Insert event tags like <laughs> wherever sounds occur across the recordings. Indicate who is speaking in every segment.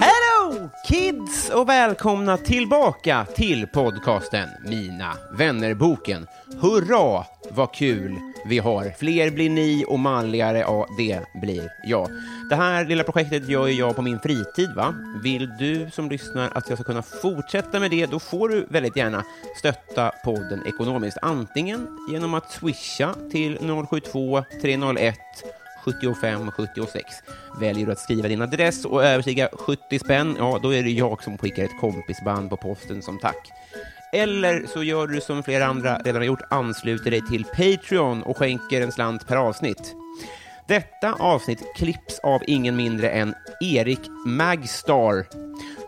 Speaker 1: Hello kids och välkomna tillbaka till podcasten Mina vännerboken. Hurra vad kul vi har. Fler blir ni och manligare, ja det blir jag. Det här lilla projektet gör ju jag på min fritid va. Vill du som lyssnar att jag ska kunna fortsätta med det då får du väldigt gärna stötta podden ekonomiskt. Antingen genom att swisha till 072 301 75 76. Väljer du att skriva din adress och överstiga 70 spänn, ja, då är det jag som skickar ett kompisband på posten som tack. Eller så gör du som flera andra redan har gjort, ansluter dig till Patreon och skänker en slant per avsnitt. Detta avsnitt klipps av ingen mindre än Erik Magstar.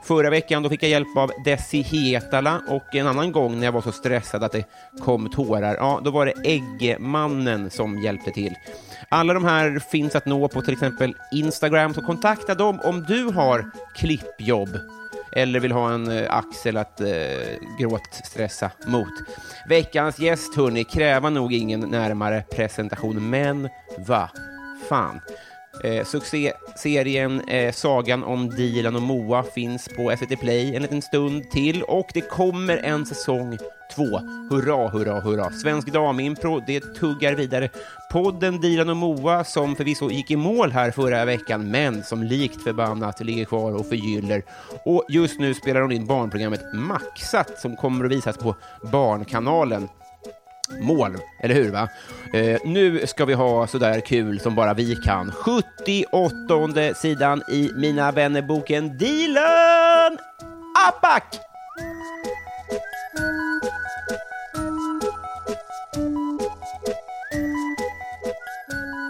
Speaker 1: Förra veckan då fick jag hjälp av Desi Hietala och en annan gång när jag var så stressad att det kom tårar, ja, då var det Äggmannen som hjälpte till. Alla de här finns att nå på till exempel Instagram, så kontakta dem om du har klippjobb eller vill ha en eh, axel att eh, gråtstressa mot. Veckans gäst, hörni, kräver nog ingen närmare presentation, men va fan. Eh, Succéserien eh, Sagan om Dilan och Moa finns på SVT Play en liten stund till och det kommer en säsong två. Hurra, hurra, hurra! Svensk Damimpro, det tuggar vidare. Podden Dilan och Moa, som förvisso gick i mål här förra veckan, men som likt förbannat ligger kvar och förgyller. Och just nu spelar de in barnprogrammet Maxat, som kommer att visas på Barnkanalen mål, eller hur? va? Eh, nu ska vi ha sådär kul som bara vi kan. 78 sidan i Mina vännerboken Dilan Apak!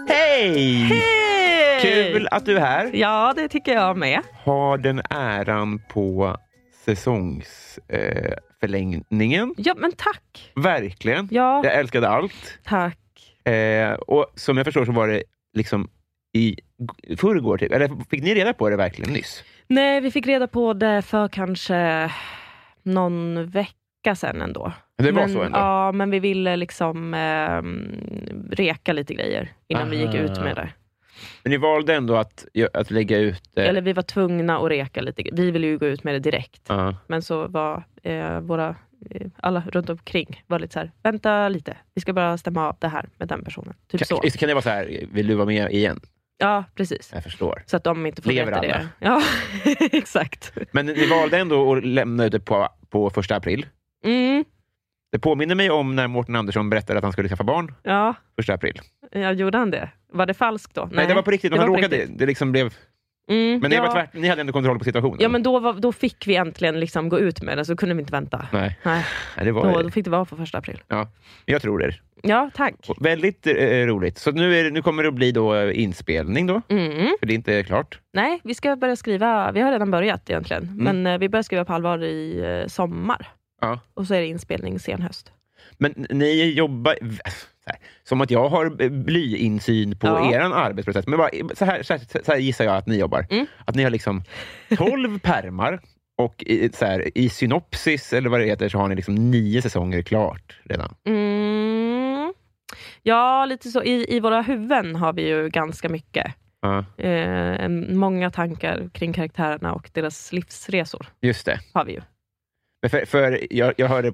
Speaker 1: Hej!
Speaker 2: Hej!
Speaker 1: Kul att du är här.
Speaker 2: Ja, det tycker jag med.
Speaker 1: Har den äran på säsongsförlängningen.
Speaker 2: Ja, men tack.
Speaker 1: Verkligen.
Speaker 2: Ja,
Speaker 1: Jag älskade allt.
Speaker 2: tack.
Speaker 1: Eh, och som jag förstår så var det liksom i g- förrgår, typ. eller fick ni reda på det verkligen nyss?
Speaker 2: Nej, vi fick reda på det för kanske någon vecka sedan ändå.
Speaker 1: Det var
Speaker 2: men,
Speaker 1: så ändå?
Speaker 2: Ja, men vi ville liksom ehm, reka lite grejer innan vi gick ut med det.
Speaker 1: Men ni valde ändå att, gö- att lägga ut eh, det?
Speaker 2: Eller vi var tvungna att reka lite gre- Vi ville ju gå ut med det direkt.
Speaker 1: Ja.
Speaker 2: Men så var eh, våra, eh, alla runt omkring var lite så här, vänta lite, vi ska bara stämma av det här med den personen. Typ
Speaker 1: Kan,
Speaker 2: så.
Speaker 1: just, kan det vara så här, vill du vara med igen?
Speaker 2: Ja, precis.
Speaker 1: Jag förstår.
Speaker 2: Så att de inte får
Speaker 1: Lever
Speaker 2: veta
Speaker 1: alla?
Speaker 2: det. Ja, <laughs> exakt.
Speaker 1: Men ni valde ändå att lämna ut det på, på första april.
Speaker 2: Mm,
Speaker 1: Det påminner mig om när Mårten Andersson berättade att han skulle skaffa barn
Speaker 2: ja.
Speaker 1: första april.
Speaker 2: ja, gjorde han det? Var det falskt då?
Speaker 1: Nej, det var på riktigt.
Speaker 2: det
Speaker 1: han
Speaker 2: var på
Speaker 1: råkade,
Speaker 2: riktigt.
Speaker 1: Det liksom blev,
Speaker 2: Mm,
Speaker 1: men det
Speaker 2: ja.
Speaker 1: var tvärt, ni hade ändå kontroll på situationen?
Speaker 2: Ja, men då, var, då fick vi äntligen liksom gå ut med det, så kunde vi inte vänta.
Speaker 1: Nej,
Speaker 2: Nej,
Speaker 1: Nej, det
Speaker 2: då,
Speaker 1: var,
Speaker 2: då fick det vara på första april.
Speaker 1: ja, jag tror det.
Speaker 2: Ja, tack.
Speaker 1: Och Väldigt eh, roligt. Så nu, är, det- nu kommer det att bli då eh, inspelning då,
Speaker 2: Mm.
Speaker 1: för det är inte klart.
Speaker 2: Nej, vi ska börja skriva. Vi har redan börjat egentligen,
Speaker 1: Mm.
Speaker 2: men eh, vi börjar skriva på allvar i eh, sommar.
Speaker 1: Ja.
Speaker 2: Och så är det inspelning sen höst.
Speaker 1: Men n- ni jobbar... äh, Så här, som att jag har eh, blyinsyn på
Speaker 2: Ja.
Speaker 1: er arbetsprocess. Men bara, eh, så, här, så, här, så här gissar jag att ni jobbar.
Speaker 2: Mm.
Speaker 1: Att ni har liksom
Speaker 2: <laughs>
Speaker 1: 12 pärmar och i, så här, i synopsis, eller vad det heter, så har ni liksom nio säsonger klart redan.
Speaker 2: Mm. Ja, lite så. I, I våra huvuden har vi ju ganska mycket.
Speaker 1: Ja,
Speaker 2: Eh, en, många tankar kring karaktärerna och deras livsresor
Speaker 1: just det.
Speaker 2: har vi ju.
Speaker 1: Men för, för jag, jag hörde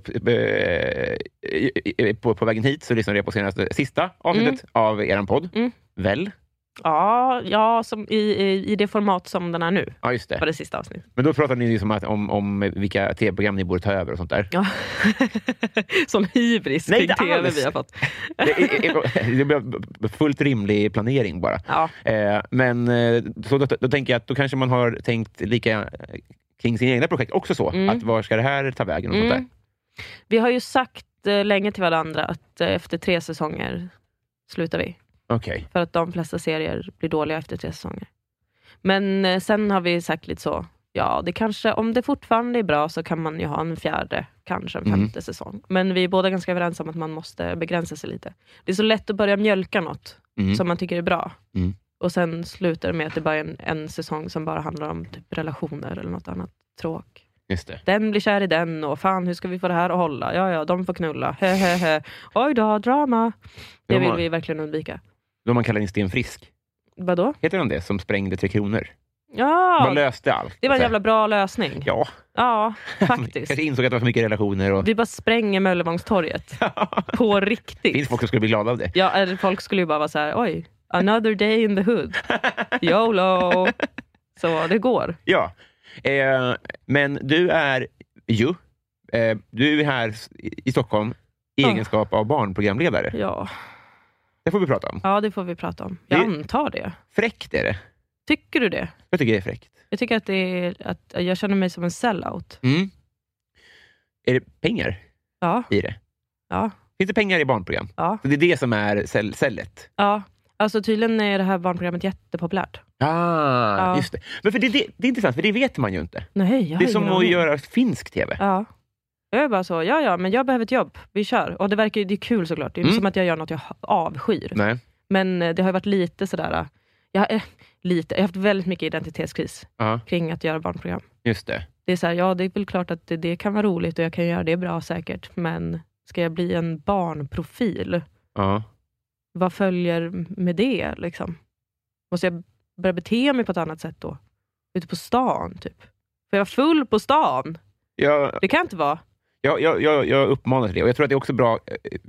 Speaker 1: eh, på, på vägen hit så lyssnade jag på senaste, sista avsnittet av er podd.
Speaker 2: Mm.
Speaker 1: Väl?
Speaker 2: Ja, ja som i, i, i det format som den är nu,
Speaker 1: Ja, just det.
Speaker 2: var det sista avsnittet.
Speaker 1: Men då pratade ni liksom att, om, om vilka tv-program ni borde ta över och sånt där.
Speaker 2: Ja. <laughs> Sån hybris
Speaker 1: Nej,
Speaker 2: kring
Speaker 1: inte
Speaker 2: TV
Speaker 1: alls.
Speaker 2: vi har fått.
Speaker 1: Det, är- är- det blir fullt rimlig planering bara.
Speaker 2: Ja,
Speaker 1: Eh, men eh, så då, då tänker jag att då kanske man har tänkt lika eh, kring sina egna projekt också så.
Speaker 2: Mm.
Speaker 1: Att var ska det här ta vägen? Och sånt där.
Speaker 2: Mm. Vi har ju sagt eh, länge till varandra att eh, efter tre säsonger slutar vi.
Speaker 1: Okej.
Speaker 2: För att de flesta serier blir dåliga efter tre säsonger. Men eh, sen har vi sagt lite så, ja det kanske, om det fortfarande är bra så kan man ju ha en fjärde, kanske en
Speaker 1: Mm.
Speaker 2: femte säsong. Men vi är båda ganska överens om att man måste begränsa sig lite. Det är så lätt att börja mjölka något
Speaker 1: Mm.
Speaker 2: som man tycker är bra.
Speaker 1: Mm.
Speaker 2: Och sen slutar det med att det bara är en, en säsong som bara handlar om typ relationer eller något annat tråk.
Speaker 1: Just det.
Speaker 2: Den blir kär i den och fan hur ska vi få det här att hålla? Ja, ja, de får knulla. Hö, hö, hö. Oj då, drama. Det vill
Speaker 1: Drama.
Speaker 2: vi verkligen undvika.
Speaker 1: Då man kallar in Sten Frisk.
Speaker 2: Vadå?
Speaker 1: Heter han det? Som sprängde Tre Kronor. Man
Speaker 2: Ja,
Speaker 1: löste allt.
Speaker 2: det var en
Speaker 1: Så här.
Speaker 2: jävla bra lösning.
Speaker 1: Ja,
Speaker 2: Ja, faktiskt.
Speaker 1: kanske insåg att det var för mycket relationer. Och...
Speaker 2: Vi bara spränger Möllevångstorget.
Speaker 1: <laughs>
Speaker 2: På
Speaker 1: Det finns
Speaker 2: riktigt.
Speaker 1: folk som skulle bli glada av det.
Speaker 2: Ja, eller folk skulle ju bara vara så här, oj, another day in
Speaker 1: <laughs>
Speaker 2: the hood. YOLO. Så det går.
Speaker 1: Ja. Eh, men du är ju. Eh, du är här s- i Stockholm i
Speaker 2: Ja.
Speaker 1: egenskap av barnprogramledare.
Speaker 2: Ja,
Speaker 1: Det får vi prata om.
Speaker 2: ja det får vi prata om. Jag
Speaker 1: Det-
Speaker 2: antar det.
Speaker 1: Fräckt är det.
Speaker 2: Tycker du det?
Speaker 1: Jag tycker det är fräckt.
Speaker 2: Jag tycker att, det är, att jag känner mig som en sellout.
Speaker 1: Mm. Är det pengar
Speaker 2: Ja,
Speaker 1: i det?
Speaker 2: ja,
Speaker 1: Finns det pengar i barnprogram?
Speaker 2: ja.
Speaker 1: Så Det är det som är cell- cellet.
Speaker 2: ja. Alltså tydligen är det här barnprogrammet jättepopulärt.
Speaker 1: Ah,
Speaker 2: Ja.
Speaker 1: just det. Men för det, det, det är intressant, för det vet man ju inte.
Speaker 2: Nej, jag har
Speaker 1: Det är som
Speaker 2: ingen
Speaker 1: att
Speaker 2: aning.
Speaker 1: göra finsk tv.
Speaker 2: Ja. Jag är bara så, ja ja, men jag behöver ett jobb. Vi kör. Och det verkar ju, det är kul såklart. Det är inte
Speaker 1: Mm.
Speaker 2: som att jag gör något jag ha- avskyr.
Speaker 1: Nej.
Speaker 2: Men eh, det har ju varit lite sådär, eh, jag, har- eh, lite, jag har haft väldigt mycket identitetskris
Speaker 1: Ja,
Speaker 2: kring att göra barnprogram.
Speaker 1: just det.
Speaker 2: Det är såhär, ja det är väl klart att det, det kan vara roligt och jag kan göra det bra säkert, men ska jag bli en barnprofil?
Speaker 1: Ja.
Speaker 2: Vad följer med det? Liksom? Måste jag börja bete mig på ett annat sätt då? Ute på stan, typ. För jag var full på stan.
Speaker 1: Jag,
Speaker 2: Det kan jag inte vara.
Speaker 1: jag, jag, jag, jag uppmanar till det. Och jag tror att det är också bra eh,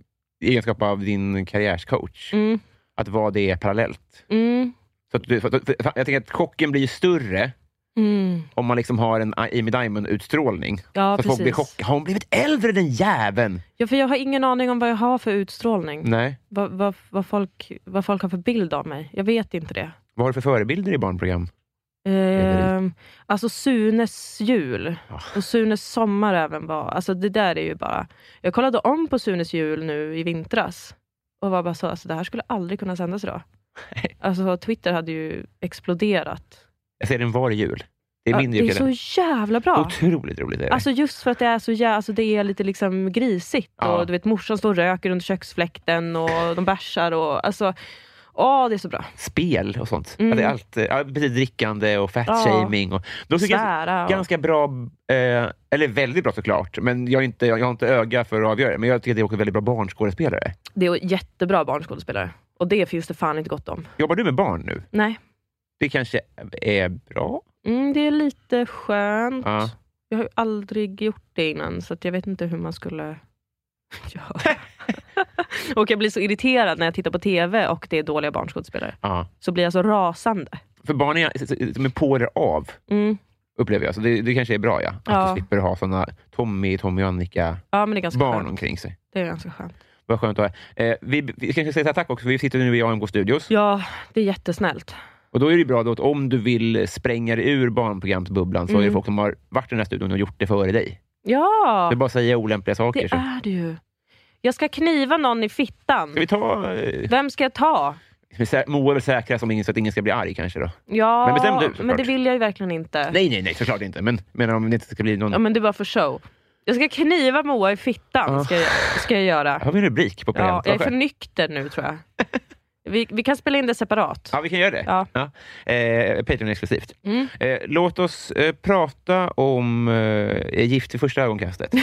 Speaker 1: i egenskap av din karriärscoach,
Speaker 2: Mm,
Speaker 1: att vara det parallellt.
Speaker 2: mm,
Speaker 1: Så att du, för, för, för, jag tänker att chocken blir ju större
Speaker 2: mm.
Speaker 1: om man liksom har en Amy Diamond-utstrålning.
Speaker 2: Ja,
Speaker 1: så att folk blir chockade. Har hon blivit äldre den jäveln?
Speaker 2: Ja, för jag har ingen aning om vad jag har för utstrålning.
Speaker 1: Nej.
Speaker 2: Vad, vad, vad, folk, vad folk har för bild av mig. Jag vet inte det.
Speaker 1: Vad har du för förebilder i barnprogram?
Speaker 2: Ehm, alltså Sunes jul
Speaker 1: Ja.
Speaker 2: och Sunes sommar även var... Alltså det där är ju bara... Jag kollade om på Sunes jul nu i vintras och var bara så, alltså det här skulle aldrig kunna sändas idag. Alltså Twitter hade ju exploderat.
Speaker 1: Jag ser den var jul. Det är
Speaker 2: Ja,
Speaker 1: min
Speaker 2: det är
Speaker 1: julkalender.
Speaker 2: så jävla bra!
Speaker 1: Otroligt roligt är det.
Speaker 2: Alltså just för att det är så jä- alltså det är lite liksom grisigt.
Speaker 1: Ja.
Speaker 2: Och du vet morsan står och röker under köksfläkten och de bärsar och alltså Åh, det är så bra.
Speaker 1: Spel och sånt.
Speaker 2: Mm.
Speaker 1: Ja, det är allt, eh, ja, precis, drickande och fatshaming. och- Då tycker jag
Speaker 2: Svära. och-
Speaker 1: Ganska bra, eh, eller väldigt bra såklart, men jag, är inte, jag har inte öga för att avgöra det. Men jag tycker att det är också väldigt bra barnskådespelare.
Speaker 2: Det är jättebra barnskådespelare. Och det finns det fan inte gott om.
Speaker 1: Jobbar du med barn nu?
Speaker 2: Nej.
Speaker 1: Det kanske är bra?
Speaker 2: Mm, det är lite skönt.
Speaker 1: Ja.
Speaker 2: Jag har ju aldrig gjort det innan, så att jag vet inte hur man skulle <laughs>
Speaker 1: <laughs>
Speaker 2: göra. och jag blir så irriterad när jag tittar på TV och det är dåliga barnskådespelare.
Speaker 1: Ja.
Speaker 2: Så blir jag så rasande.
Speaker 1: För barn är, de är på eller av,
Speaker 2: Mm.
Speaker 1: upplever jag. Så det, det kanske är bra, ja. Att
Speaker 2: Ja.
Speaker 1: du slipper ha såna Tommy, Tommy och Annika-barn
Speaker 2: Ja, men det är ganska skönt.
Speaker 1: omkring sig.
Speaker 2: Det är ganska skönt.
Speaker 1: Vad skönt att ha. Eh, vi, vi kanske säger tack också, för vi sitter nu i AMK Studios.
Speaker 2: Ja, det är jättesnällt.
Speaker 1: Och då är det bra då att om du vill spränga dig ur barnprogramsbubblan så är det
Speaker 2: Mm.
Speaker 1: folk som har varit i den här studion och gjort det före dig.
Speaker 2: Ja,
Speaker 1: Det är bara att säga olämpliga saker.
Speaker 2: det
Speaker 1: så.
Speaker 2: är det ju. Jag ska kniva någon i fittan.
Speaker 1: Ska vi ta... Eh,
Speaker 2: Vem ska jag ta?
Speaker 1: sä- Moa är väl säkrast om ingen, så att ingen ska bli arg kanske då?
Speaker 2: Ja,
Speaker 1: Men bestäm du, såklart.
Speaker 2: men det vill jag ju verkligen inte.
Speaker 1: Nej, nej, nej, såklart inte. Men menar om det inte ska bli någon...
Speaker 2: Ja, men det var för show. Jag ska kniva Moa i fittan,
Speaker 1: Ah.
Speaker 2: ska, jag, ska jag göra.
Speaker 1: Har vi en rubrik på
Speaker 2: Ja,
Speaker 1: programmet?
Speaker 2: jag är
Speaker 1: Vad
Speaker 2: för
Speaker 1: skönt.
Speaker 2: nykter nu tror jag. Vi, vi kan spela in det separat.
Speaker 1: Ja, vi kan göra det.
Speaker 2: Ja.
Speaker 1: Eh, Patreon exklusivt.
Speaker 2: Mm.
Speaker 1: Eh, låt oss eh, prata om eh, Gift i första ögonkastet.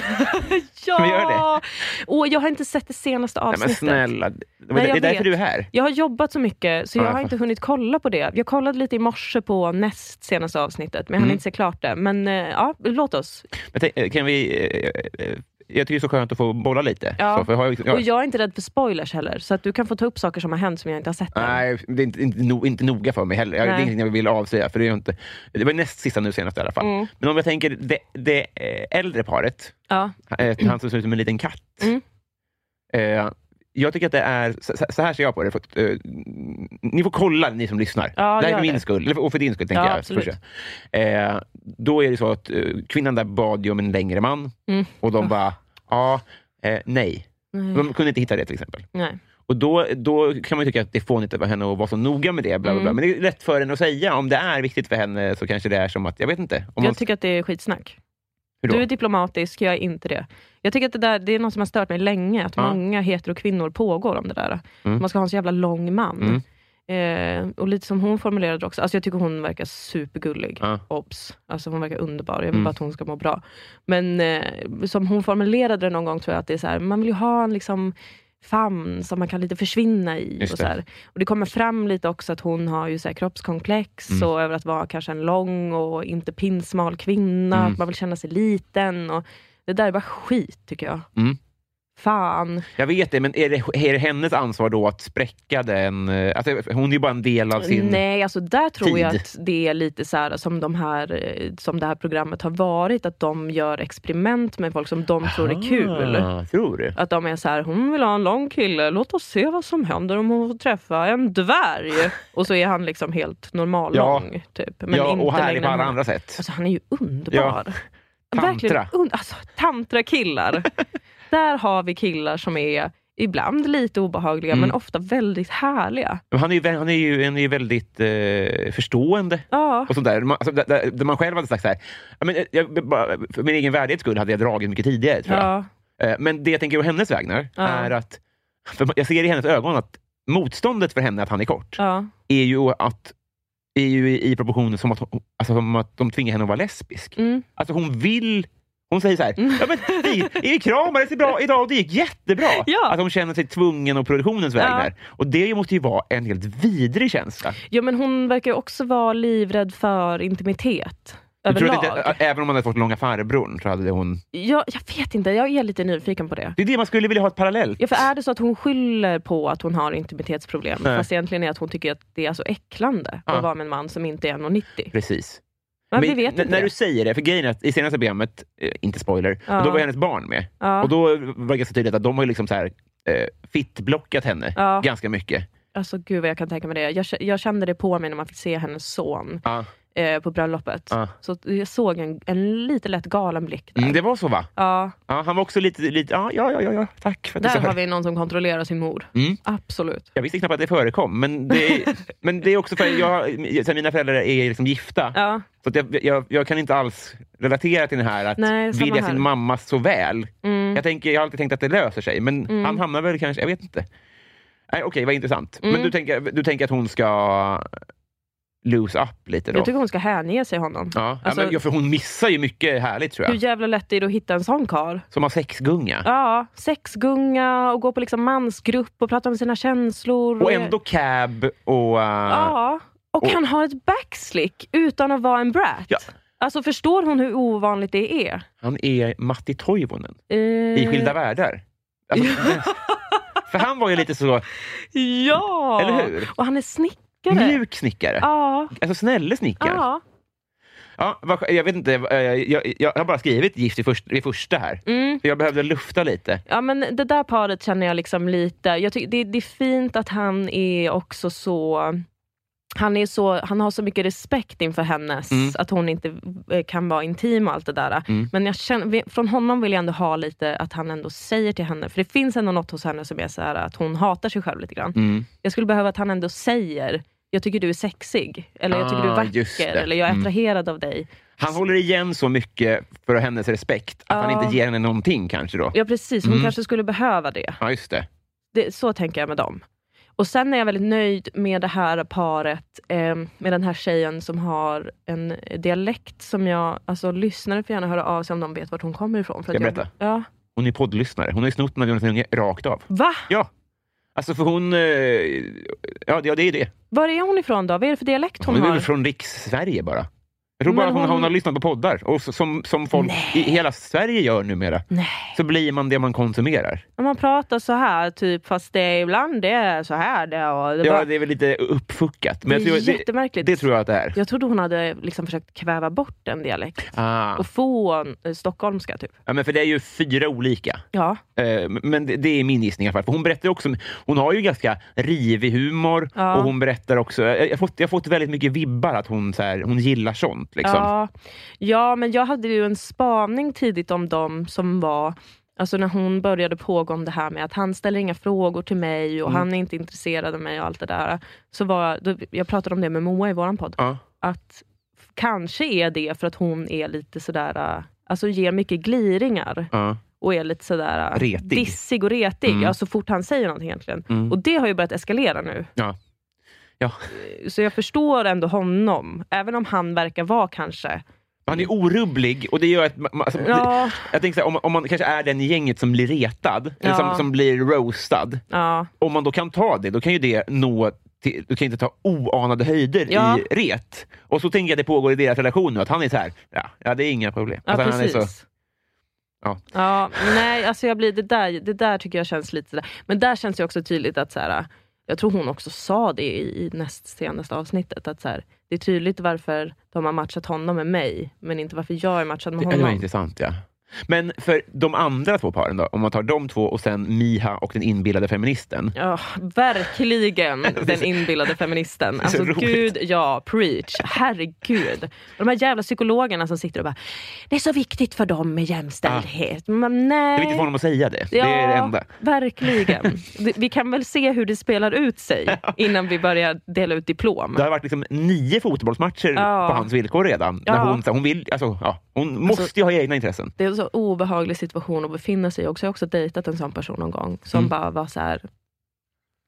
Speaker 2: Ja!
Speaker 1: vi göra det?
Speaker 2: Åh, jag har inte sett det senaste
Speaker 1: Nej,
Speaker 2: avsnittet.
Speaker 1: men snälla. Det var-
Speaker 2: Nej,
Speaker 1: det
Speaker 2: jag
Speaker 1: är därför
Speaker 2: vet.
Speaker 1: du är här.
Speaker 2: Jag har jobbat så mycket så
Speaker 1: Ja,
Speaker 2: jag
Speaker 1: jag
Speaker 2: har
Speaker 1: fattar.
Speaker 2: inte hunnit kolla på det. Jag kollade lite i morse på näst senaste avsnittet men jag hann
Speaker 1: Mm.
Speaker 2: inte se klart det. Men eh, ja, låt oss.
Speaker 1: Men tänk, eh, kan vi, eh, eh, jag tycker det är så skönt att få bolla lite.
Speaker 2: Ja.
Speaker 1: Så, för jag har,
Speaker 2: Och
Speaker 1: jag,
Speaker 2: jag är inte rädd för spoilers heller så att du kan få ta upp saker som har hänt som jag inte har sett än.
Speaker 1: Nej, det är inte, inte, no, inte noga för mig heller. Jag, det är
Speaker 2: Nej.
Speaker 1: ingenting jag vill avsäga. För det, är ju inte, det var ju näst sista nu senast i alla fall.
Speaker 2: Mm.
Speaker 1: Men om jag tänker det, det eh, äldre paret,
Speaker 2: Ja.
Speaker 1: eh, han som ser ut som en liten katt.
Speaker 2: Mm.
Speaker 1: Eh, jag tycker att det är, så, så- så här ser jag på det. För, att, eh, ni får kolla ni som lyssnar. det
Speaker 2: Ja,
Speaker 1: här är
Speaker 2: gör
Speaker 1: för min
Speaker 2: det.
Speaker 1: skull, eller för- och för din skull. tänker
Speaker 2: Ja,
Speaker 1: jag.
Speaker 2: absolut.
Speaker 1: förstås. Eh, då är det så att eh, kvinnan där bad ju om en längre man.
Speaker 2: Mm.
Speaker 1: Och de
Speaker 2: Usch. Mm.
Speaker 1: bara, ja, eh, nej.
Speaker 2: Nej.
Speaker 1: De kunde inte hitta det till exempel.
Speaker 2: Nej.
Speaker 1: Och då, då kan man ju tycka att det är fånigt av henne att vara så noga med det. Bla, bla, bla.
Speaker 2: Mm.
Speaker 1: Men det är lätt för henne att säga. Om det är viktigt för henne så kanske det är som att, jag vet inte. Om man,
Speaker 2: Jag tycker att det är skitsnack.
Speaker 1: hur då?
Speaker 2: Du är diplomatisk, jag är inte det. Jag tycker att det, där, det är något som har stört mig länge, att
Speaker 1: Ja.
Speaker 2: många heterokvinnor pågår om det där.
Speaker 1: Mm.
Speaker 2: Man ska ha en så jävla lång man. Eh, och lite som hon formulerade det också, alltså jag tycker hon verkar supergullig.
Speaker 1: Ja.
Speaker 2: Obs! Alltså hon verkar underbar, jag vill
Speaker 1: Mm.
Speaker 2: bara att hon ska må bra. Men eh, som hon formulerade det någon gång tror jag att det är så här, man vill ju ha en liksom famn som man kan lite försvinna i.
Speaker 1: Just
Speaker 2: Och
Speaker 1: det.
Speaker 2: så här. Och det kommer fram lite också att hon har ju så här kroppskomplex
Speaker 1: Mm.
Speaker 2: och över att vara kanske en lång och inte pinsmal kvinna.
Speaker 1: Mm.
Speaker 2: Att man vill känna sig liten. Och det där är bara skit tycker jag.
Speaker 1: Mm.
Speaker 2: Fan.
Speaker 1: Jag vet det, men är det, är det hennes ansvar då att spräcka den? eh, Alltså, hon är ju bara en del av sin...
Speaker 2: Nej, alltså där tror jag
Speaker 1: tid.
Speaker 2: att det är lite så här, som, de här, eh, som det här programmet har varit. Att de gör experiment med folk som de tror är kul.
Speaker 1: Ah, Tror du?
Speaker 2: Att de är så här, hon vill ha en lång kille, låt oss se vad som händer om hon får träffa en dvärg. Och så är han liksom helt normal
Speaker 1: Ja.
Speaker 2: lång. Typ. Men
Speaker 1: Men ja,
Speaker 2: inte
Speaker 1: och här är
Speaker 2: längre
Speaker 1: på
Speaker 2: än
Speaker 1: alla
Speaker 2: hon.
Speaker 1: andra sätt.
Speaker 2: Alltså han är ju underbar.
Speaker 1: Tantra.
Speaker 2: Verkligen und- alltså, tantrakillar. Där har vi killar som är ibland lite obehagliga
Speaker 1: Mm.
Speaker 2: men ofta väldigt härliga.
Speaker 1: Men Han är ju, vä- han är ju, han är ju väldigt eh, förstående.
Speaker 2: Ja,
Speaker 1: Och sånt där. Man, alltså, där, där, där man själv hade sagt så här, "Ja, men, eh, jag, bara, för min egen värdighets skull hade jag dragit mycket tidigare. Tror jag.
Speaker 2: ja,
Speaker 1: Eh, Men det jag tänker på hennes vägnar
Speaker 2: Ja.
Speaker 1: är att, för jag ser i hennes ögon att motståndet för henne att han är kort
Speaker 2: ja.
Speaker 1: är ju att är ju i i proportion som att, hon- alltså som att de tvingar henne att vara lesbisk.
Speaker 2: Mm.
Speaker 1: Alltså hon vill Hon säger så här, ja, men vi, vi kramades bra idag och det gick jättebra.
Speaker 2: Ja.
Speaker 1: Att hon känner sig tvungen och produktionens
Speaker 2: Ja.
Speaker 1: vägnar. Och det måste ju vara en helt vidrig känsla.
Speaker 2: ja men hon verkar ju också vara livrädd för intimitet.
Speaker 1: Jag tror
Speaker 2: Överlag.
Speaker 1: att det, ä- även om man hade fått långa farbrorn så hade hon...
Speaker 2: jag, jag vet inte, jag är lite nyfiken på det.
Speaker 1: Det är det man skulle vilja ha ett parallellt.
Speaker 2: Ja, för är det så att hon skyller på att hon har intimitetsproblem
Speaker 1: Nej.
Speaker 2: fast egentligen är att hon tycker att det är så äcklande
Speaker 1: Ja.
Speaker 2: att vara med en man som inte är 1,90?
Speaker 1: Precis.
Speaker 2: Men, vi
Speaker 1: Men
Speaker 2: vet
Speaker 1: n-
Speaker 2: inte.
Speaker 1: När du
Speaker 2: det.
Speaker 1: säger det, för grejen är att i senaste programmet, eh, inte spoiler,
Speaker 2: Ja.
Speaker 1: men då var hennes barn med.
Speaker 2: Ja.
Speaker 1: Och då var det ganska tydligt att de har ju liksom så här, eh, fittblockat henne
Speaker 2: Ja.
Speaker 1: ganska mycket.
Speaker 2: Alltså gud vad jag kan tänka mig det. Jag, k- jag kände det på mig när man fick se hennes son
Speaker 1: Ja.
Speaker 2: eh, på bröllopet.
Speaker 1: Ja.
Speaker 2: Så att jag såg en, en lite lätt galen blick där.
Speaker 1: Mm, det var så va?
Speaker 2: Ja,
Speaker 1: Ja, han var också lite, lite ja, ja, ja, ja, ja, tack för att du
Speaker 2: där
Speaker 1: sa
Speaker 2: har
Speaker 1: det.
Speaker 2: vi någon som kontrollerar sin mor.
Speaker 1: Mm.
Speaker 2: Absolut.
Speaker 1: Jag visste knappt att det förekom, men det,
Speaker 2: <laughs>
Speaker 1: men det är också för att jag, sen mina föräldrar är liksom gifta,
Speaker 2: Ja,
Speaker 1: så att jag, jag, jag kan inte alls relatera till det här att
Speaker 2: Nej, samma
Speaker 1: vilja
Speaker 2: här.
Speaker 1: sin mamma så väl.
Speaker 2: mm.
Speaker 1: Jag, tänker, jag har alltid tänkt att det löser sig, men han hamnar väl kanske... Jag vet inte. Nej, Okej, vad intressant. Men
Speaker 2: Mm.
Speaker 1: du tänker, du tänker att hon ska lose up lite då?
Speaker 2: jag tycker hon ska hänge sig honom.
Speaker 1: ja.
Speaker 2: alltså-
Speaker 1: ja, men, ja, för hon missar ju mycket härligt tror
Speaker 2: Hur
Speaker 1: jag.
Speaker 2: jävla lätt är det att hitta en sån karl?
Speaker 1: Som har sexgunga.
Speaker 2: Ja, sexgunga och gå på liksom mansgrupp och prata om sina känslor.
Speaker 1: Och ändå cab och... Uh,
Speaker 2: Ja, och,
Speaker 1: Och-
Speaker 2: kan ha ett backslick utan att vara en brat.
Speaker 1: Ja.
Speaker 2: Alltså förstår hon hur ovanligt det är?
Speaker 1: Han är Matti Toivonen
Speaker 2: Eh,
Speaker 1: i Skilda världar. Alltså, för han var ju lite så,
Speaker 2: Eh, Ja!
Speaker 1: Eller hur?
Speaker 2: Och han är snickare.
Speaker 1: mjuk snickare.
Speaker 2: Ja,
Speaker 1: Alltså snälle snickare.
Speaker 2: ja.
Speaker 1: Ja, vad- jag vet inte, eh, jag, jag har bara skrivit Gift i först- i första här.
Speaker 2: Mm.
Speaker 1: Så jag behövde lufta lite.
Speaker 2: ja, men det där paret känner jag liksom lite... Jag tycker det, det är fint att han är också så... Han, är så, han har så mycket respekt inför hennes,
Speaker 1: Mm.
Speaker 2: att hon inte eh, kan vara intim och allt det där.
Speaker 1: Mm.
Speaker 2: Men jag känner, från honom vill jag ändå ha lite att han ändå säger till henne, för det finns ändå något hos henne som är så här att hon hatar sig själv lite grann.
Speaker 1: Mm.
Speaker 2: Jag skulle behöva att han ändå säger, jag tycker du är sexig, eller jag tycker du är
Speaker 1: Ah, just
Speaker 2: vacker,
Speaker 1: det.
Speaker 2: eller jag är
Speaker 1: Mm.
Speaker 2: attraherad av dig.
Speaker 1: Han håller igen så mycket för hennes respekt att han
Speaker 2: Ja.
Speaker 1: inte ger henne någonting kanske då.
Speaker 2: Ja precis, hon
Speaker 1: Mm.
Speaker 2: kanske skulle behöva det.
Speaker 1: Ja, just det.
Speaker 2: det. Så tänker jag med dem. Och sen är jag väldigt nöjd med det här paret, eh, med den här tjejen som har en dialekt som jag, alltså lyssnare får gärna höra av sig om de vet vart hon kommer ifrån. För
Speaker 1: Ska jag
Speaker 2: att
Speaker 1: berätta?
Speaker 2: Ja.
Speaker 1: Hon är poddlyssnare. Hon har ju snott den av Jonathan Unge rakt av.
Speaker 2: Va?
Speaker 1: Ja. Alltså för hon... eh, Ja, det ja, det är det.
Speaker 2: Var är hon ifrån då? Vad är det för dialekt hon,
Speaker 1: Hon är
Speaker 2: har?
Speaker 1: väl från Riks-Sverige bara. Jag tror
Speaker 2: Men
Speaker 1: bara att hon,
Speaker 2: hon-
Speaker 1: hon har lyssnat på poddar, och så, som, som folk i hela Sverige gör numera.
Speaker 2: Nej.
Speaker 1: Så blir man det man konsumerar.
Speaker 2: När man pratar så här, typ, fast det är ibland det är så här. Det, och det,
Speaker 1: ja,
Speaker 2: bara,
Speaker 1: det är väl lite uppfuckat. Men jag
Speaker 2: det är
Speaker 1: tror, det,
Speaker 2: jättemärkligt.
Speaker 1: det tror jag att det är.
Speaker 2: jag trodde hon hade liksom försökt kväva bort en dialekt
Speaker 1: Ah.
Speaker 2: och få en eh, stockholmska. typ.
Speaker 1: Ja, men för det är ju fyra olika.
Speaker 2: Ja.
Speaker 1: Eh, Men det- det är min gissning i alla fall. För hon berättar ju också, hon har ju ganska rivig humor
Speaker 2: Ja.
Speaker 1: och hon berättar också, jag jag har fått, jag har fått väldigt mycket vibbar att hon, så här, hon gillar sånt. Liksom.
Speaker 2: Ja, ja, men jag hade ju en spaning tidigt om dem som var Alltså när hon började pågå om det här med att han ställer inga frågor till mig
Speaker 1: Mm.
Speaker 2: och han är inte intresserad av mig och allt det där. Så var, då, jag pratade om det med Moa i våran podd.
Speaker 1: Ja.
Speaker 2: Att f- kanske är det för att hon är lite sådär, äh, alltså ger mycket gliringar
Speaker 1: Ja.
Speaker 2: och är lite sådär äh,
Speaker 1: Retig.
Speaker 2: dissig och retig.
Speaker 1: Mm.
Speaker 2: Ja, så fort han säger någonting egentligen.
Speaker 1: Mm.
Speaker 2: Och det har ju börjat eskalera nu.
Speaker 1: Ja. Ja.
Speaker 2: Så jag förstår ändå honom, även om han verkar vara kanske
Speaker 1: Han är orubblig och det gör att... ma- ma- Alltså, det-
Speaker 2: Ja,
Speaker 1: Jag tänker så här, om, man- om man kanske är den i gänget som blir retad, eller
Speaker 2: Ja.
Speaker 1: som, som blir roastad.
Speaker 2: ja,
Speaker 1: Om man då kan ta det, då kan ju det nå till, du kan inte ta oanade höjder
Speaker 2: Ja.
Speaker 1: i ret. Och så tänker jag att det pågår i deras relation nu, att han är så här, ja, ja det är inga problem.
Speaker 2: ja
Speaker 1: Alltså, han är
Speaker 2: precis.
Speaker 1: så- ja.
Speaker 2: Ja, nej, alltså jag blir, det, där, det där tycker jag känns lite sådär. Men där känns det också tydligt att så här, jag tror hon också sa det i, i näst senaste avsnittet, att så här, det är tydligt varför de har matchat honom med mig, men inte varför jag är matchad med
Speaker 1: Det var
Speaker 2: honom.
Speaker 1: intressant, ja. Men för de andra två paren då, om man tar de två och sen Miha och den inbillade feministen.
Speaker 2: Ja,
Speaker 1: <laughs>
Speaker 2: verkligen den inbillade feministen.
Speaker 1: är så
Speaker 2: Alltså
Speaker 1: roligt.
Speaker 2: gud ja, preach. Herregud. Och de här jävla psykologerna som sitter och bara, det är så viktigt för dem med jämställdhet. Men nej.
Speaker 1: Ah. Det är viktigt för honom att säga det. Det är det enda. <laughs>
Speaker 2: verkligen. Det- Vi kan väl se hur det spelar ut sig innan vi börjar dela ut diplom.
Speaker 1: Det har varit liksom nio fotbollsmatcher
Speaker 2: Ja.
Speaker 1: på hans villkor redan. När
Speaker 2: Ja.
Speaker 1: hon, så här, hon, vill, alltså, ja, hon måste ju ha egna intressen.
Speaker 2: Det är en så obehaglig situation att befinna sig i också. Jag har också dejtat en sån person någon gång som
Speaker 1: Mm.
Speaker 2: bara var så här.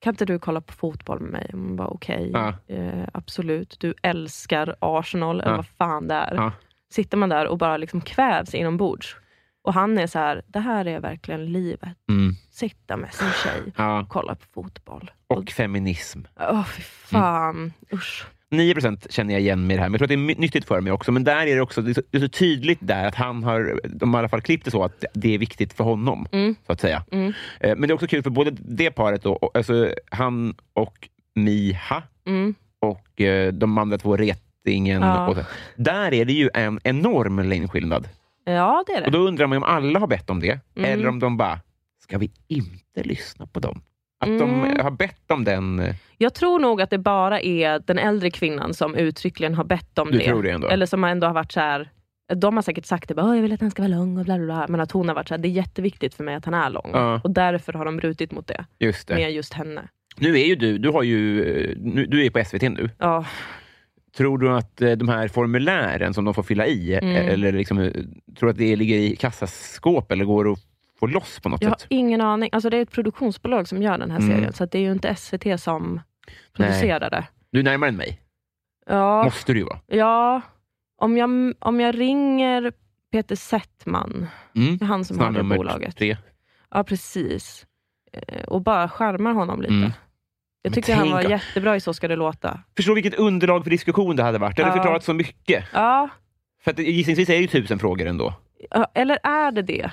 Speaker 2: Kan inte du kolla på fotboll med mig? Och Man bara okej,
Speaker 1: Ja.
Speaker 2: eh, absolut. Du älskar Arsenal eller
Speaker 1: Ja.
Speaker 2: vad fan det är.
Speaker 1: Ja.
Speaker 2: Sitter man där och bara liksom kvävs inombords. Och han är så här, det här är verkligen livet.
Speaker 1: Mm.
Speaker 2: Sitta med sin tjej
Speaker 1: Ja.
Speaker 2: och kolla på fotboll.
Speaker 1: Och feminism.
Speaker 2: Åh fy fan, usch.
Speaker 1: 9 känner jag igen mig i det här, men jag tror att det är my- nyttigt för mig också. Men där är det också det är så, det är så tydligt där att han har, de har i alla fall klippt det så att det är viktigt för honom.
Speaker 2: Mm.
Speaker 1: så att säga. Eh, Men det är också kul för både det paret, då, och- alltså han och Miha
Speaker 2: Mm.
Speaker 1: och eh, de andra två, Retingen.
Speaker 2: Ja.
Speaker 1: Och så, där är det ju en enorm längdskillnad.
Speaker 2: Ja, det är
Speaker 1: Och
Speaker 2: det.
Speaker 1: då undrar man ju om alla har bett om det,
Speaker 2: Mm.
Speaker 1: eller om de bara, ska vi inte lyssna på dem? Att
Speaker 2: Mm.
Speaker 1: de har bett om den... eh,
Speaker 2: Jag tror nog att det bara är den äldre kvinnan som uttryckligen har bett om
Speaker 1: Du
Speaker 2: det.
Speaker 1: tror det ändå?
Speaker 2: Eller som ändå har varit så här. De har säkert sagt det, bara, "Åh, jag vill att han ska vara lång och bla bla bla. Men att hon har varit så här, det är jätteviktigt för mig att han är lång.
Speaker 1: Ja.
Speaker 2: Och därför har de brutit mot det
Speaker 1: Just det.
Speaker 2: med just henne.
Speaker 1: Nu är ju du, du har ju, eh, nu, du är på SVT nu.
Speaker 2: Ja,
Speaker 1: Tror du att eh, de här formulären som de får fylla i,
Speaker 2: Mm.
Speaker 1: eller liksom, eh, tror du att det ligger i kassaskåp eller går att få loss på något
Speaker 2: jag har
Speaker 1: sätt?
Speaker 2: ingen aning. Alltså det är ett produktionsbolag som gör den här
Speaker 1: Mm.
Speaker 2: serien, så att det är ju inte SVT som producerar det.
Speaker 1: Du är närmare än mig.
Speaker 2: Ja.
Speaker 1: Måste du ju vara.
Speaker 2: Ja, om jag, om jag ringer Peter Settman,
Speaker 1: Mm.
Speaker 2: det är han som har det
Speaker 1: Snarnummer
Speaker 2: bolaget.
Speaker 1: tre.
Speaker 2: Ja, precis. Eh, Och bara skärmar honom lite.
Speaker 1: Mm. Men
Speaker 2: Jag tyckte han
Speaker 1: tänk
Speaker 2: var
Speaker 1: att-
Speaker 2: jättebra i Så ska det låta.
Speaker 1: Förstå vilket underlag för diskussion det hade varit. Det hade
Speaker 2: Ja.
Speaker 1: förklarat så mycket.
Speaker 2: Ja,
Speaker 1: För att det- gissningsvis är det ju tusen frågor ändå. Tror
Speaker 2: ja, eller är det det?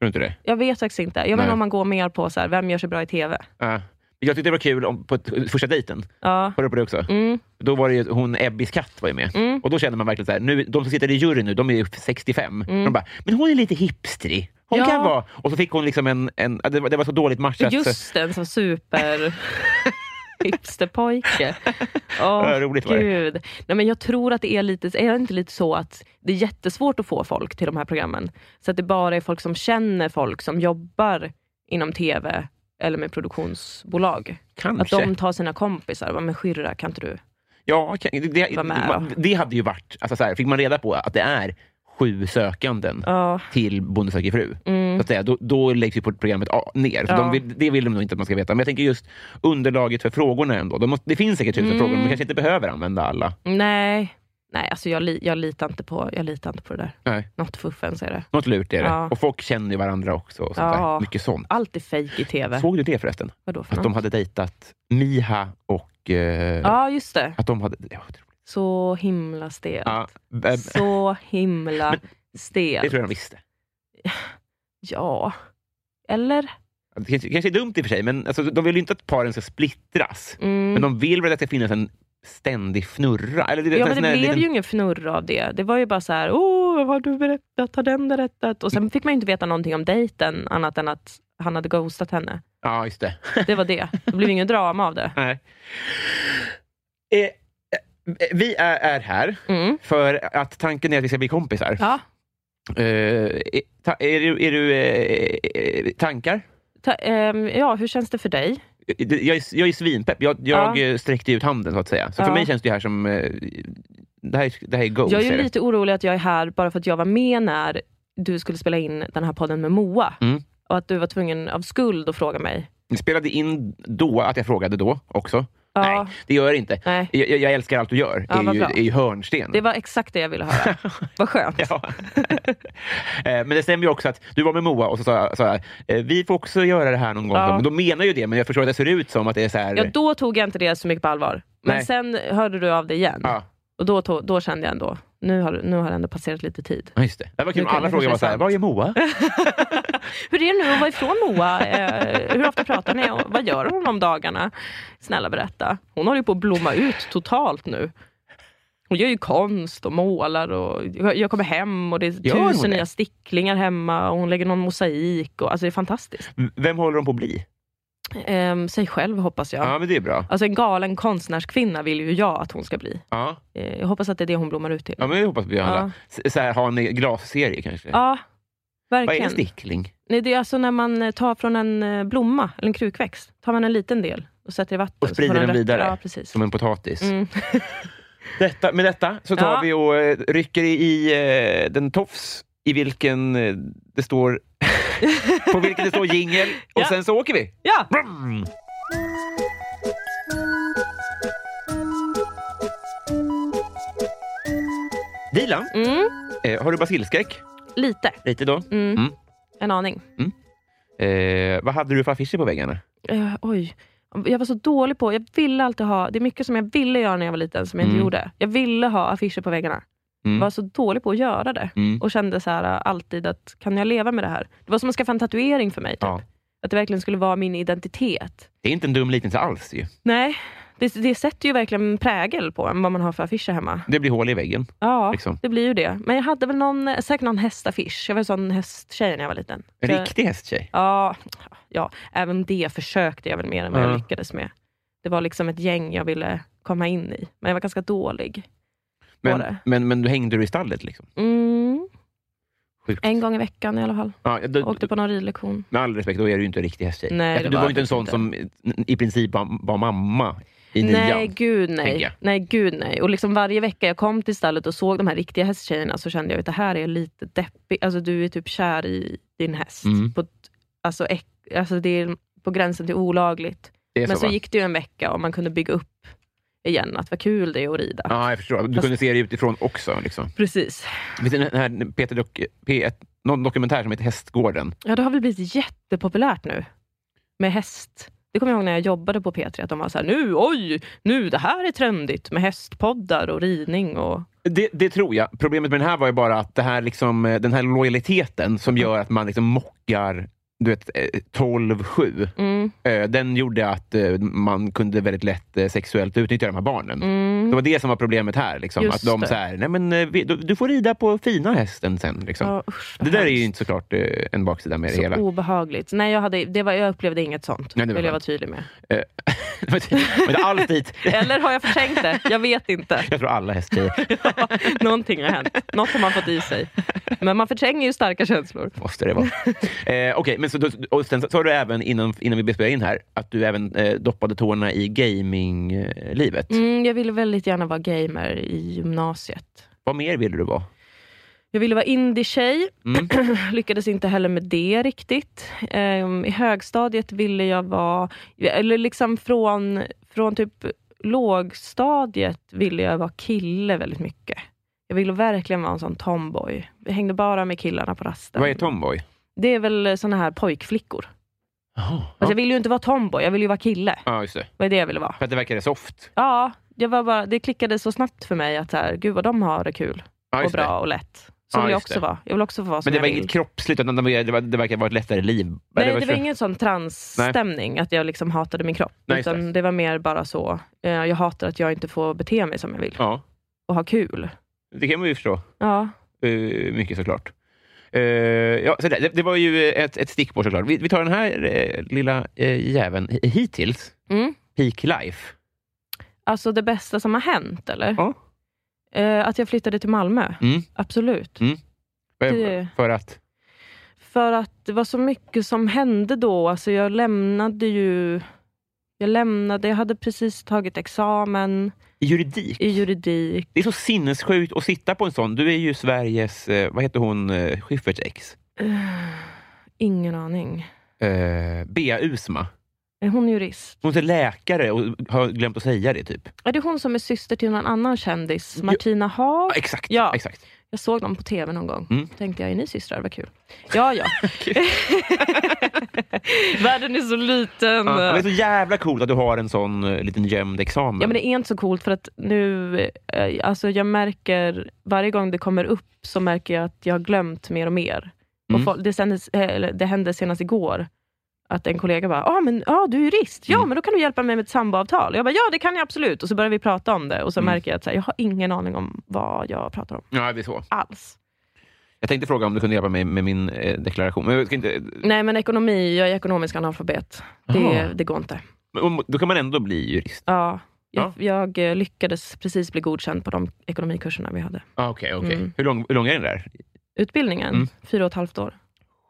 Speaker 1: du inte det?
Speaker 2: Jag vet faktiskt inte. Jag vet
Speaker 1: Nej.
Speaker 2: inte om man går mer på så här, vem gör sig bra i TV.
Speaker 1: Ja. Eh, Jag tyckte det var kul om, på ett, första dejten.
Speaker 2: Ja,
Speaker 1: Var du på det också?
Speaker 2: mm,
Speaker 1: Då var det ju hon Ebbis katt var ju med.
Speaker 2: mm.
Speaker 1: Och då känner man verkligen så här, nu, de som sitter i juryn nu, de är ju 65.
Speaker 2: Mm.
Speaker 1: De bara, men hon är lite hipstrig. Hon
Speaker 2: Ja.
Speaker 1: kan vara... Och så fick hon liksom en... en det, var, det var så dåligt matchat. så,
Speaker 2: Just den som super...
Speaker 1: <laughs>
Speaker 2: Hipsterpojke. Åh,
Speaker 1: Ja, roligt var det.
Speaker 2: gud. Nej, men jag tror att det är lite, är det inte lite så att det är jättesvårt att få folk till de här programmen? Så att det bara är folk som känner folk som jobbar inom TV eller med produktionsbolag.
Speaker 1: kanske.
Speaker 2: Att de tar sina kompisar och bara, men Skyrra, kan inte du?
Speaker 1: Ja, kan- det, det,
Speaker 2: Var med, va?
Speaker 1: det, hade ju varit... Alltså så här, fick man reda på att det är sju sökanden
Speaker 2: Ja,
Speaker 1: till Bonde söker fru,
Speaker 2: mm.
Speaker 1: att säga, då, då läggs ju programmet a- ner. Så
Speaker 2: Ja.
Speaker 1: de vill, det vill de nog inte att man ska veta. Men jag tänker just underlaget för frågorna ändå. De måste, det finns säkert
Speaker 2: Mm.
Speaker 1: tusen frågor, men man kanske inte behöver använda alla.
Speaker 2: Nej, Nej alltså jag, li- jag, litar inte på, jag litar inte på det där.
Speaker 1: Nej.
Speaker 2: Något fuffens är det.
Speaker 1: Något lurt är det.
Speaker 2: Ja.
Speaker 1: Och folk känner ju varandra också. Och sånt
Speaker 2: Ja.
Speaker 1: där. Mycket sånt.
Speaker 2: Allt är fejk i tv.
Speaker 1: Såg du det förresten?
Speaker 2: Vadå för
Speaker 1: Att de
Speaker 2: något?
Speaker 1: hade dejtat Miha och... eh,
Speaker 2: Ja, just det.
Speaker 1: Att de hade... Ja, otroligt.
Speaker 2: Så himla stel.
Speaker 1: Ja, eh,
Speaker 2: Så himla
Speaker 1: Men-
Speaker 2: stel.
Speaker 1: det tror jag de visste.
Speaker 2: Ja. Eller?
Speaker 1: Det kanske, kanske är dumt i och för sig, men alltså, de vill ju inte att paren ska splittras.
Speaker 2: Mm.
Speaker 1: Men de vill väl att det ska finnas en ständig fnurra? Eller,
Speaker 2: Ja,
Speaker 1: en
Speaker 2: men det
Speaker 1: sån här
Speaker 2: blev
Speaker 1: liten-
Speaker 2: ju ingen fnurra av det. Det var ju bara så här, åh, har du berättat? Har den berättat? Och sen fick man ju inte veta någonting om dejten, annat än att han hade ghostat henne.
Speaker 1: Ja, just det.
Speaker 2: Det var det. Det blev ingen drama av det.
Speaker 1: Nej. Eh, eh, vi är, är här
Speaker 2: Mm.
Speaker 1: för att tanken är att vi ska bli kompisar.
Speaker 2: Ja.
Speaker 1: Eh, är, ta, är du, är du eh, eh, tankar?
Speaker 2: Ta, ehm, ja, hur känns det för dig?
Speaker 1: Jag är, jag är svinpepp. Jag, jag
Speaker 2: Ja.
Speaker 1: eh, sträckte ut handen, så att säga. Så
Speaker 2: Ja.
Speaker 1: för mig känns det här som... eh, Det här, är- det här är goals.
Speaker 2: Jag är
Speaker 1: är
Speaker 2: ju
Speaker 1: det.
Speaker 2: lite orolig att jag är här bara för att jag var med när du skulle spela in den här podden med Moa.
Speaker 1: Mm.
Speaker 2: Och att du var tvungen av skuld att fråga mig.
Speaker 1: Ni spelade in då, att jag frågade då också.
Speaker 2: Ja.
Speaker 1: Nej, det gör det inte.
Speaker 2: Nej.
Speaker 1: Jag, jag- jag älskar allt du gör.
Speaker 2: Ja,
Speaker 1: är,
Speaker 2: vad
Speaker 1: ju,
Speaker 2: bra.
Speaker 1: är ju hörnsten.
Speaker 2: Det var exakt det jag ville
Speaker 1: <laughs>
Speaker 2: höra. Vad skönt.
Speaker 1: Ja. <laughs> Eh, men det stämmer ju också att du var med Moa och så sa jag så här, eh, vi får också göra det här någon gång.
Speaker 2: Ja.
Speaker 1: Men då menar ju det, men jag förstår att det ser ut som att det är så här...
Speaker 2: Ja, då tog jag inte det så mycket på allvar. Men
Speaker 1: Nej.
Speaker 2: sen hörde du av dig igen.
Speaker 1: Ja,
Speaker 2: Och då, to- då kände jag ändå, nu har, nu har det ändå passerat lite tid.
Speaker 1: ja, just det. Det var kul
Speaker 2: Nu
Speaker 1: om
Speaker 2: kan-
Speaker 1: alla
Speaker 2: det
Speaker 1: frågor
Speaker 2: kanske
Speaker 1: var
Speaker 2: är
Speaker 1: så här,
Speaker 2: sant.
Speaker 1: vad är Moa?
Speaker 2: Hur är det nu att vara ifrån
Speaker 1: <laughs>
Speaker 2: Moa? Eh, hur ofta pratar ni? Och vad gör hon om dagarna? Snälla berätta. Hon håller ju på att blomma ut totalt nu. Hon gör ju konst och målar. Och jag jag kommer hem och det är
Speaker 1: Gör hon
Speaker 2: tusen
Speaker 1: det?
Speaker 2: nya sticklingar hemma. Och hon lägger någon mosaik. Och, alltså det är fantastiskt.
Speaker 1: Vem håller de på att bli?
Speaker 2: Eh, sig själv hoppas jag.
Speaker 1: Ja, men det är bra.
Speaker 2: Alltså en galen konstnärskvinna vill ju jag att hon ska bli.
Speaker 1: Ja,
Speaker 2: Eh, jag hoppas att det är det hon blommar ut till.
Speaker 1: ja men det hoppas vi
Speaker 2: Ja.
Speaker 1: alla. S- Så här, ha en glasserie kanske?
Speaker 2: Ja,
Speaker 1: vad är en
Speaker 2: verkligen.
Speaker 1: stickling?
Speaker 2: Nej, det är alltså när man eh, tar från en eh, blomma, eller en krukväxt, tar man en liten del och sätter i vatten.
Speaker 1: Och
Speaker 2: så
Speaker 1: sprider
Speaker 2: får
Speaker 1: den
Speaker 2: rötter.
Speaker 1: vidare?
Speaker 2: Ja, precis.
Speaker 1: Som en potatis?
Speaker 2: Mm.
Speaker 1: <laughs> Detta, med detta så tar
Speaker 2: Ja.
Speaker 1: vi och eh, rycker i eh, den tofs i vilken eh, det står <laughs> på vilken det står
Speaker 2: <laughs>
Speaker 1: jingel och
Speaker 2: Ja.
Speaker 1: sen så åker vi.
Speaker 2: Ja,
Speaker 1: Brum! Dilan,
Speaker 2: mm.
Speaker 1: eh, har du basilskräck?
Speaker 2: lite.
Speaker 1: Lite då.
Speaker 2: Mm.
Speaker 1: Mm.
Speaker 2: En aning.
Speaker 1: Eh, vad hade du för affischer på väggarna?
Speaker 2: Eh, oj. Jag var så dålig på, jag ville alltid ha, det är mycket som jag ville göra när jag var liten som jag inte
Speaker 1: Mm.
Speaker 2: gjorde. Jag ville ha affischer på väggarna.
Speaker 1: Mm.
Speaker 2: var så dålig på att göra det.
Speaker 1: Mm.
Speaker 2: Och kände så här, eh, alltid att, kan jag leva med det här? Det var som att skaffa en tatuering för mig. Typ.
Speaker 1: Ja.
Speaker 2: Att det verkligen skulle vara min identitet.
Speaker 1: Det är inte en dum liknelse alls ju.
Speaker 2: Nej, det, det sätter ju verkligen prägel på en, vad man har för affischer hemma.
Speaker 1: Det blir hål i väggen.
Speaker 2: Ja,
Speaker 1: Liksom.
Speaker 2: det blir ju det. Men jag hade väl någon, säkert någon hästaffisch. Jag var en sån hästtjej när jag var liten.
Speaker 1: En
Speaker 2: Så jag-
Speaker 1: riktig hästtjej.
Speaker 2: Ja, ja, även det försökte jag väl mer än vad
Speaker 1: Ja.
Speaker 2: jag lyckades med. Det var liksom ett gäng jag ville komma in i, men jag var ganska dålig. var
Speaker 1: Men,
Speaker 2: det?
Speaker 1: men, men du hängde du i stallet liksom?
Speaker 2: Mm,
Speaker 1: Sjukt.
Speaker 2: en gång i veckan i alla fall.
Speaker 1: Ja, du-
Speaker 2: Jag åkte på någon ridlektion.
Speaker 1: Med all respekt, då är du ju inte en riktig hästtjej.
Speaker 2: Nej,
Speaker 1: Jag-
Speaker 2: det
Speaker 1: du
Speaker 2: var
Speaker 1: var ju inte en
Speaker 2: jag
Speaker 1: sån som i princip var, var mamma i
Speaker 2: Nej,
Speaker 1: nian.
Speaker 2: gud
Speaker 1: tänker jag.
Speaker 2: nej. Nej, gud nej. Och liksom varje vecka jag kom till stallet och såg de här riktiga hästtjejerna så kände jag att det här är lite deppigt. Alltså du är typ kär i din häst.
Speaker 1: Mm.
Speaker 2: På, ett- alltså, äck, alltså det är på gränsen till olagligt.
Speaker 1: Det är
Speaker 2: Men
Speaker 1: så,
Speaker 2: så,
Speaker 1: va?
Speaker 2: gick det ju en vecka och man kunde bygga upp igen att vad kul det är att rida.
Speaker 1: Ja, jag förstår. Du
Speaker 2: Fast-
Speaker 1: kunde se det utifrån också. Liksom.
Speaker 2: Precis.
Speaker 1: Finns det den här Peter Doc, P1, någon dokumentär som heter Hästgården?
Speaker 2: Ja, det har väl blivit jättepopulärt nu med häst. Det kommer jag ihåg när jag jobbade på P3, att de var så här, nu, oj, nu, det här är trendigt med hästpoddar och ridning. Och...
Speaker 1: Det, det tror jag. Problemet med den här var ju bara att det här liksom, eh, den här lojaliteten som gör att man liksom mockar du vet, eh, 12-7,
Speaker 2: Mm,
Speaker 1: eh, den gjorde att eh, man kunde väldigt lätt eh, sexuellt utnyttja de här barnen. Det
Speaker 2: mm.
Speaker 1: var det som var problemet här. Liksom.
Speaker 2: Just
Speaker 1: Att de
Speaker 2: det.
Speaker 1: så här, Nej, men, eh, vi, du, du får rida på fina hästen sen. Liksom.
Speaker 2: Ja, usch, vad
Speaker 1: Det där är ju
Speaker 2: hemskt.
Speaker 1: inte såklart eh, en baksida med det
Speaker 2: så
Speaker 1: hela.
Speaker 2: obehagligt. Nej, jag, hade, det var, jag upplevde inget sånt,
Speaker 1: Nej, det var
Speaker 2: vill jag vara
Speaker 1: skönt.
Speaker 2: tydlig med.
Speaker 1: Eh, <laughs> men men allt dit.
Speaker 2: Eller har jag förträngt det? Jag vet inte.
Speaker 1: <laughs> Jag tror alla hästtjejer
Speaker 2: Någonting har hänt. Något har man fått i sig. Men man förtränger ju starka känslor.
Speaker 1: måste
Speaker 2: <laughs>
Speaker 1: det vara. Eh, okej, men så, då- och sen sa du även, innan, innan vi började spela in här, att du även eh, doppade tårna i gaminglivet.
Speaker 2: Mm, jag ville väldigt gärna vara gamer i gymnasiet.
Speaker 1: Vad mer ville du vara?
Speaker 2: Jag ville vara indie-tjej. <clears throat>
Speaker 1: Mm.
Speaker 2: Lyckades inte heller med det riktigt. Ehm, I högstadiet ville jag vara... Eller liksom från, från typ lågstadiet ville jag vara kille väldigt mycket. Jag ville verkligen vara en sån tomboy. Jag hängde bara med killarna på rasten.
Speaker 1: Vad är tomboy?
Speaker 2: Det är väl såna här pojkflickor.
Speaker 1: Jaha.
Speaker 2: Fast Alltså, jag ville ju inte vara tomboy, jag ville ju vara kille.
Speaker 1: Ja, just det.
Speaker 2: Vad är det jag ville vara?
Speaker 1: För att det verkade soft.
Speaker 2: Ja, jag var bara, det klickade så snabbt för mig att så här, gud vad de har det kul
Speaker 1: Ja,
Speaker 2: och
Speaker 1: just
Speaker 2: bra
Speaker 1: det.
Speaker 2: och lätt. Så
Speaker 1: Ja,
Speaker 2: vill jag
Speaker 1: just
Speaker 2: också
Speaker 1: det.
Speaker 2: vara. Jag vill också få vara som
Speaker 1: Men det
Speaker 2: jag
Speaker 1: var
Speaker 2: vill.
Speaker 1: inget kroppsligt, utan det, var, det, var, det verkar vara ett lättare liv.
Speaker 2: Nej,
Speaker 1: Eller
Speaker 2: det var ingen sån transstämning, att jag liksom hatade min kropp.
Speaker 1: Nej, just
Speaker 2: utan det. var mer bara så, eh, jag hatar att jag inte får bete mig som jag vill
Speaker 1: Ja,
Speaker 2: och ha kul.
Speaker 1: det kan man ju förstå.
Speaker 2: Ja,
Speaker 1: Eh, mycket såklart. Eh, ja, så där. Det, det var ju ett, ett stickspår såklart. Vi, vi tar den här eh, lilla uh, jäveln H- hittills.
Speaker 2: Mm.
Speaker 1: Peak life.
Speaker 2: Alltså det bästa som har hänt, eller?
Speaker 1: Ja.
Speaker 2: Eh, att jag flyttade till Malmö,
Speaker 1: Mm.
Speaker 2: absolut. Det-
Speaker 1: För att...
Speaker 2: För att det var så mycket som hände då. Alltså jag lämnade ju... Jag lämnade, jag hade precis tagit examen
Speaker 1: I juridik.
Speaker 2: i juridik.
Speaker 1: Det är så sinnessjukt att sitta på en sån. Du är ju Sveriges... eh, vad heter hon? Uh, Schyfferts ex.
Speaker 2: Eh, Ingen aning.
Speaker 1: Uh, Bea Usma.
Speaker 2: Är hon jurist?
Speaker 1: Hon är läkare och har glömt att säga det, typ.
Speaker 2: Är det hon som är syster till någon annan kändis?
Speaker 1: Ja.
Speaker 2: Martina Haag?
Speaker 1: Ja, exakt.
Speaker 2: Ja.
Speaker 1: exakt.
Speaker 2: Jag såg dem på tv någon gång.
Speaker 1: Mm.
Speaker 2: tänkte jag, är ni systrar? Vad kul.
Speaker 1: <laughs>
Speaker 2: Ja, ja. <laughs> Världen är så liten.
Speaker 1: Ja, men det är så jävla coolt att du har en sån eh, liten gömd examen.
Speaker 2: Ja, men det är inte så coolt för att nu, eh, alltså jag märker, varje gång det kommer upp så märker jag att jag har glömt mer och mer.
Speaker 1: Mm.
Speaker 2: Och folk, det, sändes, eh, eller, det hände senast igår att en kollega bara, ah, men, ah, du är jurist, ja
Speaker 1: Mm.
Speaker 2: men då kan du hjälpa mig med ett samboavtal. Jag bara, ja det kan jag absolut. Och så börjar vi prata om det och så
Speaker 1: Mm.
Speaker 2: märker jag att så här, jag har ingen aning om vad jag pratar om
Speaker 1: ja, det är så.
Speaker 2: alls.
Speaker 1: Jag tänkte fråga om du kunde hjälpa mig med min eh, deklaration. Men jag ska inte,
Speaker 2: Nej men ekonomi, jag är ekonomisk analfabet.
Speaker 1: Jaha.
Speaker 2: Det, det går inte.
Speaker 1: Men om- Då kan man ändå bli jurist?
Speaker 2: Ja, jag, jag eh, lyckades precis bli godkänd på de ekonomikurserna vi hade.
Speaker 1: Ah, okej, okej.
Speaker 2: Mm.
Speaker 1: Hur, lång, hur lång är den där?
Speaker 2: Utbildningen,
Speaker 1: Mm.
Speaker 2: fyra och ett halvt år.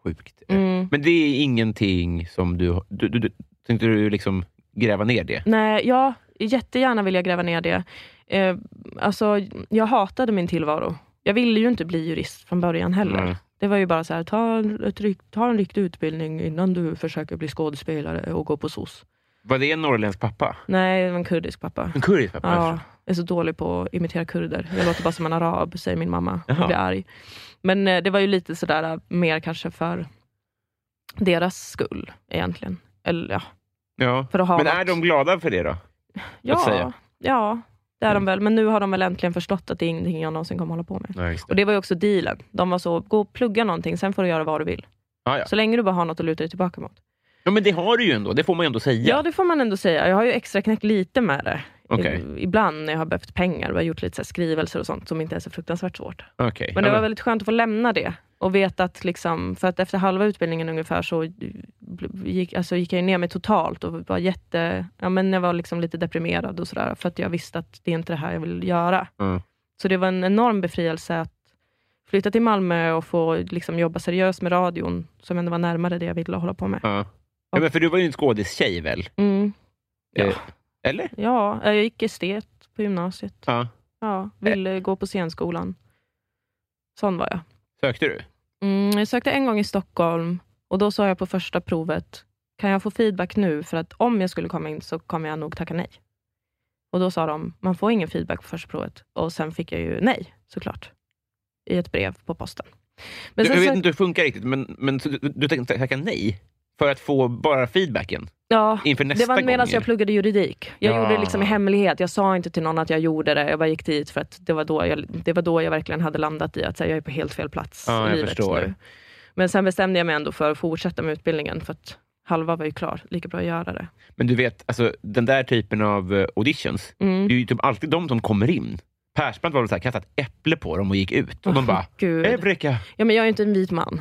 Speaker 1: Sjukt.
Speaker 2: Mm.
Speaker 1: Men det är ingenting som du... har- du, du, du tänkte du liksom gräva ner det?
Speaker 2: Nej, ja, jättegärna vill jag gräva ner det. Eh, alltså, jag hatade min tillvaro. Jag ville ju inte bli jurist från början heller.
Speaker 1: Mm.
Speaker 2: Det var ju bara så här, ta, en- ett, rikt- ta en riktig utbildning innan du försöker bli skådespelare och gå på SOS.
Speaker 1: Var det en norrländsk pappa?
Speaker 2: Nej, det var en kurdisk pappa.
Speaker 1: En kurdisk pappa?
Speaker 2: Ja, jag är så dålig på att imitera kurder. Jag låter bara som en arab, säger min mamma.
Speaker 1: Jaha.
Speaker 2: Jag blir arg. Men eh, det var ju lite sådär, eh, mer kanske för deras skull egentligen. Eller ja,
Speaker 1: ja.
Speaker 2: för att ha
Speaker 1: Men
Speaker 2: något.
Speaker 1: är de glada för det då? att
Speaker 2: Ja,
Speaker 1: säga.
Speaker 2: ja det är
Speaker 1: Mm.
Speaker 2: de väl. Men nu har de väl äntligen förstått att det är ingenting jag någonsin kommer hålla på med.
Speaker 1: Ja, just
Speaker 2: Och Det var ju också dealen. De var så, gå och plugga någonting, sen får du göra vad du vill.
Speaker 1: Ah, ja.
Speaker 2: Så länge du bara har något att luta dig tillbaka mot.
Speaker 1: ja, men det har du ju ändå. Det får man ju ändå säga.
Speaker 2: Ja, det får man ändå säga. Jag har ju extra knäckt lite med det.
Speaker 1: Okej.
Speaker 2: I- Ibland när jag har behövt pengar. Jag har gjort lite så här skrivelser och sånt som inte är så fruktansvärt svårt.
Speaker 1: Okej.
Speaker 2: Men det
Speaker 1: ja,
Speaker 2: var väldigt skönt att få lämna det. Och veta att, liksom, för att efter halva utbildningen ungefär så gick, alltså gick jag ju ner mig totalt och var jätte, ja, men jag var liksom lite deprimerad och sådär. För att jag visste att det är inte det här jag vill göra.
Speaker 1: Mm.
Speaker 2: Så det var en enorm befrielse att flytta till Malmö och få liksom, jobba seriöst med radion, som ändå var närmare det jag ville hålla på med.
Speaker 1: ja. Ja, men för du var ju en skådis-tjej väl?
Speaker 2: Mm. Ja.
Speaker 1: Eh, Eller?
Speaker 2: Ja, jag gick estet på gymnasiet.
Speaker 1: Ja.
Speaker 2: Ja, ville gå på scenskolan. Sån var jag.
Speaker 1: Sökte du?
Speaker 2: Mm, jag sökte en gång i Stockholm och då sa jag på första provet, kan jag få feedback nu? För att om jag skulle komma in så kommer jag nog tacka nej. Och då sa de, man får ingen feedback på första provet. Och sen fick jag ju nej, såklart. I ett brev på posten. Men
Speaker 1: jag
Speaker 2: sen
Speaker 1: vet
Speaker 2: sök-
Speaker 1: inte hur det funkar riktigt, men, men så du, du tänkte tacka nej? För att få bara feedbacken
Speaker 2: ja,
Speaker 1: inför
Speaker 2: det
Speaker 1: nästa
Speaker 2: var
Speaker 1: gång?
Speaker 2: medan jag pluggade juridik. Jag
Speaker 1: Ja.
Speaker 2: gjorde det liksom i hemlighet. Jag sa inte till någon att jag gjorde det. Jag bara gick dit för att det var då jag, det var då jag verkligen hade landat i att så här, jag är på helt fel plats
Speaker 1: Ja,
Speaker 2: i
Speaker 1: jag
Speaker 2: livet
Speaker 1: förstår.
Speaker 2: nu. Men sen bestämde jag mig ändå för att fortsätta med utbildningen för att halva var ju klar. Lika bra att göra det.
Speaker 1: Men du vet, alltså, den där typen av eh, auditions,
Speaker 2: Mm.
Speaker 1: det är ju typ alltid de som kommer in. Persbrandt var väl så här, kastat äpple på dem och gick ut.
Speaker 2: <laughs>
Speaker 1: Och de bara,
Speaker 2: Gud.
Speaker 1: Eureka!
Speaker 2: Ja, men jag är ju inte en vit man.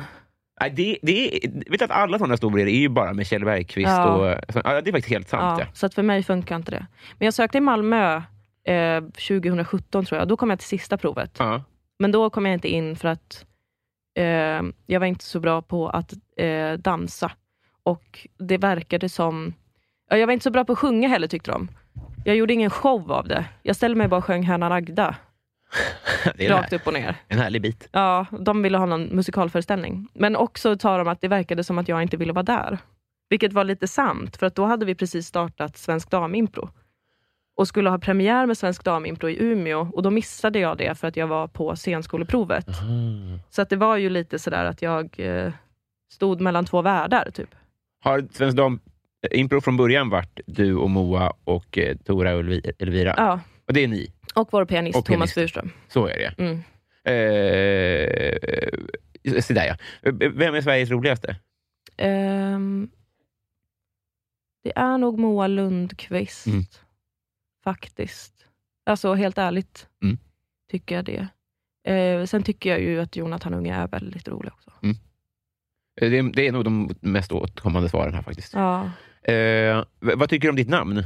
Speaker 1: Nej, det, det är, vet du att alla sådana historier är ju bara med Kjell Bergqvist.
Speaker 2: Ja.
Speaker 1: Och, så, ja, det är faktiskt helt sant.
Speaker 2: Ja,
Speaker 1: Ja.
Speaker 2: så att för mig funkar inte det. Men jag sökte i Malmö eh, 2017 tror jag. Då kom jag till sista provet.
Speaker 1: Ja.
Speaker 2: Men då kom jag inte in för att eh, jag var inte så bra på att eh, dansa. Och det verkade som... Ja, jag var inte så bra på att sjunga heller tyckte de. Jag gjorde ingen show av det. Jag ställde mig bara och sjöng Hönan Agda.
Speaker 1: <laughs> det är en,
Speaker 2: rakt upp och ner.
Speaker 1: en härlig bit.
Speaker 2: Ja, de ville ha någon musikalföreställning. Men också sa de att det verkade som att jag inte ville vara där. Vilket var lite sant, för att då hade vi precis startat Svensk Damimpro. Och skulle ha premiär med Svensk Damimpro i Umeå. Och då missade jag det för att jag var på scenskoleprovet. Så att det var ju lite sådär att jag eh, stod mellan två världar. Typ.
Speaker 1: Har Svensk Dam eh, Impro från början varit du och Moa och eh, Tora och Elvi- Elvira?
Speaker 2: Ja.
Speaker 1: Och det är ni.
Speaker 2: Och vår pianist
Speaker 1: Och pianist.
Speaker 2: Thomas Furström.
Speaker 1: Så är det.
Speaker 2: Mm.
Speaker 1: Eh, så där, ja. Eh, Vem är Sveriges roligaste?
Speaker 2: Ehm, det är nog Moa Lundqvist,
Speaker 1: Mm.
Speaker 2: faktiskt. Alltså helt ärligt,
Speaker 1: Mm.
Speaker 2: tycker jag det. Eh, sen tycker jag ju att Jonathan Unge är väldigt rolig också.
Speaker 1: Eh, Det är, det är nog de mest återkommande svaren här faktiskt.
Speaker 2: Ja.
Speaker 1: Eh, v- vad tycker du om ditt namn?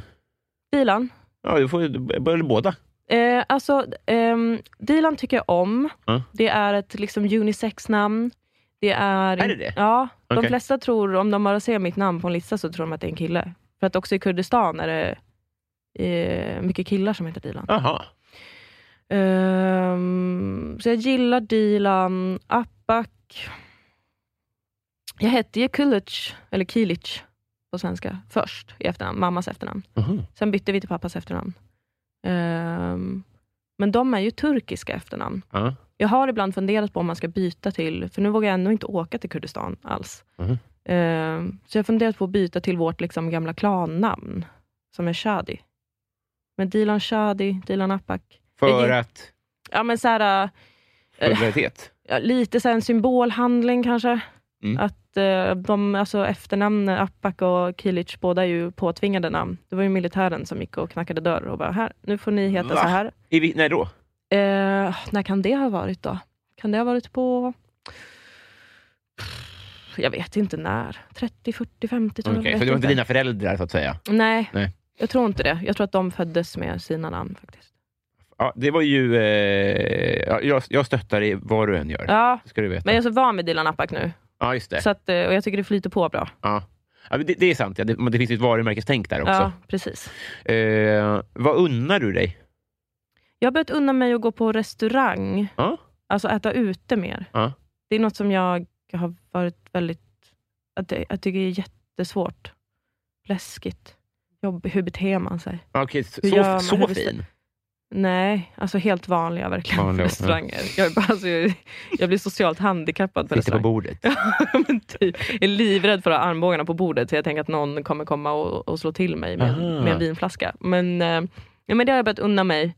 Speaker 2: Dilan.
Speaker 1: Ja, du får ju b- b- båda.
Speaker 2: Eh, alltså, ehm, Dilan tycker jag om.
Speaker 1: Ja.
Speaker 2: Det är ett liksom, unisex-namn. Det är,
Speaker 1: Är det det?
Speaker 2: Ja. De
Speaker 1: Okej.
Speaker 2: flesta tror, om de bara ser mitt namn på en lista, så tror de att det är en kille. För att också i Kurdistan är det eh, mycket killar som heter Dilan.
Speaker 1: Aha.
Speaker 2: Ehm, så jag gillar Dilan, Apak. Jag hette ju Kulic, eller Kilic på svenska, först i efternamn, mammas efternamn.
Speaker 1: Aha.
Speaker 2: Sen bytte vi till pappas efternamn. Ehm, men de är ju turkiska efternamn.
Speaker 1: Ja.
Speaker 2: Jag har ibland funderat på om man ska byta till, för nu vågar jag ändå inte åka till Kurdistan alls.
Speaker 1: Mhm.
Speaker 2: Ehm, så jag har funderat på att byta till vårt liksom, gamla klannamn, som är Shadi. Men Dilan Shadi, Dilan Apak. Jag
Speaker 1: För
Speaker 2: gill-
Speaker 1: att...
Speaker 2: Ja, men så här, äh,
Speaker 1: Solidaritet.
Speaker 2: ja, lite så här en symbolhandling kanske.
Speaker 1: Mm.
Speaker 2: Att eh, de, alltså efternamn, Apak och Kilic, båda är ju påtvingade namn. Det var ju militären som gick och knackade dörr och bara, här, nu får ni heta
Speaker 1: Va?
Speaker 2: så här.
Speaker 1: I, vi- när då?
Speaker 2: Eh, när kan det ha varit då? Kan det ha varit på... Jag vet inte när. 30, 40, 50 tal
Speaker 1: Okej, så det var inte dina föräldrar så att säga?
Speaker 2: Nej,
Speaker 1: Nej.
Speaker 2: jag tror inte det. Jag tror att de föddes med sina namn faktiskt.
Speaker 1: Ja, det var ju... Eh, ja, jag, jag stöttar dig vad du än gör.
Speaker 2: Ja,
Speaker 1: Det ska du veta.
Speaker 2: men jag är så van vid Dilan Apak nu.
Speaker 1: Ja, just det.
Speaker 2: Så att, eh, och jag tycker det flyter på bra.
Speaker 1: Ja. Ja, men det, det är sant, ja. det, men det finns ju ett varumärkestänk där också.
Speaker 2: Ja, precis.
Speaker 1: Eh, vad unnar du dig?
Speaker 2: Jag har börjat unna mig att gå på restaurang.
Speaker 1: Ja.
Speaker 2: Alltså äta ute mer.
Speaker 1: Ja.
Speaker 2: Det är något som jag har varit väldigt... Att jag, jag tycker det är jättesvårt. Läskigt. Jobbigt. Hur beter man sig?
Speaker 1: Ja, Okej, så,
Speaker 2: Hur gör man?
Speaker 1: så,
Speaker 2: Hur
Speaker 1: så
Speaker 2: bestäm-
Speaker 1: fin?
Speaker 2: Nej, alltså helt vanliga verkligen
Speaker 1: Vanliga, ja.
Speaker 2: restauranger. Jag, är bara, alltså, jag, jag blir socialt handikappad på
Speaker 1: Sitter på
Speaker 2: restaurang.
Speaker 1: bordet.
Speaker 2: Ja, <laughs> men typ. Jag är livrädd för att ha armbågarna på bordet, så jag tänker att någon kommer komma och, och slå till mig med,
Speaker 1: Aha.
Speaker 2: med en vinflaska. Men, eh, ja, men det har jag börjat unna mig,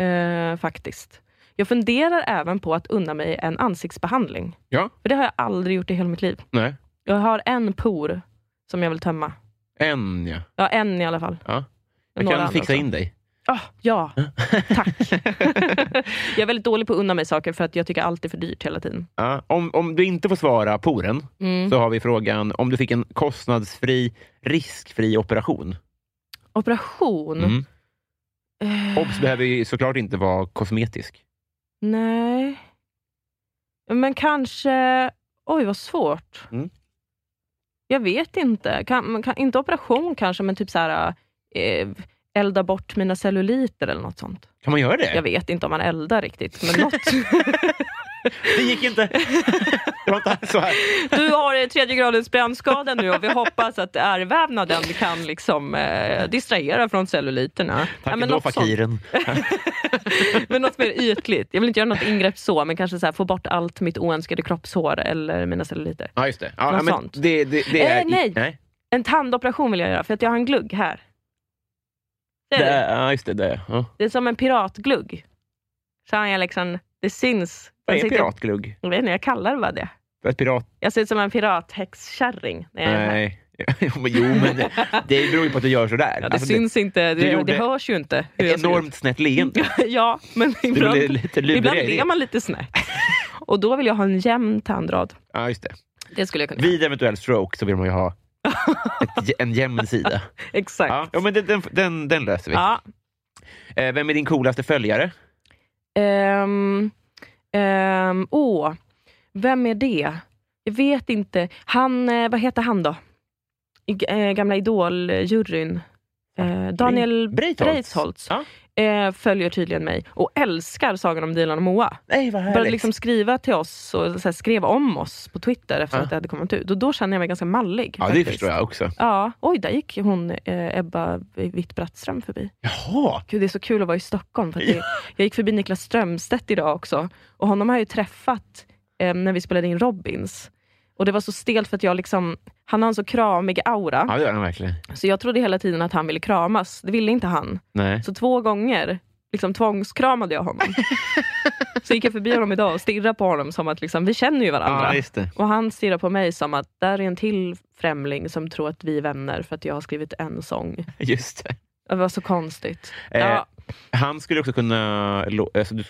Speaker 2: eh, faktiskt. Jag funderar även på att unna mig en ansiktsbehandling.
Speaker 1: Ja.
Speaker 2: För det har jag aldrig gjort i hela mitt liv.
Speaker 1: Nej.
Speaker 2: Jag har en por som jag vill tömma.
Speaker 1: En, ja.
Speaker 2: Ja, en i alla fall.
Speaker 1: ja. Jag
Speaker 2: Några
Speaker 1: kan
Speaker 2: andra
Speaker 1: fixa
Speaker 2: också.
Speaker 1: in dig.
Speaker 2: Ah, ja,
Speaker 1: <laughs>
Speaker 2: tack. jag är väldigt dålig på att unna mig saker för att jag tycker allt är för dyrt hela tiden.
Speaker 1: Ja. Om, om du inte får svara poren,
Speaker 2: Mm.
Speaker 1: så har vi frågan om du fick en kostnadsfri, riskfri operation.
Speaker 2: Operation?
Speaker 1: Mm.
Speaker 2: Eh,
Speaker 1: Obs! behöver ju såklart inte vara kosmetisk.
Speaker 2: nej. Men kanske... Oj, vad svårt.
Speaker 1: Mm.
Speaker 2: Jag vet inte. Kan, men kan, inte operation kanske, men typ så här, eh, elda bort mina celluliter eller något sånt.
Speaker 1: Kan man göra det?
Speaker 2: Jag vet inte om man eldar riktigt, men något.
Speaker 1: Det gick <laughs> inte! det var inte alls så här.
Speaker 2: Du har eh, tredje gradens brännskada nu och vi hoppas att ärrvävnaden kan liksom, eh, distrahera från celluliterna.
Speaker 1: Tack
Speaker 2: Ja, men
Speaker 1: ändå,
Speaker 2: något sånt.
Speaker 1: fakiren.
Speaker 2: Men något mer ytligt. Jag vill inte göra något ingrepp så, men kanske så här, få bort allt mitt oönskade kroppshår eller mina celluliter.
Speaker 1: Ja, just det. Ja,
Speaker 2: Något
Speaker 1: ja, men
Speaker 2: sånt.
Speaker 1: det, det, det
Speaker 2: Eh,
Speaker 1: är...
Speaker 2: nej. En tandoperation vill jag göra, för att jag har en glugg här. Ser
Speaker 1: Det,
Speaker 2: du?
Speaker 1: är- ja, just det. det. är- Ja.
Speaker 2: Det är som en piratglugg. Så har jag liksom, det syns.
Speaker 1: Vad är
Speaker 2: Jag
Speaker 1: en
Speaker 2: sitter-
Speaker 1: piratglugg?
Speaker 2: Jag vet inte, jag kallar det bara det.
Speaker 1: Ett pirat...
Speaker 2: Jag ser ut som en pirathäxkärring när jag är här.
Speaker 1: Nej. <laughs> Jo, men- jo, men det,
Speaker 2: <laughs>
Speaker 1: det beror ju på att du gör sådär.
Speaker 2: Ja, det
Speaker 1: Alltså,
Speaker 2: syns inte,
Speaker 1: du
Speaker 2: det,
Speaker 1: gjorde
Speaker 2: det hörs ju inte. hur jag
Speaker 1: ett
Speaker 2: ser ut.
Speaker 1: enormt snett leende.
Speaker 2: <laughs> Ja, men
Speaker 1: Det
Speaker 2: ibland,
Speaker 1: blir lite
Speaker 2: ibland
Speaker 1: lurigt.
Speaker 2: är man lite snett. Och då vill jag ha en jämn tandrad.
Speaker 1: Ja, just det.
Speaker 2: Det skulle jag kunna
Speaker 1: Vid eventuell stroke så vill man ju
Speaker 2: <laughs>
Speaker 1: ha ett, jä- en jämn sida.
Speaker 2: Exakt.
Speaker 1: Ja, ja, men den, den, den, den löser vi.
Speaker 2: Ja.
Speaker 1: Eh, vem är din coolaste följare?
Speaker 2: Ehm, ehm, åh, vem är det? Jag vet inte. Han, eh, vad heter han då? I, eh, gamla Idol-juryn. Eh, Daniel
Speaker 1: Breitholtz.
Speaker 2: Breitholtz.
Speaker 1: Ja.
Speaker 2: eh, följer tydligen mig och älskar Sagan om Dilan och Moa.
Speaker 1: Nej, vad härligt.
Speaker 2: Började liksom skriva till oss och så här, skrev om oss på Twitter efter
Speaker 1: Ja.
Speaker 2: att det hade kommit ut. Och då kände jag mig ganska mallig.
Speaker 1: ja, det
Speaker 2: faktiskt.
Speaker 1: förstår jag också.
Speaker 2: Ja, oj där gick hon eh, Ebba Witt-Brattström förbi.
Speaker 1: Jaha!
Speaker 2: Gud, det är så kul att vara i Stockholm. För att det, jag gick förbi Niklas Strömstedt idag också. Och honom har jag ju träffat eh, när vi spelade in Robins. Och det var så stelt för att jag liksom, han har en så kramig aura.
Speaker 1: Ja, det gör han verkligen.
Speaker 2: Så jag trodde hela tiden att han ville kramas. Det ville inte han.
Speaker 1: Nej.
Speaker 2: Så två gånger liksom, tvångskramade jag honom. så gick jag förbi honom idag och stirrade på honom som att liksom, vi känner ju varandra.
Speaker 1: Ja, just det.
Speaker 2: och han stirrar på mig som att där är en till främling som tror att vi är vänner för att jag har skrivit en sång.
Speaker 1: <laughs> Just det.
Speaker 2: Det var så konstigt.
Speaker 1: Eh,
Speaker 2: Ja.
Speaker 1: Han skulle också kunna... lo- Alltså, du,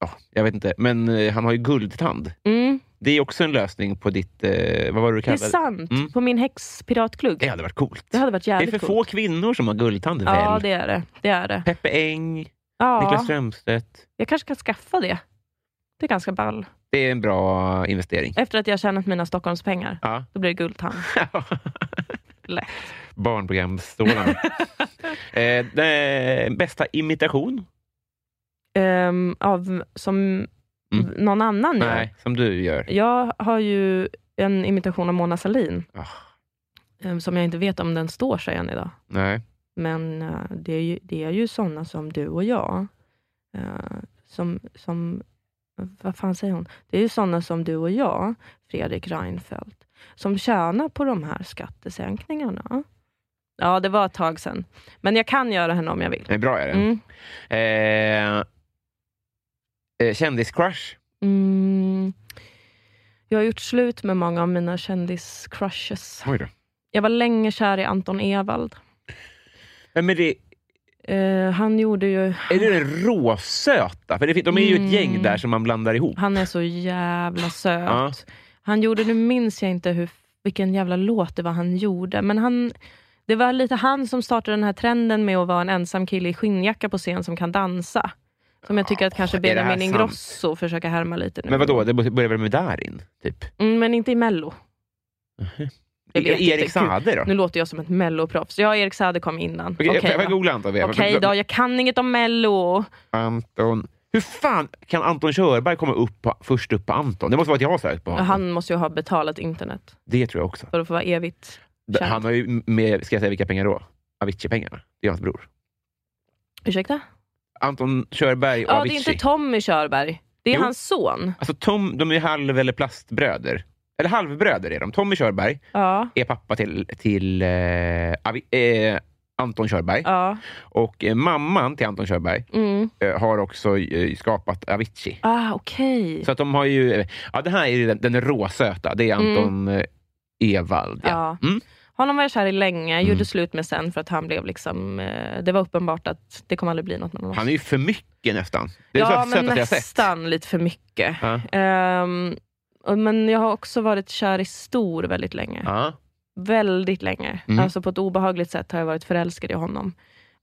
Speaker 1: ja, jag vet inte, men eh, han har ju guldtand.
Speaker 2: Mm.
Speaker 1: Det är också en lösning på ditt... Eh, vad var det du
Speaker 2: Det är
Speaker 1: kallade
Speaker 2: sant.
Speaker 1: Mm.
Speaker 2: På min häxpiratklubb.
Speaker 1: Det hade varit coolt.
Speaker 2: Det hade varit
Speaker 1: det
Speaker 2: jävligt
Speaker 1: är för få
Speaker 2: coolt.
Speaker 1: kvinnor som har guldtand
Speaker 2: Ja,
Speaker 1: väl?
Speaker 2: det är det. det, är det.
Speaker 1: Peppe Eng, Niklas
Speaker 2: Ja,
Speaker 1: Strömstedt.
Speaker 2: jag kanske kan skaffa det. Det är ganska ball.
Speaker 1: Det är en bra investering.
Speaker 2: Efter att jag har tjänat mina Stockholmspengar,
Speaker 1: Ja.
Speaker 2: då blir det guldtand. <laughs> Lätt. <laughs>
Speaker 1: Barnprogramsstålarna. eh, det- bästa imitation?
Speaker 2: Ehm, av, som
Speaker 1: Mm.
Speaker 2: någon annan gör.
Speaker 1: Nej, som du gör.
Speaker 2: Jag har ju en imitation av Mona Sahlin
Speaker 1: Ah,
Speaker 2: ehm, som jag inte vet om den står sig än idag.
Speaker 1: nej.
Speaker 2: Men eh, det är ju, det är ju sådana som du och jag. eh, som, som, vad fan säger hon? Det är ju sådana som du och jag, Fredrik Reinfeldt, som tjänar på de här skattesänkningarna. Ja, det var ett tag sedan. Men jag kan göra henne om jag vill.
Speaker 1: nej bra är den.
Speaker 2: Mm.
Speaker 1: Eh, eh, kändiscrush?
Speaker 2: Mm. Jag har gjort slut med många av mina kändiscrushes.
Speaker 1: Oj då.
Speaker 2: Jag var länge kär i Anton Ewald.
Speaker 1: Men det,
Speaker 2: Eh, han gjorde ju...
Speaker 1: är det den råsöta? För det, fin- de är ju ett gäng där som man blandar ihop.
Speaker 2: Han är så jävla söt.
Speaker 1: Ja.
Speaker 2: Han gjorde, nu minns jag inte hur, vilken jävla låt det var han gjorde, men han, det var lite han som startade den här trenden med att vara en ensam kille i skinnjacka på scen som kan dansa. Som jag tycker att kanske
Speaker 1: är det här
Speaker 2: Benjamin
Speaker 1: sant?
Speaker 2: Ingrosso försöker härma lite nu.
Speaker 1: Men vadå, det börjar väl med Darin? Typ. E-
Speaker 2: Mm, men inte i Mello. Jag vet inte.
Speaker 1: Erik Saade då?
Speaker 2: Nu låter jag som ett Melloproffs. Ja, Erik Saade kom innan.
Speaker 1: Okej,
Speaker 2: Okej
Speaker 1: jag, jag
Speaker 2: då.
Speaker 1: googlar Anton. Weber.
Speaker 2: Okej då, jag kan inget om Mello.
Speaker 1: Anton. Hur fan kan Anton Körberg komma upp på, först upp på Anton? Det måste vara att jag har sökt på honom.
Speaker 2: Han måste ju ha betalat internet
Speaker 1: Det tror jag också.
Speaker 2: för att få vara evigt
Speaker 1: D-
Speaker 2: känd.
Speaker 1: Han har ju med, ska jag säga vilka pengar då? Avicii-pengarna. Det är hans bror.
Speaker 2: Ursäkta?
Speaker 1: Anton Körberg och
Speaker 2: Ja, det är
Speaker 1: Avicii.
Speaker 2: inte Tommy Körberg. Det är
Speaker 1: Jo.
Speaker 2: hans son.
Speaker 1: alltså Tom, de är ju halv eller plastbröder. Eller halvbröder är de. Tommy Körberg
Speaker 2: Ja,
Speaker 1: är pappa till, till eh, Avi- eh, Anton Körberg.
Speaker 2: ja.
Speaker 1: Och eh, mamman till Anton Körberg
Speaker 2: Mm.
Speaker 1: eh, har också eh, skapat Avicii.
Speaker 2: Ah, okej.
Speaker 1: Så att de har ju... eh, Ja, det här är ju den, den råsöta. Det är Anton mm. Evald. Ja. Mm.
Speaker 2: Honom var jag kär i länge,
Speaker 1: Mm.
Speaker 2: gjorde slut med sen för att han blev liksom... Eh, det var uppenbart att det kommer aldrig bli något mellan oss.
Speaker 1: Han är ju för mycket nästan. Det är
Speaker 2: Ja,
Speaker 1: det
Speaker 2: men
Speaker 1: sötaste jag har sett.
Speaker 2: nästan lite för mycket.
Speaker 1: Ja.
Speaker 2: Ehm, och- men jag har också varit kär i Stor väldigt länge.
Speaker 1: Ja.
Speaker 2: Väldigt länge.
Speaker 1: Mm.
Speaker 2: Alltså på ett obehagligt sätt har jag varit förälskad i honom.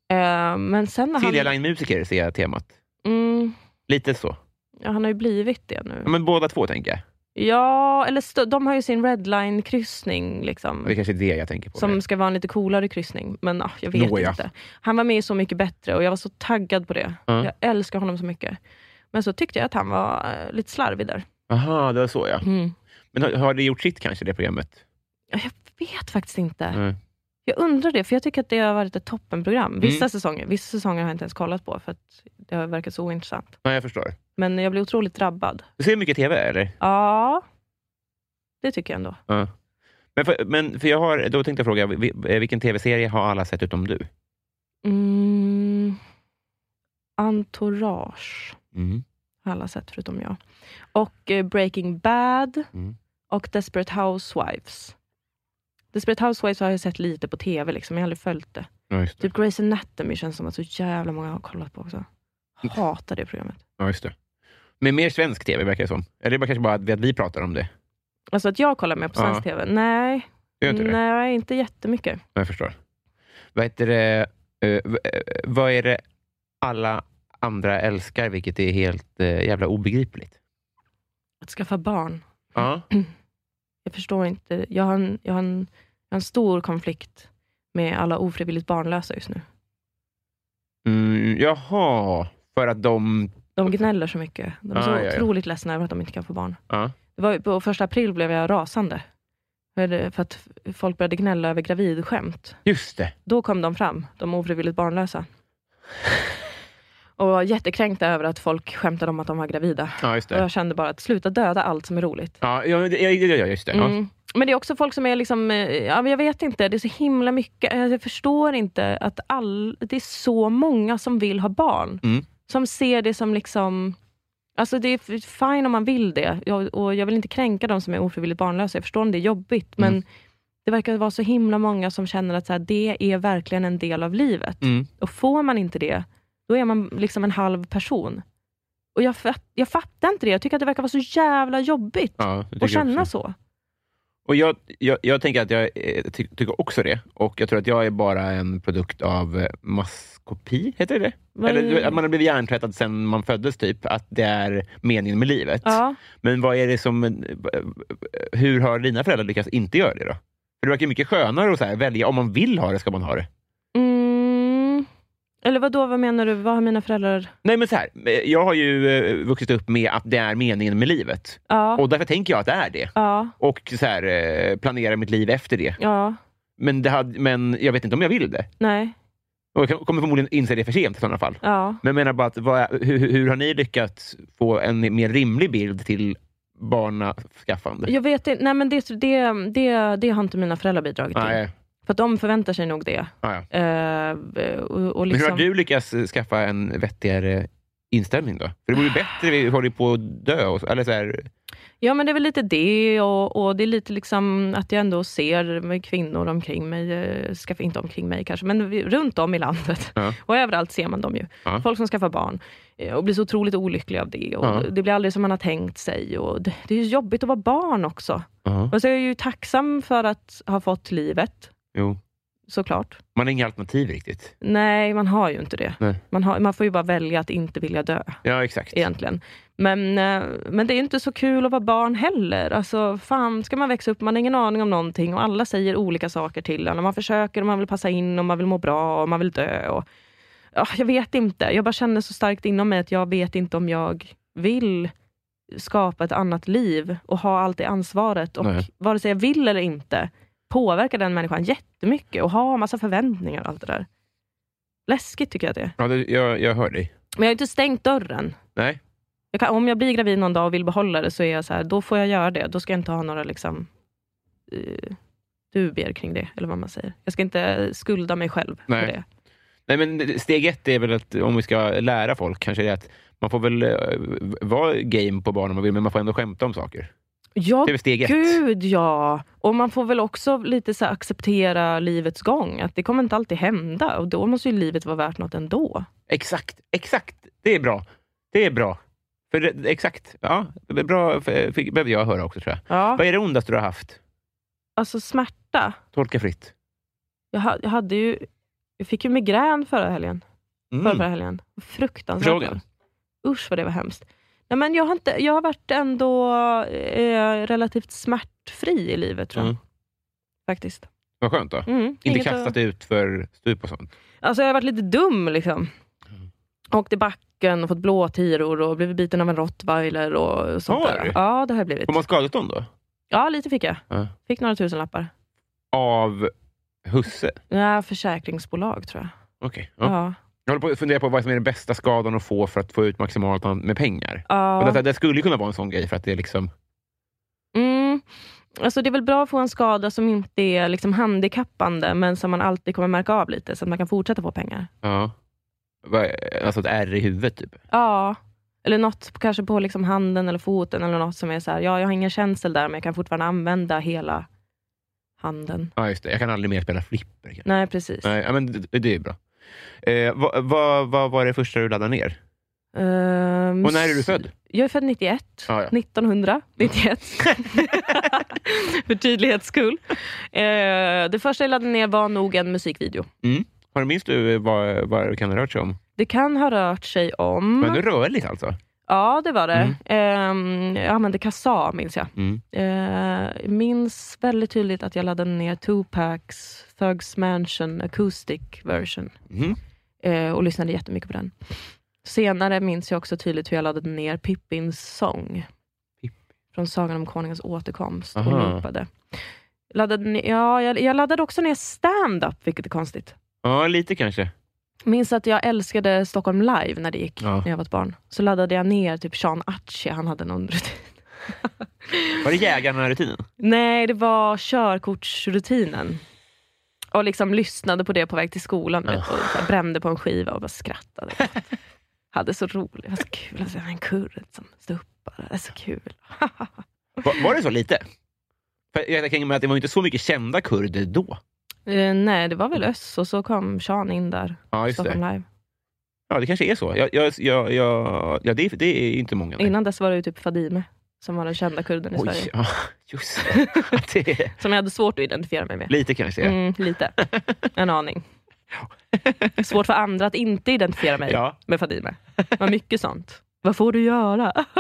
Speaker 2: Ehm, men sen när
Speaker 1: Silja
Speaker 2: han...
Speaker 1: Line-musiker ser jag temat.
Speaker 2: Mm,
Speaker 1: Lite så.
Speaker 2: ja, han har ju blivit det nu.
Speaker 1: Ja, men båda två tänker jag.
Speaker 2: Ja, eller st- de har ju sin redline-kryssning. Liksom.
Speaker 1: Och Det kanske är det jag tänker på.
Speaker 2: Som ska vara en lite coolare kryssning. Men ah, jag vet
Speaker 1: Nåja.
Speaker 2: inte. Han var med i Så mycket bättre och jag var så taggad på det.
Speaker 1: Ja.
Speaker 2: Jag älskar honom så mycket. Men så tyckte jag att han var eh, lite slarvig där.
Speaker 1: Aha, det var så ja.
Speaker 2: Mm.
Speaker 1: Men har, har det gjort sitt kanske, det programmet?
Speaker 2: Jag vet faktiskt inte.
Speaker 1: Mm.
Speaker 2: Jag undrar det, för jag tycker att det har varit ett toppenprogram. Vissa
Speaker 1: Mm.
Speaker 2: säsonger vissa säsonger har jag inte ens kollat på, för att det har verkat så ointressant.
Speaker 1: Nej, jag förstår.
Speaker 2: Men jag blir otroligt drabbad.
Speaker 1: Du ser mycket TV, eller?
Speaker 2: Ja, det tycker jag ändå.
Speaker 1: Ja. Men, för, men för jag har, då tänkte jag fråga, vi- eh, vilken TV-serie har alla sett utom du?
Speaker 2: Mm. Entourage.
Speaker 1: Mm.
Speaker 2: har alla sett förutom jag. Och eh, Breaking Bad
Speaker 1: Mm.
Speaker 2: och Desperate Housewives. Desperate Housewives har jag sett lite på tv, liksom. jag har aldrig följt det.
Speaker 1: Ja, just det.
Speaker 2: Typ Grey's Anatomy känns som att så jävla många har kollat på också. Hatar det programmet.
Speaker 1: Ja, just det. Men mer svensk TV verkar det som. Eller det är bara kanske bara att vi, att vi pratar om det.
Speaker 2: Alltså att jag kollar mer på svensk tv? Nej,
Speaker 1: Gör inte det?
Speaker 2: nej, inte jättemycket.
Speaker 1: Ja, Jag förstår. Vad heter det? eh, v- eh, vad är det alla andra älskar, vilket är helt eh, jävla obegripligt?
Speaker 2: Att skaffa barn.
Speaker 1: Ja.
Speaker 2: Jag förstår inte. Jag har en, jag har en, jag har en stor konflikt med alla ofrivilligt barnlösa just nu.
Speaker 1: Mm, jaha, för att de...
Speaker 2: De gnäller så mycket. De är så
Speaker 1: Ah, ja, ja.
Speaker 2: otroligt ledsna över att de inte kan få barn.
Speaker 1: Ja.
Speaker 2: Det var, ju- på första april blev jag rasande. För det- för att f- folk började gnälla över gravidskämt.
Speaker 1: Just det.
Speaker 2: Då kom de fram, de ofrivilligt barnlösa. Och var jättekränkta över att folk skämtade om att de var gravida.
Speaker 1: Ja, just
Speaker 2: Och
Speaker 1: det.
Speaker 2: jag kände bara att sluta döda allt som är roligt.
Speaker 1: Ja, ja, ja, ja, ja, just det. Ja.
Speaker 2: Mm. Men det är också folk som är liksom, eh, ja, men jag vet inte, det är så himla mycket. alltså, Jag förstår inte att all, det är så många som vill ha barn.
Speaker 1: Mm.
Speaker 2: Som ser det som liksom, alltså det är f- fine om man vill det. Jag, och jag vill inte kränka de som är ofrivilligt barnlösa. Jag förstår om det är jobbigt, men
Speaker 1: Mm.
Speaker 2: det verkar vara så himla många som känner att så här, det är verkligen en del av livet.
Speaker 1: Mm.
Speaker 2: Och får man inte det, då är man liksom en halv person. Och jag, fatt, jag fattar inte det. Jag tycker att det verkar vara så jävla jobbigt
Speaker 1: Ja, det tycker
Speaker 2: att
Speaker 1: jag
Speaker 2: känna
Speaker 1: också.
Speaker 2: så.
Speaker 1: Och jag, jag, jag tänker att jag eh, ty, tycker också det. Och jag tror att jag är bara en produkt av eh, maskopi, heter det det
Speaker 2: Vad
Speaker 1: Eller
Speaker 2: är-
Speaker 1: du vet, att man har blivit hjärntvättad sedan man föddes, typ. Att det är meningen med livet.
Speaker 2: Ja.
Speaker 1: Men vad är det som... eh, Hur har dina föräldrar lyckats inte göra det då? För det verkar ju mycket skönare att så här, välja, om man vill ha det ska man ha det.
Speaker 2: Mm. Eller vad då? vad menar du? Vad har mina föräldrar...
Speaker 1: Nej men så här, eh, jag har ju eh, vuxit upp med att det är meningen med livet.
Speaker 2: Ja,
Speaker 1: Och därför tänker jag att det är det.
Speaker 2: ja,
Speaker 1: Och så här, eh, planerar mitt liv efter det.
Speaker 2: ja,
Speaker 1: Men, det hade, men jag vet inte om jag vill det.
Speaker 2: nej,
Speaker 1: Och jag kan- kommer förmodligen inse det för sent i sådana fall.
Speaker 2: ja.
Speaker 1: Men jag menar bara, att, vad, är- hur, hur- hur har ni lyckats få en mer rimlig bild till barnaskaffande?
Speaker 2: Jag vet inte, nej men det, det, det, det har inte mina föräldrar bidragit till.
Speaker 1: Nej,
Speaker 2: För att de förväntar sig nog det.
Speaker 1: ja, ja.
Speaker 2: Eh, och, och
Speaker 1: Men hur
Speaker 2: liksom,
Speaker 1: har du lyckats eh, skaffa en vettigare inställning då? För det
Speaker 2: Ah.
Speaker 1: vore ju bättre, vi håller ju på att dö. Och så, eller så här,
Speaker 2: Ja men det är väl lite det och, och det är lite liksom att jag ändå ser med kvinnor omkring mig, eh, skaffa, inte omkring mig kanske, men vi- runt om i landet.
Speaker 1: Ja.
Speaker 2: <laughs> Och överallt ser man dem ju.
Speaker 1: Ja.
Speaker 2: Folk som skaffar barn eh, och blir så otroligt olyckliga av det. Och
Speaker 1: Ja.
Speaker 2: Det blir aldrig som man har tänkt sig. Och det, det är ju jobbigt att vara barn också.
Speaker 1: ja,
Speaker 2: Och så är jag ju tacksam för att ha fått livet,
Speaker 1: jo.
Speaker 2: såklart.
Speaker 1: Man har inga alternativ riktigt.
Speaker 2: Nej, man har ju inte det.
Speaker 1: Nej.
Speaker 2: Man, har, man får ju bara välja att inte vilja dö
Speaker 1: Ja, exakt.
Speaker 2: egentligen. Men, eh, men det är ju inte så kul att vara barn heller. Alltså, fan, ska man växa upp, man har ingen aning om någonting och alla säger olika saker till en. Och Man försöker och man vill passa in och man vill må bra och man vill dö. Och, ja, jag vet inte. Jag bara känner så starkt inom mig att jag vet inte om jag vill skapa ett annat liv och ha allt det ansvaret. Och
Speaker 1: Nej.
Speaker 2: vare sig jag vill eller inte påverkar den människan jättemycket och ha massa förväntningar och allt det där. Läskigt tycker jag det är.
Speaker 1: Ja, det, jag, jag hör dig.
Speaker 2: Men jag har inte stängt dörren.
Speaker 1: Nej.
Speaker 2: Jag kan, om jag blir gravid någon dag och vill behålla det, så är jag så här, då får jag göra det. Då ska jag inte ha några liksom, eh, dubier kring det, eller vad man säger. Jag ska inte skulda mig själv
Speaker 1: Nej.
Speaker 2: för det.
Speaker 1: Nej, men steg ett är väl att om vi ska lära folk, kanske det är att man får väl eh, vara game på barn om man vill, men man får ändå skämta om saker.
Speaker 2: Ja,
Speaker 1: Det är väl steg ett.
Speaker 2: gud ja! Och man får väl också lite så här acceptera livets gång. Att det kommer inte alltid hända och då måste ju livet vara värt något ändå.
Speaker 1: Exakt, exakt. Det är bra. Det är bra. För det, exakt. Ja, det är bra för, fick, behöver jag höra också, tror jag.
Speaker 2: Ja.
Speaker 1: Vad är det ondaste du har haft?
Speaker 2: Alltså smärta.
Speaker 1: Tolka fritt.
Speaker 2: Jag, ha, jag hade ju... Jag fick ju migrän förra helgen.
Speaker 1: Mm.
Speaker 2: förra, förra helgen. Fruktansvärt.
Speaker 1: Frågan.
Speaker 2: Usch vad det var hemskt. Nej, men jag, har inte, jag har varit ändå eh, relativt smärtfri i livet tror jag.
Speaker 1: Mm.
Speaker 2: Faktiskt.
Speaker 1: Vad skönt då.
Speaker 2: Mm,
Speaker 1: Inte
Speaker 2: inget att-
Speaker 1: kastat ut för stup och sånt.
Speaker 2: Alltså jag har varit lite dum liksom.
Speaker 1: Mm.
Speaker 2: Åkt i backen och fått blåtiror och blivit biten av en rottweiler och sånt
Speaker 1: Har
Speaker 2: där.
Speaker 1: du?
Speaker 2: Ja, det har jag blivit.
Speaker 1: Får man skadestånd då?
Speaker 2: Ja, lite fick jag.
Speaker 1: Ja.
Speaker 2: Fick några tusen lappar.
Speaker 1: Av husse?
Speaker 2: Ja, försäkringsbolag tror jag.
Speaker 1: Okej. Ja.
Speaker 2: Ja.
Speaker 1: Jag håller på att fundera på vad som är den bästa skadan att få för att få ut maximalt med pengar. Och
Speaker 2: Ja.
Speaker 1: det, det skulle ju kunna vara en sån grej för att det är liksom...
Speaker 2: Mm. Alltså det är väl bra att få en skada som inte är liksom handikappande, men som man alltid kommer märka av lite, så att man kan fortsätta få pengar.
Speaker 1: Ja. Vad- Alltså ett ärr i huvudet typ.
Speaker 2: Ja, eller något kanske på liksom handen eller foten eller något som är så här, ja jag har ingen känsel där men jag kan fortfarande använda hela handen.
Speaker 1: Ja, just det. Jag kan aldrig mer spela flipper. kanske.
Speaker 2: Nej precis.
Speaker 1: Nej, ja, men det, det är bra. Eh, vad, vad, vad var det första du laddade ner?
Speaker 2: Ehm,
Speaker 1: Och när är du född?
Speaker 2: Jag är född 91.
Speaker 1: Ja, ja.
Speaker 2: 1991.
Speaker 1: <laughs>
Speaker 2: För tydlighets skull. Eh, det första jag laddade ner var nog en musikvideo.
Speaker 1: Har du minns du eh, vad, vad det kan ha rört sig om?
Speaker 2: Det kan ha rört sig om...
Speaker 1: Men det är rörligt alltså?
Speaker 2: Ja, det var det. Mm. jag använde Kazaa, minns jag.
Speaker 1: Mm.
Speaker 2: Eh, minns väldigt tydligt att jag laddade ner Tupacs Thugs Mansion Acoustic version.
Speaker 1: Mhm.
Speaker 2: eh, och lyssnade jättemycket på den. Senare minns jag också tydligt hur jag laddade ner Pippins sång
Speaker 1: Pippi.
Speaker 2: från Sagan om Konungens återkomst och
Speaker 1: Aha.
Speaker 2: loopade. Laddade, ne- ja, jag, jag laddade också ner stand-up, vilket är konstigt.
Speaker 1: Ja, lite kanske.
Speaker 2: Minns att jag älskade Stockholm live när det gick,
Speaker 1: Ja.
Speaker 2: när jag var ett barn. Så laddade jag ner typ Sean Atche, han hade någon rutin.
Speaker 1: Var det jägarna-rutinen?
Speaker 2: Nej, det var körkortsrutinen. Och liksom lyssnade på det på väg till skolan. Vet, och så här, brände på en skiva och bara <laughs> skrattade. Hade så roligt. Det var så kul. Alltså, en kurre som stod upp. bara, Det är så kul.
Speaker 1: Var, var det så lite? För jag tänker mig att det var inte så mycket kända kurder då.
Speaker 2: Eh, nej, det var väl Öss och så kom Sean in där.
Speaker 1: Ja, just
Speaker 2: Stockholm
Speaker 1: det.
Speaker 2: Live.
Speaker 1: Ja, det kanske är så. Jag, jag, jag, jag, ja, det, är- det är inte många. nej.
Speaker 2: Innan dess var det ju typ Fadime som var den kända kurden i
Speaker 1: Oj,
Speaker 2: Sverige.
Speaker 1: ja, just det. <laughs> det. är-
Speaker 2: Som jag hade svårt att identifiera mig med.
Speaker 1: Lite kanske. ja.
Speaker 2: Mm, lite.
Speaker 1: <laughs>
Speaker 2: En aning. Svårt för andra att inte identifiera mig
Speaker 1: Ja.
Speaker 2: med Fadime. Det var mycket sånt. Vad får du göra? <laughs>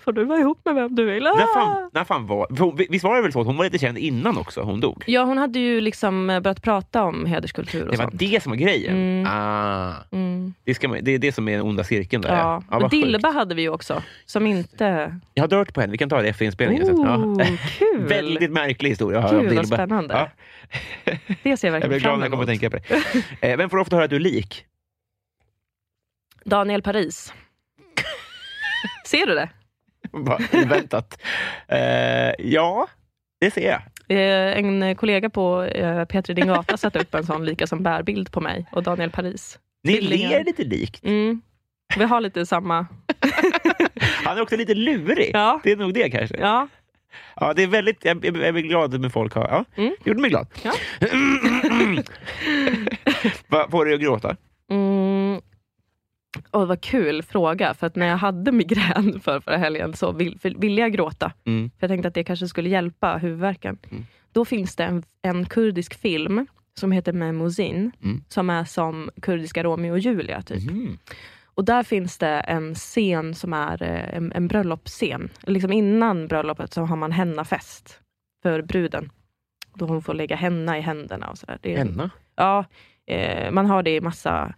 Speaker 2: får du vara ihop med vem du vill?
Speaker 1: När fan, när fan var, för hon, visst var det väl så att hon var lite känd innan också? Hon dog.
Speaker 2: Ja, hon hade ju liksom eh, börjat prata om hederskultur och
Speaker 1: Det var
Speaker 2: sånt.
Speaker 1: det som var grejen.
Speaker 2: Mm.
Speaker 1: Ah,
Speaker 2: Mm,
Speaker 1: det, ska man, det är det som är den onda cirkeln. Där.
Speaker 2: ja. och
Speaker 1: vad sjukt.
Speaker 2: Dilba hade vi ju också, som inte...
Speaker 1: Jag har dört på henne. Vi kan ta det efter inspelningen. sen.
Speaker 2: Oh,
Speaker 1: Ja.
Speaker 2: kul!
Speaker 1: <laughs> Väldigt märklig historia. har jag om
Speaker 2: Kul, vad
Speaker 1: Dilba.
Speaker 2: spännande.
Speaker 1: Ja,
Speaker 2: Det ser jag
Speaker 1: jag
Speaker 2: verkligen
Speaker 1: blir glad när jag kommer att
Speaker 2: fram emot.
Speaker 1: tänka på det. <laughs> Eh, Vem får ofta höra att du är lik? <laughs>
Speaker 2: Daniel Paris. ser du det?
Speaker 1: Bara Oväntat. Eh, ja, det ser jag.
Speaker 2: Eh, En eh, kollega på eh, Petri Dingata satte upp en sån lika som bärbild på mig och Daniel Paris.
Speaker 1: Ni
Speaker 2: Tvillingar.
Speaker 1: ler lite likt.
Speaker 2: Mm. Vi har lite samma...
Speaker 1: Han är också lite lurig.
Speaker 2: Ja.
Speaker 1: Det är nog det kanske.
Speaker 2: Ja,
Speaker 1: Ja, det är väldigt, jag, jag, jag blir glad med folk har... Ja,
Speaker 2: Mm.
Speaker 1: Det gjorde mig glad.
Speaker 2: Ja.
Speaker 1: <laughs> Va, får du att gråta?
Speaker 2: Mm. Och vad kul fråga, för att när jag hade migrän <laughs> för förra helgen så vill, för- ville jag gråta.
Speaker 1: Mm.
Speaker 2: För Jag tänkte att det kanske skulle hjälpa huvudvärken.
Speaker 1: Mm.
Speaker 2: Då finns det en, en kurdisk film som heter Memozin,
Speaker 1: Mm.
Speaker 2: som är som kurdiska Romeo och Julia. Typ.
Speaker 1: Mm.
Speaker 2: Och där finns det en scen som är eh, en, en bröllopsscen. Liksom innan bröllopet så har man hennafest för bruden. Då hon får lägga henna i händerna. Och så där. Det är en-
Speaker 1: Henna?
Speaker 2: Ja, eh, man har det i massa,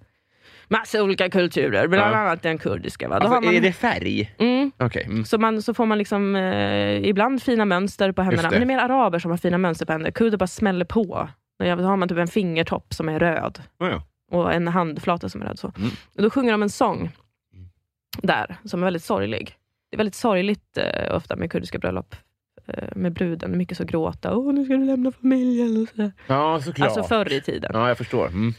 Speaker 2: massa olika kulturer, bland
Speaker 1: Ja.
Speaker 2: annat den kurdiska. Va? Då
Speaker 1: Alltså,
Speaker 2: har man,
Speaker 1: Är det färg?
Speaker 2: mm,
Speaker 1: Okej. Mm.
Speaker 2: så, man, så får man liksom, eh, ibland fina mönster på händerna.
Speaker 1: det.
Speaker 2: Men det är mer araber som har fina mönster på händerna. Kurder bara smäller på. Då har man typ en fingertopp som är röd
Speaker 1: Oh, ja.
Speaker 2: och en handflata som är röd. Så.
Speaker 1: Mm.
Speaker 2: Och då sjunger de en sång där som är väldigt sorglig. Det är väldigt sorgligt eh, ofta med kurdiska bröllop. Eh, med bruden, mycket så gråta. Åh, nu ska du lämna familjen. Och så där.
Speaker 1: ja, såklart.
Speaker 2: Alltså förr i tiden.
Speaker 1: Ja, jag förstår. Mm.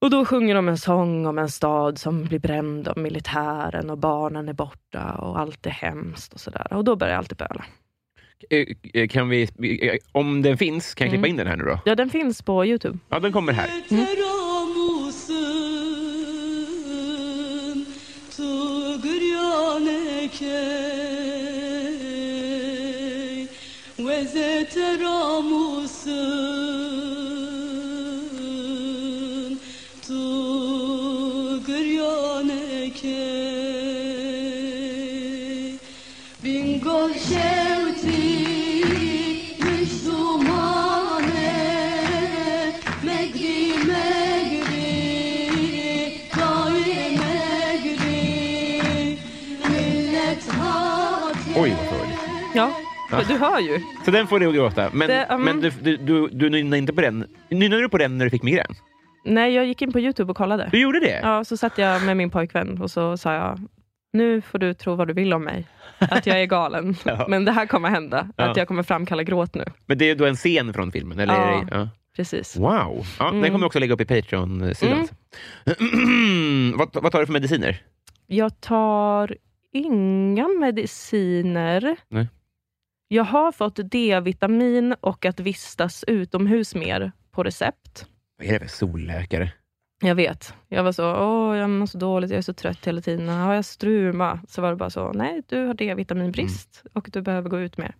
Speaker 2: Och då sjunger de en sång om en stad som blir bränd av militären och barnen är borta och allt är hemskt och sådär. Och då börjar jag alltid böla.
Speaker 1: Eh, eh, Kan vi, eh, om den finns, kan jag klippa
Speaker 2: Mm.
Speaker 1: in den här nu då?
Speaker 2: Ja, den finns på Youtube.
Speaker 1: Ja, den kommer här.
Speaker 3: Teramusun tuğyan ekey ve er zeteramusun tuğyan ekey bin goşevti Müslümane Megri Megri Daim Megri Millet hakkı
Speaker 1: Oj, vad sorgligt.
Speaker 2: Ja, du hör ju.
Speaker 1: Så den får du att gråta. Men,
Speaker 2: Det, mm.
Speaker 1: men du, du, du, du nynnade inte på den. Nynnade du på den när du fick migrän?
Speaker 2: Nej, jag gick in på Youtube och kollade.
Speaker 1: Du gjorde det?
Speaker 2: Ja, så satt jag med min pojkvän och så sa jag, nu får du tro vad du vill om mig. Att jag är galen.
Speaker 1: <laughs> Ja.
Speaker 2: Men det här kommer hända.
Speaker 1: Ja.
Speaker 2: Att jag kommer framkalla gråt nu.
Speaker 1: Men det är då en scen från filmen? Eller? är det-
Speaker 2: Ja.
Speaker 1: Ja.
Speaker 2: Precis.
Speaker 1: Wow! Ja, Den
Speaker 2: Mm.
Speaker 1: kommer jag också lägga upp i Patreon-sidan.
Speaker 2: Mm.
Speaker 1: <clears throat> vad, vad tar du för mediciner?
Speaker 2: Jag tar inga mediciner.
Speaker 1: Nej.
Speaker 2: Jag har fått D-vitamin och att vistas utomhus mer på recept.
Speaker 1: Vad är det för solläkare?
Speaker 2: Jag vet. Jag var så, åh, jag mår så dåligt, jag är så trött hela tiden. Har jag struma? Så var det bara så, nej, du har D-vitaminbrist och du behöver gå ut mer.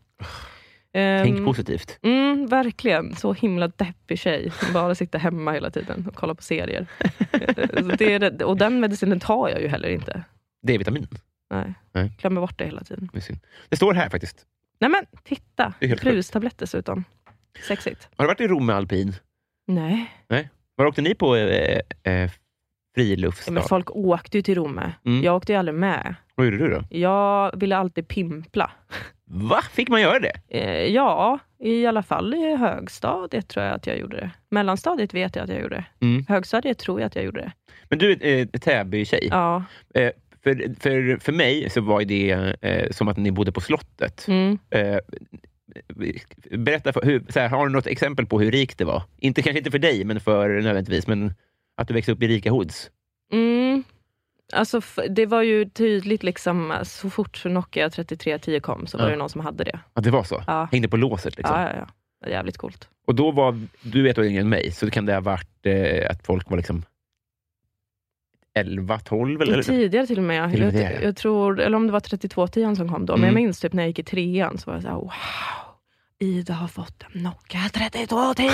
Speaker 2: Ehm,
Speaker 1: Mm. Tänk positivt.
Speaker 2: Mm, verkligen. Så himla deppig tjej som bara sitter hemma hela tiden och kollar på serier. Eh, det är, det- och den medicinen tar jag ju heller inte.
Speaker 1: D-vitamin.
Speaker 2: Nej.
Speaker 1: Nej.
Speaker 2: Glömmer bort det hela tiden.
Speaker 1: Det är synd. Det står här faktiskt.
Speaker 2: Nej men titta!
Speaker 1: Det är helt sjukt.
Speaker 2: Brustablett dessutom. Sexigt.
Speaker 1: Har du varit i Rom med alpin?
Speaker 2: Nej.
Speaker 1: Nej. Var åkte ni på eh, eh,
Speaker 2: Ja,
Speaker 1: friluftsdag?
Speaker 2: men folk åkte ju till Romme.
Speaker 1: Mm.
Speaker 2: Jag åkte ju aldrig med.
Speaker 1: Vad gjorde du då?
Speaker 2: Jag ville alltid pimpla.
Speaker 1: Va? Fick man göra det?
Speaker 2: Eh, ja, i alla fall i högstadiet tror jag att jag gjorde det. Mellanstadiet vet jag att jag gjorde det.
Speaker 1: Mm.
Speaker 2: Högstadiet tror jag att jag gjorde det.
Speaker 1: Men du är eh, Täby-tjej.
Speaker 2: Ja.
Speaker 1: Eh, för, för, för mig så var ju det eh, som att ni bodde på slottet.
Speaker 2: Mm.
Speaker 1: Eh, berätta, för, hur, så här, har du något exempel på hur rikt det var? Inte, kanske inte för dig, men för nödvändigtvis, men att du växte upp i rika hoods.
Speaker 2: Mm. Alltså, f- det var ju tydligt liksom, så fort Nokia 3310 kom så var
Speaker 1: Ja.
Speaker 2: det någon som hade det.
Speaker 1: Att det var så?
Speaker 2: Ja.
Speaker 1: Hängde på låset liksom.
Speaker 2: Ja, ja, ja. Det är Jävligt coolt.
Speaker 1: Och då var du ett år yngre än mig, så det kan det ha varit eh, att folk var liksom 11, 12 eller?
Speaker 2: Tidigare till och med.
Speaker 1: Till och med
Speaker 2: jag,
Speaker 1: det, ja.
Speaker 2: jag tror, eller om det var 3210 som kom då,
Speaker 1: Mm.
Speaker 2: men jag minns typ när jag gick i trean så var jag såhär wow. Ida har fått en Nokia 3210!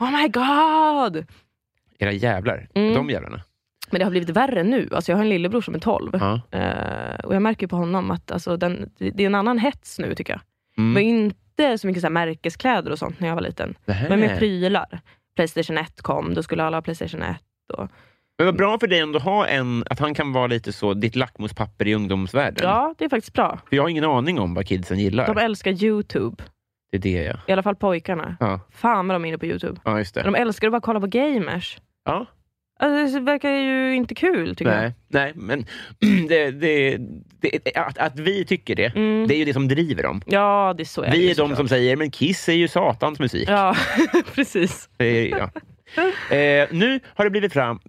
Speaker 2: oh my god!
Speaker 1: Era jävlar.
Speaker 2: Mm.
Speaker 1: De jävlarna.
Speaker 2: Men det har blivit värre nu. Alltså jag har en lillebror som är 12.
Speaker 1: Ja.
Speaker 2: Eh, och jag märker ju på honom att alltså, den, det det är en annan hets nu tycker jag.
Speaker 1: Mm.
Speaker 2: Det var inte så mycket så här, märkeskläder och sånt när jag var liten.
Speaker 1: Det här.
Speaker 2: Men med prylar. Playstation 1 kom, då skulle alla ha Playstation 1. Och...
Speaker 1: Men vad bra för dig ändå att ha en, att han kan vara lite så, ditt lackmuspapper i ungdomsvärlden.
Speaker 2: Ja, det är faktiskt bra.
Speaker 1: För jag har ingen aning om vad kidsen gillar.
Speaker 2: De älskar YouTube.
Speaker 1: Det är det ja.
Speaker 2: I alla fall pojkarna.
Speaker 1: Ja,
Speaker 2: Fan vad de är inne på YouTube.
Speaker 1: ja just det.
Speaker 2: De älskar att bara kolla på gamers.
Speaker 1: Ja,
Speaker 2: Alltså, det verkar ju inte kul tycker
Speaker 1: nej, nej, men <clears throat> det, det, det, att, att vi tycker det,
Speaker 2: jag. Mm.
Speaker 1: det är ju det som driver dem.
Speaker 2: Ja, det är så
Speaker 1: Vi är
Speaker 2: det ju
Speaker 1: de som säger, men Kiss är ju satans musik.
Speaker 2: såklart. Ja, <laughs> precis.
Speaker 1: Det är-
Speaker 2: <laughs>
Speaker 1: ja. Eh, nu har det blivit fram...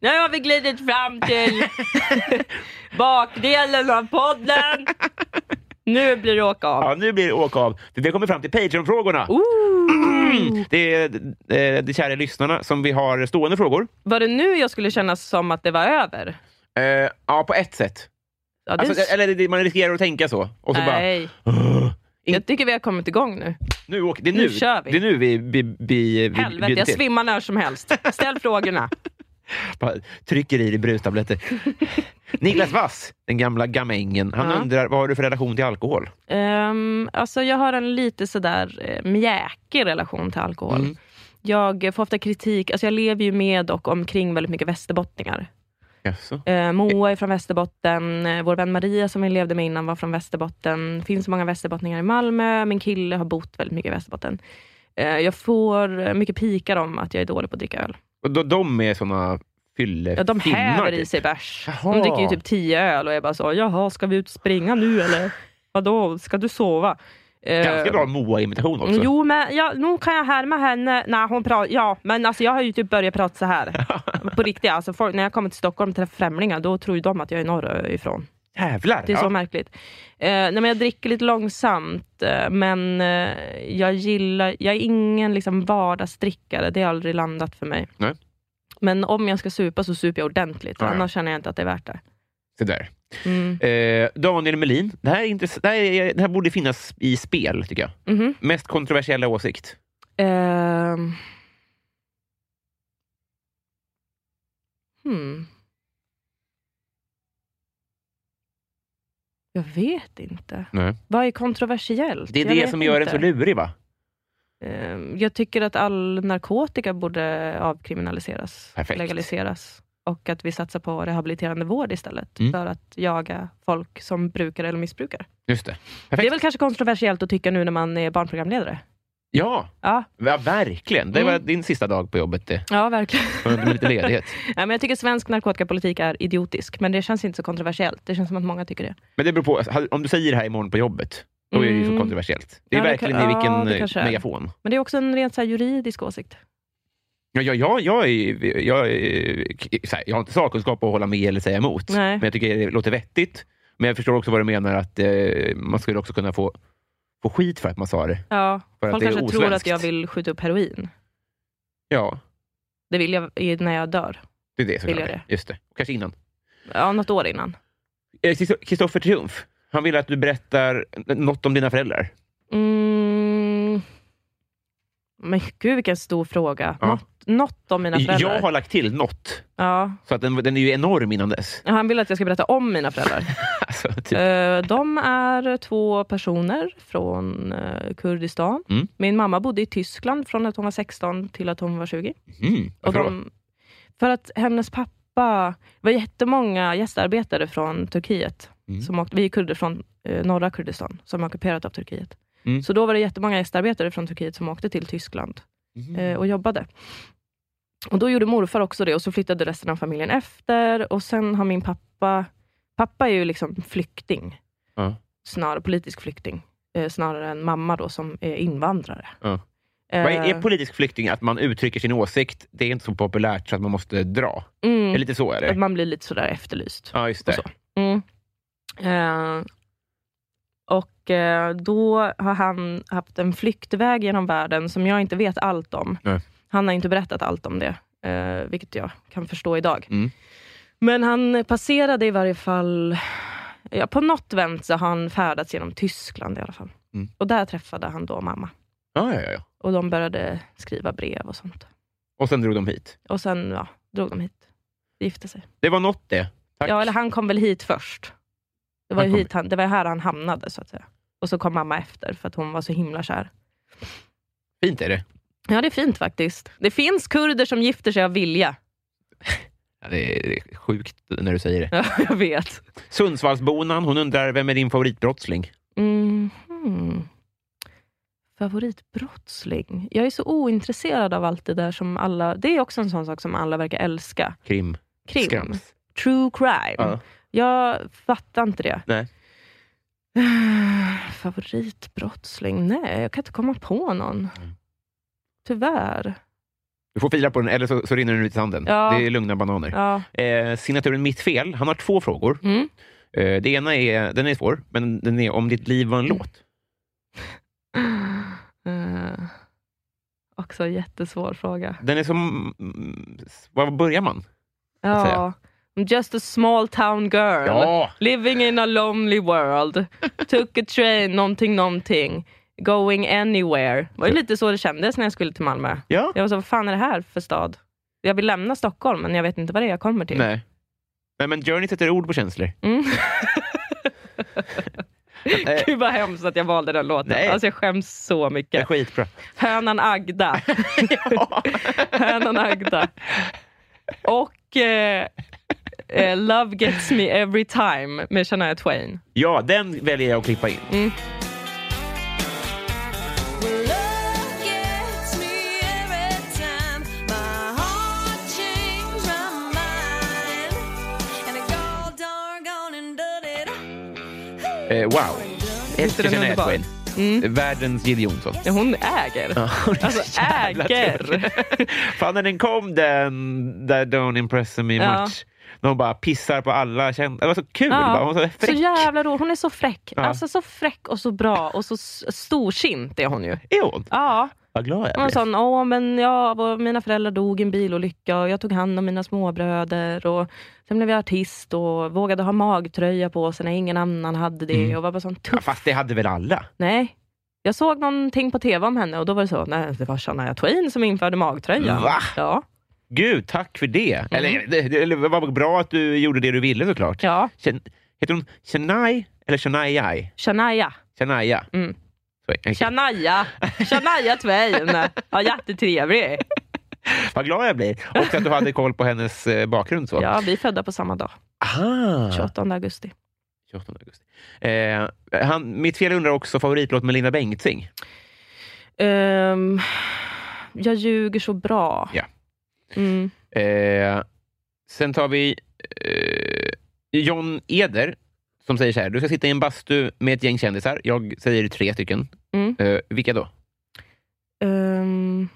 Speaker 2: Nu har vi glidit
Speaker 1: <laughs>
Speaker 2: fram till bakdelen av podden. Nu blir det åka av.
Speaker 1: Ja, nu blir det åka av. För vi har kommit fram till Patreon-frågorna.
Speaker 2: Oh. Ooh.
Speaker 1: Det är eh, de kära lyssnarna som vi har stående frågor.
Speaker 2: Var det nu jag skulle känna som att det var över?
Speaker 1: Eh, ja, på ett sätt.
Speaker 2: Ja, det
Speaker 1: Alltså, eller det- man riskerar att tänka så. Och så bara, <gasps>
Speaker 2: Nej,
Speaker 1: "Åh, in-
Speaker 2: jag tycker vi har kommit igång nu.
Speaker 1: nu åker, det är nu,
Speaker 2: Nu kör vi.
Speaker 1: Det är nu vi, vi, vi, vi
Speaker 2: Helvete,
Speaker 1: bjuder
Speaker 2: jag
Speaker 1: till.
Speaker 2: svimmar när som helst.
Speaker 1: <laughs>
Speaker 2: Ställ frågorna.
Speaker 1: Bara Trycker i dig
Speaker 2: <laughs>
Speaker 1: brustabletter. Niklas Wass, den gamla gamängen, han
Speaker 2: Ja.
Speaker 1: undrar vad har du för relation till alkohol?
Speaker 2: Ehm, alltså jag har en lite sådär eh, mjäkig relation till alkohol.
Speaker 1: Mm.
Speaker 2: Jag eh, får ofta kritik, alltså jag lever ju med och omkring väldigt mycket västerbottningar.
Speaker 1: Jaså?
Speaker 2: Eh, Moa är från Västerbotten, eh, vår vän Maria som vi levde med innan var från Västerbotten. Det finns många västerbottningar i Malmö, min kille har bott väldigt mycket i Västerbotten. Eh, jag får eh, mycket pikar om att jag är dålig på att dricka öl.
Speaker 1: Och då, de är såna fylle
Speaker 2: Ja, de
Speaker 1: finnar,
Speaker 2: häver i
Speaker 1: typ.
Speaker 2: sig bärs.
Speaker 1: Jaha.
Speaker 2: De dricker ju typ 10 öl och är bara så, jaha, ska vi ut och springa nu eller? Vadå, ska du sova? Eh,
Speaker 1: Ganska bra Moa-imitation också.
Speaker 2: Jo, men ja, nog kan jag härma henne när hon pratar. Ja, men alltså, jag har ju typ börjat prata
Speaker 1: <laughs>
Speaker 2: så här. På riktigt, alltså, folk, när jag kommer till Stockholm och träffar främlingar, då tror ju de att jag är norrifrån.
Speaker 1: Jävlar!
Speaker 2: Det är
Speaker 1: ja.
Speaker 2: så märkligt. Eh, nej, men jag dricker lite långsamt, eh, men eh, jag gillar... Jag är ingen liksom, vardagsdrickare. Det har aldrig landat för mig.
Speaker 1: Nej.
Speaker 2: Men om jag ska supa så super jag ordentligt.
Speaker 1: Ja, ja.
Speaker 2: Annars känner jag inte att det är värt det.
Speaker 1: Se där.
Speaker 2: Mm.
Speaker 1: Eh, Daniel Melin, det här, är intress- det, här är, det här borde finnas i spel, tycker jag.
Speaker 2: Mhm.
Speaker 1: Mest kontroversiella åsikt?
Speaker 2: Ehm. Hmm. Jag vet inte.
Speaker 1: Nej.
Speaker 2: Vad är kontroversiellt?
Speaker 1: Det är
Speaker 2: Jag
Speaker 1: det
Speaker 2: vet
Speaker 1: som gör en
Speaker 2: inte.
Speaker 1: så lurig, va?
Speaker 2: Ehm, Jag tycker att all narkotika borde avkriminaliseras,
Speaker 1: Perfekt.
Speaker 2: legaliseras. Och att vi satsar på rehabiliterande vård istället
Speaker 1: Mm.
Speaker 2: för att jaga folk som brukar eller missbrukar.
Speaker 1: Just det.
Speaker 2: Det
Speaker 1: Perfekt.
Speaker 2: är väl kanske kontroversiellt att tycka nu när man är barnprogramledare.
Speaker 1: Ja,
Speaker 2: Ja,
Speaker 1: ja, verkligen. Det var
Speaker 2: Mm.
Speaker 1: din sista dag på jobbet. Det.
Speaker 2: ja <laughs> verkligen.
Speaker 1: Med lite ledighet.
Speaker 2: Nej, men jag tycker svensk narkotikapolitik är idiotisk, men det känns inte så kontroversiellt. Det känns som att många tycker det.
Speaker 1: <laughs> Men det beror på, alltså, om du säger det här imorgon på jobbet, då är det ju så
Speaker 2: Mm.
Speaker 1: kontroversiellt. Det är
Speaker 2: Ja, det
Speaker 1: verkligen
Speaker 2: kan-
Speaker 1: i
Speaker 2: ja,
Speaker 1: vilken
Speaker 2: det
Speaker 1: eh,
Speaker 2: kanske är.
Speaker 1: megafon.
Speaker 2: Men det är också en rent så här juridisk åsikt.
Speaker 1: Ja, ja, ja, jag, är, jag, är, eh, så här, jag har inte sakkunskap att hålla med eller säga emot,
Speaker 2: Nej.
Speaker 1: men jag tycker det låter vettigt. Men jag förstår också vad du menar, att eh, man skulle också kunna få, få skit för att man sa det.
Speaker 2: Ja,
Speaker 1: För att
Speaker 2: folk
Speaker 1: det är
Speaker 2: kanske tror
Speaker 1: osvenskt.
Speaker 2: att jag vill skjuta upp heroin.
Speaker 1: Ja,
Speaker 2: Det vill jag i- när jag dör.
Speaker 1: det är det såklart.
Speaker 2: Vill jag det?
Speaker 1: Just det. Kanske innan.
Speaker 2: Ja, något år innan.
Speaker 1: Eh, Christo- Kristoffer Triumf, han vill att du berättar n- något om dina föräldrar.
Speaker 2: Mm. Men gud vilken stor fråga.
Speaker 1: Ja.
Speaker 2: Något, något om mina föräldrar.
Speaker 1: Jag har lagt till något,
Speaker 2: ja.
Speaker 1: så att den, den är ju enorm innan dess. <laughs>
Speaker 2: Han vill att jag ska berätta om mina föräldrar.
Speaker 1: Alltså, <laughs> typ.
Speaker 2: Eh, De är två personer från eh, Kurdistan.
Speaker 1: Mm.
Speaker 2: Min mamma bodde i Tyskland från att hon var 16 till att hon var 20.
Speaker 1: Mm.
Speaker 2: Eh, Och
Speaker 1: Varför då?
Speaker 2: de, för att hennes pappa... Det var jättemånga gästarbetare från Turkiet.
Speaker 1: Mm.
Speaker 2: Som åkte, vi är kurder från eh, norra Kurdistan, som är ockuperat av Turkiet.
Speaker 1: Mm.
Speaker 2: Så då var det jättemånga gästarbetare från Turkiet som åkte till Tyskland
Speaker 1: Mm.
Speaker 2: eh, och jobbade. Och Då gjorde morfar också det och så flyttade resten av familjen efter. Och Sen har min pappa... Pappa är ju liksom flykting.
Speaker 1: Ja.
Speaker 2: Snarare politisk flykting. Eh, snarare än mamma då som är invandrare.
Speaker 1: Ja.
Speaker 2: Eh,
Speaker 1: Vad är, är politisk flykting att man uttrycker sin åsikt? Det är inte så populärt så att man måste dra.
Speaker 2: mm,
Speaker 1: Är det lite så? Är
Speaker 2: att
Speaker 1: det?
Speaker 2: man blir lite sådär efterlyst.
Speaker 1: Ja, just det.
Speaker 2: och Mm. Eh, och eh, då har han haft en flyktväg genom världen som jag inte vet allt om.
Speaker 1: Nej.
Speaker 2: Han har inte berättat allt om det, eh, vilket jag kan förstå idag.
Speaker 1: Mm.
Speaker 2: Men han passerade i varje fall... Ja, på något vänt så har han färdats genom Tyskland i alla fall.
Speaker 1: Mm.
Speaker 2: Och där träffade han då mamma.
Speaker 1: Ja, ja, ja.
Speaker 2: Och de började skriva brev och sånt.
Speaker 1: Och sen drog de hit.
Speaker 2: Och sen ja, drog de hit. Gifte sig.
Speaker 1: Det var något det. Tack.
Speaker 2: Ja, eller han kom väl hit först. Det var,
Speaker 1: Han
Speaker 2: ju
Speaker 1: kom
Speaker 2: hit han, det var här han hamnade, så att säga. Och så kom mamma efter, för att hon var så himla kär.
Speaker 1: Fint är det.
Speaker 2: Ja, det är fint faktiskt. Det finns kurder som gifter sig av vilja. <laughs>
Speaker 1: Ja, det är det är sjukt när du säger det.
Speaker 2: Ja, jag vet.
Speaker 1: Sundsvallsbonan hon undrar vem är din favoritbrottsling?
Speaker 2: Mhm. Favoritbrottsling? Jag är så ointresserad av allt det där som alla... Det är också en sån sak som alla verkar älska.
Speaker 1: Krim.
Speaker 2: Krim.
Speaker 1: Skrams.
Speaker 2: True crime.
Speaker 1: Ja.
Speaker 2: Jag fattar inte det.
Speaker 1: Nej.
Speaker 2: <sighs> Favoritbrottsling? Nej, jag kan inte komma på någon.
Speaker 1: Mm.
Speaker 2: Tyvärr.
Speaker 1: Du får fila på den, eller så, så rinner den ut i sanden.
Speaker 2: Ja.
Speaker 1: Det är lugna bananer.
Speaker 2: Ja.
Speaker 1: Eh, signaturen Mitt fel, han har två frågor.
Speaker 2: Mm.
Speaker 1: Eh, det ena är, den är svår, men den är om ditt liv var
Speaker 2: Mm.
Speaker 1: en låt.
Speaker 2: Eh, också en jättesvår fråga.
Speaker 1: Den är som... mm, Var börjar man? Vad säger
Speaker 2: Ja. I'm just a small town girl.
Speaker 1: Ja!
Speaker 2: Living in a lonely world. Took a train, någonting, någonting. Going anywhere. Det var ju lite så det kändes när jag skulle till Malmö.
Speaker 1: Ja.
Speaker 2: Jag var så, vad fan är det här för stad? Jag vill lämna Stockholm, men jag vet inte vad det är jag kommer till.
Speaker 1: Nej. Nej, men Journey sätter ord på känslor.
Speaker 2: Mm.
Speaker 1: Eh,
Speaker 2: <laughs> Gud vad hemskt att jag valde den låten.
Speaker 1: Nej.
Speaker 2: Alltså jag skäms så
Speaker 1: det
Speaker 2: mycket.
Speaker 1: är skitbra.
Speaker 2: Hönan Agda.
Speaker 1: <laughs> Ja.
Speaker 2: <laughs> Hönan Agda. Och eh, eh, Love gets me every time med Shania Twain.
Speaker 1: ja, den väljer jag att klippa in.
Speaker 3: Love gets me every time. My heart changed my mind, and it's all doggone and dirty.
Speaker 1: Eh, wow. Älskar
Speaker 2: den
Speaker 1: Shania
Speaker 2: underbar?
Speaker 1: Twain. Världens Jill Johnson.
Speaker 2: Ja, Hon äger. Alltså äger.
Speaker 1: <laughs> Fan, när den kom den, that don't impress me
Speaker 2: Ja.
Speaker 1: much. När hon bara pissar på alla känslor. Det var så kul!
Speaker 2: Ja.
Speaker 1: Bara. Hon var så
Speaker 2: Så
Speaker 1: fräck.
Speaker 2: jävla rolig. Hon är så fräck.
Speaker 1: Ja.
Speaker 2: Alltså så fräck och så bra och så s- storsint är hon ju.
Speaker 1: Är hon?
Speaker 2: Ja,
Speaker 1: Vad glad
Speaker 2: hon
Speaker 1: jag
Speaker 2: var
Speaker 1: blev.
Speaker 2: sån, åh men jag, var- mina föräldrar dog i en bilolycka och jag tog hand om mina småbröder och sen blev jag artist och vågade ha magtröja på sig när ingen annan hade det och var bara sån
Speaker 1: Mm. Ja,
Speaker 2: tuff
Speaker 1: fast det hade väl alla?
Speaker 2: Nej. Jag såg någonting på tv om henne och då var det så, nej det var Shania Twain som införde magtröjan.
Speaker 1: Va?
Speaker 2: Ja.
Speaker 1: Gud, tack för det. Eller, det, det eller vad bra att du gjorde det du ville såklart.
Speaker 2: Mm. ja.
Speaker 1: Chen, heter hon Chennai eller Chennai?
Speaker 2: Shania.
Speaker 1: Chennaya.
Speaker 2: Mm.
Speaker 1: Så, en-
Speaker 2: Shania. Shania Twain. Ja, jättetrevlig.
Speaker 1: Vad glad jag blir. Och att du hade koll på hennes eh, bakgrund. Så.
Speaker 2: Ja, vi är födda på samma dag.
Speaker 1: Aha.
Speaker 2: 28 augusti.
Speaker 1: 28 augusti. Eh, han, mitt fel undrar också favoritlåt med Linda Bengtzing.
Speaker 2: Ehm, jag ljuger så bra.
Speaker 1: Ja.
Speaker 2: Mm.
Speaker 1: Eh, sen tar vi eh, John Eder som säger så här. Du ska sitta i en bastu med ett gäng kändisar. Jag säger tre stycken.
Speaker 2: Mm.
Speaker 1: Eh, vilka då?
Speaker 2: Ehm,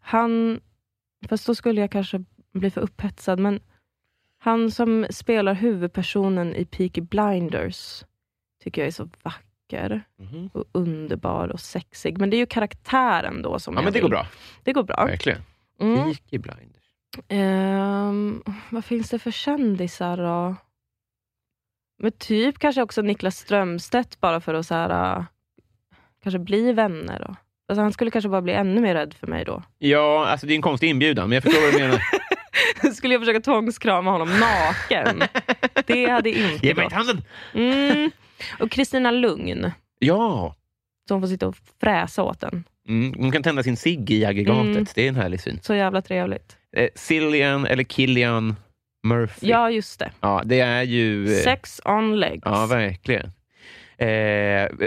Speaker 2: han... Fast då skulle jag kanske bli för upphetsad, men han som spelar huvudpersonen i Peaky Blinders tycker jag är så vacker
Speaker 1: Mm-hmm.
Speaker 2: och underbar och sexig. Men det är ju karaktären då som
Speaker 1: Ja,
Speaker 2: jag
Speaker 1: men det
Speaker 2: vill.
Speaker 1: går bra.
Speaker 2: Det går bra.
Speaker 1: Verkligen.
Speaker 2: Mm.
Speaker 1: Peaky Blinders.
Speaker 2: Ehm, vad finns det för kändisar då? Men typ kanske också Niklas Strömstedt bara för att så här, äh, kanske bli vänner. Då. Alltså, han skulle kanske bara bli ännu mer rädd för mig då.
Speaker 1: Ja, alltså det är en konstig inbjudan, men jag förstår vad du menar.
Speaker 2: <laughs> skulle jag försöka tvångskrama honom naken? det hade
Speaker 1: <laughs>
Speaker 2: inte
Speaker 1: Ge mig
Speaker 2: gått.
Speaker 1: handen!
Speaker 2: Mm. Och Kristina Lugn,
Speaker 1: Ja!
Speaker 2: så hon får sitta och fräsa åt den.
Speaker 1: Mm, hon kan tända sin cigg i aggregatet.
Speaker 2: Mm.
Speaker 1: Det är en härlig syn.
Speaker 2: Så jävla trevligt.
Speaker 1: Eh, Cillian, eller Killian Murphy.
Speaker 2: Ja, just det.
Speaker 1: Ja, det är ju... eh,
Speaker 2: Sex on legs.
Speaker 1: Ja, verkligen. Eh,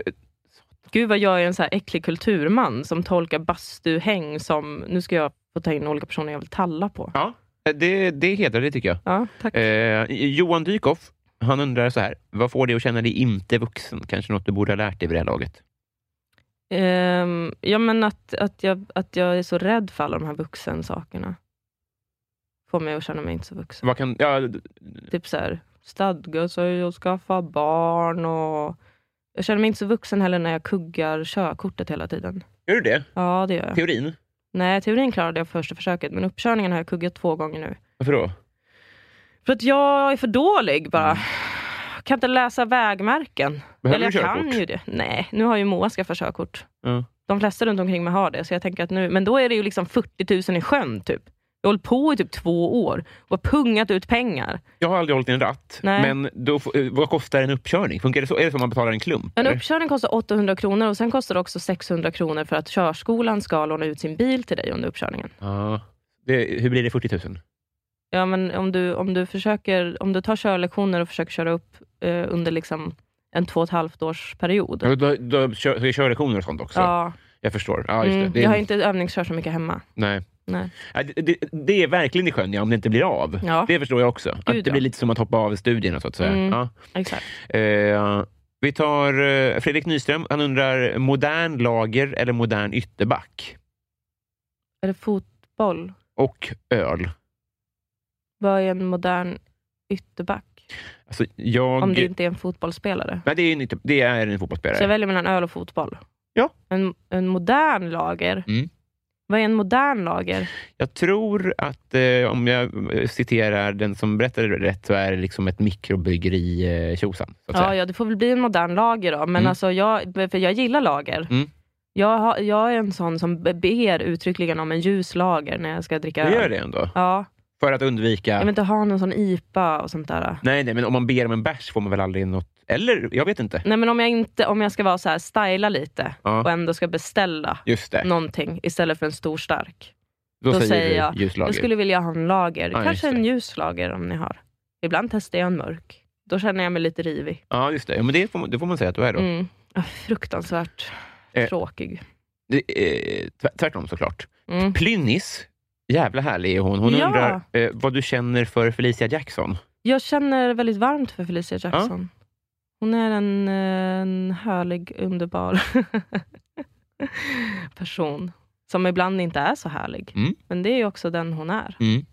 Speaker 2: Gud vad jag är en så här äcklig kulturman som tolkar bastuhäng som nu ska jag få ta in olika personer jag vill talla på.
Speaker 1: ja, det, det hedrar det tycker jag.
Speaker 2: Ja, tack.
Speaker 1: Eh, Johan Dykhoff, han undrar så här. Vad får dig att känna dig inte vuxen? Kanske något du borde ha lärt dig vid det här laget?
Speaker 2: Ehm, ja, men att, att, jag, att jag är så rädd för alla de här vuxensakerna får mig att känna mig inte så vuxen.
Speaker 1: Vad kan, ja,
Speaker 2: Typ så här, stadga sig och skaffa barn och... Jag känner mig inte så vuxen heller när jag kuggar körkortet hela tiden.
Speaker 1: gör du det?
Speaker 2: Ja, det gör jag.
Speaker 1: Teorin?
Speaker 2: Nej, teorin klarade jag första försöket, men uppkörningen har jag kuggat två gånger nu.
Speaker 1: Varför då?
Speaker 2: För att jag är för dålig bara. Kan inte läsa vägmärken.
Speaker 1: Mm. Behöver
Speaker 2: Eller
Speaker 1: du
Speaker 2: jag
Speaker 1: körkort?
Speaker 2: kan ju det. Nej, nu har ju Moa skaffat körkort.
Speaker 1: Ja.
Speaker 2: De flesta runt omkring mig har det, så jag tänker att nu, men då är det ju liksom 40 000 i sjön typ. Jag har hållit på i typ två år och har pungat ut pengar.
Speaker 1: Jag har aldrig hållit i en ratt,
Speaker 2: Nej.
Speaker 1: men då, f- eh, vad kostar en uppkörning? Funkar det så? Är det som man betalar en klump?
Speaker 2: En
Speaker 1: eller?
Speaker 2: uppkörning kostar 800 kronor och sen kostar det också 600 kronor för att körskolan ska låna ut sin bil till dig under uppkörningen.
Speaker 1: Ja. Det, hur blir det 40 000?
Speaker 2: Ja, men om du, om du, försöker, om du tar körlektioner och försöker köra upp eh, under liksom en två och ett halvt års period.
Speaker 1: Ja, Då, då, kör, ska jag köra lektioner och sånt också?
Speaker 2: Ja,
Speaker 1: Jag förstår. Ja, just det.
Speaker 2: mm,
Speaker 1: det är,
Speaker 2: jag har inte övningskört så mycket hemma.
Speaker 1: nej.
Speaker 2: Nej.
Speaker 1: Ja, det, det, det är verkligen i sjön, ja, om det inte blir av.
Speaker 2: Ja.
Speaker 1: Det förstår jag också. att det
Speaker 2: ja.
Speaker 1: blir lite som att hoppa av studierna, så att säga.
Speaker 2: Mm.
Speaker 1: Ja.
Speaker 2: Exakt.
Speaker 1: Eh, vi tar eh, Fredrik Nyström. Han undrar, modern lager eller modern ytterback?
Speaker 2: Är det fotboll?
Speaker 1: Och öl.
Speaker 2: Vad är en modern ytterback?
Speaker 1: Alltså, jag...
Speaker 2: Om det inte är en fotbollsspelare.
Speaker 1: Nej, det är en, ytter- det är en
Speaker 2: Så jag
Speaker 1: fotbollsspelare.
Speaker 2: väljer mellan öl och fotboll.
Speaker 1: Ja.
Speaker 2: En, en modern lager?
Speaker 1: Mm.
Speaker 2: Vad är en modern lager?
Speaker 1: Jag tror att, eh, om jag eh, citerar den som berättade det rätt, så är det liksom ett mikrobryggeri eh, tjosan. så att
Speaker 2: Ja,
Speaker 1: säga.
Speaker 2: ja, det får väl bli en modern lager då. Men
Speaker 1: Mm.
Speaker 2: alltså jag, för jag gillar lager.
Speaker 1: Mm.
Speaker 2: Jag, har, jag är en sån som be- ber uttryckligen om en ljus lager när jag ska dricka
Speaker 1: Du
Speaker 2: öl.
Speaker 1: gör det ändå?
Speaker 2: Ja.
Speaker 1: För att undvika...
Speaker 2: Jag vill inte ha någon sån IPA och sånt där.
Speaker 1: Nej, nej, men om man ber om en bärs får man väl aldrig något... Eller, jag vet inte.
Speaker 2: Nej men om jag, inte, om jag ska vara så här styla lite
Speaker 1: Ja.
Speaker 2: och ändå ska beställa
Speaker 1: Just det.
Speaker 2: någonting istället för en stor stark.
Speaker 1: Då,
Speaker 2: då
Speaker 1: säger,
Speaker 2: säger
Speaker 1: du
Speaker 2: jag-
Speaker 1: ljuslager.
Speaker 2: Jag skulle vilja ha en lager.
Speaker 1: Ja,
Speaker 2: Kanske
Speaker 1: just det.
Speaker 2: en ljus lager om ni har. Ibland testar jag en mörk. Då känner jag mig lite rivig.
Speaker 1: Ja, just det. Ja, men det, får man, det får man säga att du är då.
Speaker 2: Mm. Ah, Fruktansvärt
Speaker 1: Eh.
Speaker 2: tråkig.
Speaker 1: Det, eh, tv- tvärtom såklart.
Speaker 2: Mm.
Speaker 1: Plynnis, jävla härlig är hon. Hon
Speaker 2: Ja.
Speaker 1: undrar eh, vad du känner för Felicia Jackson.
Speaker 2: Jag känner väldigt varmt för Felicia Jackson. Hon är en, eh, en härlig, underbar <laughs> person. Som ibland inte är så härlig.
Speaker 1: Mm.
Speaker 2: Men det är ju också den hon är.
Speaker 1: Mm.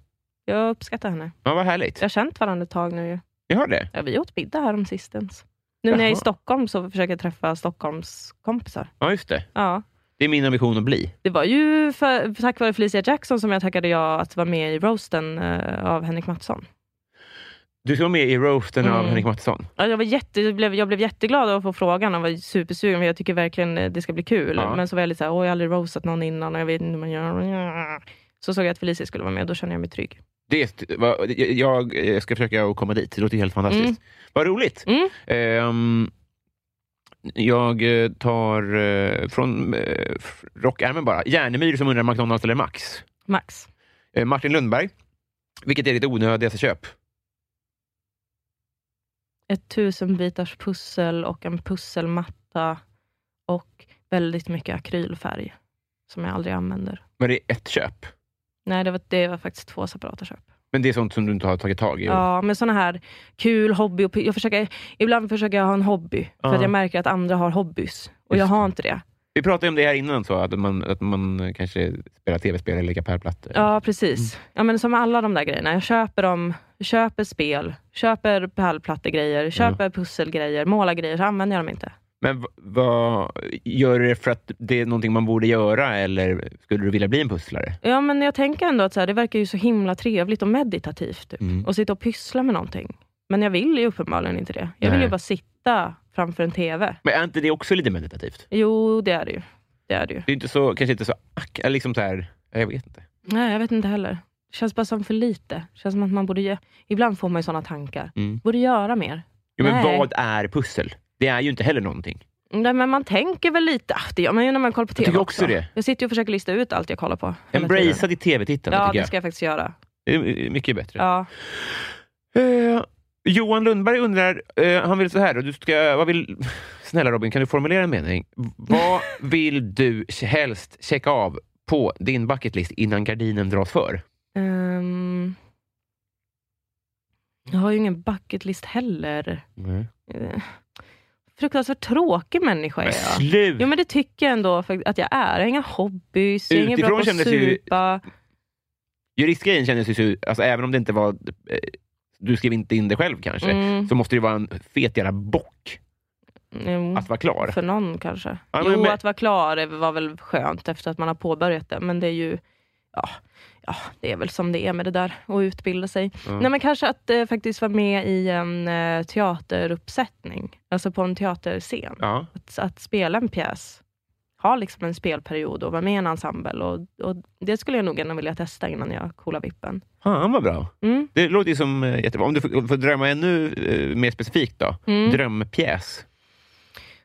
Speaker 2: Jag uppskattar henne.
Speaker 1: Ja, vad härligt.
Speaker 2: Jag har känt varandra ett tag nu. ju.
Speaker 1: Jag hör det.
Speaker 2: Ja, vi åt middag häromsistens. Nu när jag är i
Speaker 1: Jaha.
Speaker 2: Stockholm så försöker jag träffa Stockholms kompisar.
Speaker 1: Ja, just det.
Speaker 2: Ja.
Speaker 1: Det är min ambition att bli.
Speaker 2: Det var ju för, tack vare Felicia Jackson som jag tackade jag att vara med i roasten eh, av Henrik Mattsson.
Speaker 1: Du ska vara med i roasten av
Speaker 2: Mm.
Speaker 1: Henrik Mattisson.
Speaker 2: Ja, Jag, var jätte, jag, blev, jag blev jätteglad av att få frågan och var supersugen för jag tycker verkligen eh, det ska bli kul.
Speaker 1: Ja.
Speaker 2: Men så var jag lite såhär, åh jag har aldrig roastat någon innan och jag vet inte hur man gör. Så såg jag att Felicia skulle vara med och då kände jag mig trygg.
Speaker 1: Det, är st- va- jag, jag ska försöka att komma dit. Det låter helt fantastiskt.
Speaker 2: Mm.
Speaker 1: Vad roligt.
Speaker 2: Mm.
Speaker 1: Ehm, jag eh, tar eh, från eh, f- rockärmen bara. Järnemyr som undrar McDonalds eller Max.
Speaker 2: Max,
Speaker 1: Eh, Martin Lundberg. Vilket är ditt onödigaste köp?
Speaker 2: ett tusenbitars pussel och en pusselmatta och väldigt mycket akrylfärg som jag aldrig använder.
Speaker 1: Men det är ett köp.
Speaker 2: Nej, det var, det var faktiskt två separata köp.
Speaker 1: Men det är sånt som du inte har tagit tag i?
Speaker 2: Ja, men såna här kul hobby. Och, py- jag försöker, ibland försöker jag ha en hobby, för
Speaker 1: Ja.
Speaker 2: att jag märker att andra har hobbys. Och jag
Speaker 1: Just
Speaker 2: har inte det.
Speaker 1: Vi pratade ju om det här innan, så att, man, att man kanske spelar tv-spel eller lägger pärlplattor.
Speaker 2: Ja, precis.
Speaker 1: Mm.
Speaker 2: Ja, men som alla de där grejerna. Jag köper dem, köper spel, köper pärlplattegrejer, köper pusselgrejer, målar grejer, så använder jag dem inte.
Speaker 1: Men v- vad gör du det för att det är någonting man borde göra eller skulle du vilja bli en pusslare?
Speaker 2: Ja, men jag tänker ändå att så här, det verkar ju så himla trevligt och meditativt. Typ.
Speaker 1: Mm.
Speaker 2: Och sitta och pyssla med någonting. Men jag vill ju uppenbarligen inte det. Jag vill
Speaker 1: Nej.
Speaker 2: ju bara sitta framför en TV.
Speaker 1: Men är inte det också lite meditativt?
Speaker 2: Jo, det är det ju. Det är det ju.
Speaker 1: Det är inte så, kanske inte så... ack- Liksom så här, jag vet inte.
Speaker 2: Nej, jag vet inte heller. Känns bara som för lite. Känns som att man borde... gö- Ibland får man ju såna tankar.
Speaker 1: Mm.
Speaker 2: Borde göra mer.
Speaker 1: Jo, men
Speaker 2: Nej.
Speaker 1: vad är pussel? Det är ju inte heller någonting.
Speaker 2: Nej, men man tänker väl lite. Ah, Det gör man ju när man kollar på TV
Speaker 1: tycker också det.
Speaker 2: Jag sitter ju och försöker lista ut allt jag kollar på. hela tiden.
Speaker 1: Embracea ditt tv-tittande,
Speaker 2: Ja,
Speaker 1: tycker
Speaker 2: det
Speaker 1: jag.
Speaker 2: ska jag faktiskt göra.
Speaker 1: Det är mycket bättre.
Speaker 2: Ja.
Speaker 1: Eh, Johan Lundberg undrar, eh, han vill så här, då, du ska, vad vill, <laughs> snälla Robin, kan du formulera en mening? Vad vill du helst checka av på din bucketlist innan gardinen dras för?
Speaker 2: Ehm, jag har ju ingen bucketlist heller. Eh, Fruktansvärt tråkig människa är
Speaker 1: Men
Speaker 2: jag.
Speaker 1: slut!
Speaker 2: Jo men det tycker jag ändå fakt- att jag är. Jag har inga hobbys, jag är ingen bra
Speaker 1: Utifrån
Speaker 2: på att
Speaker 1: kändes det ju-
Speaker 2: supa.
Speaker 1: Juristgrejen kändes ju, alltså, även om det inte var, eh, du skrev inte in det själv kanske,
Speaker 2: Mm,
Speaker 1: så måste det ju vara en fet jävla bock
Speaker 2: jo,
Speaker 1: att vara klar.
Speaker 2: Mm. för någon kanske.
Speaker 1: Ja, men-
Speaker 2: jo,
Speaker 1: men-
Speaker 2: att vara klar var väl skönt efter att man har påbörjat det. Men det är ju, ja, ja det är väl som det är med det där, att utbilda sig.
Speaker 1: Ja.
Speaker 2: Nej men kanske att eh, faktiskt vara med i en eh, teateruppsättning. Alltså på en teaterscen.
Speaker 1: Ja.
Speaker 2: att, att spela en pjäs, ha liksom en spelperiod och vara med i en ensemble. Och, och det skulle jag nog ändå vilja testa innan jag coolar vippen.
Speaker 1: Han var bra.
Speaker 2: Mm.
Speaker 1: Det låter ju som eh, jättebra. Om du får, får drömma ännu eh, mer specifikt då.
Speaker 2: Mm.
Speaker 1: Drömpjäs.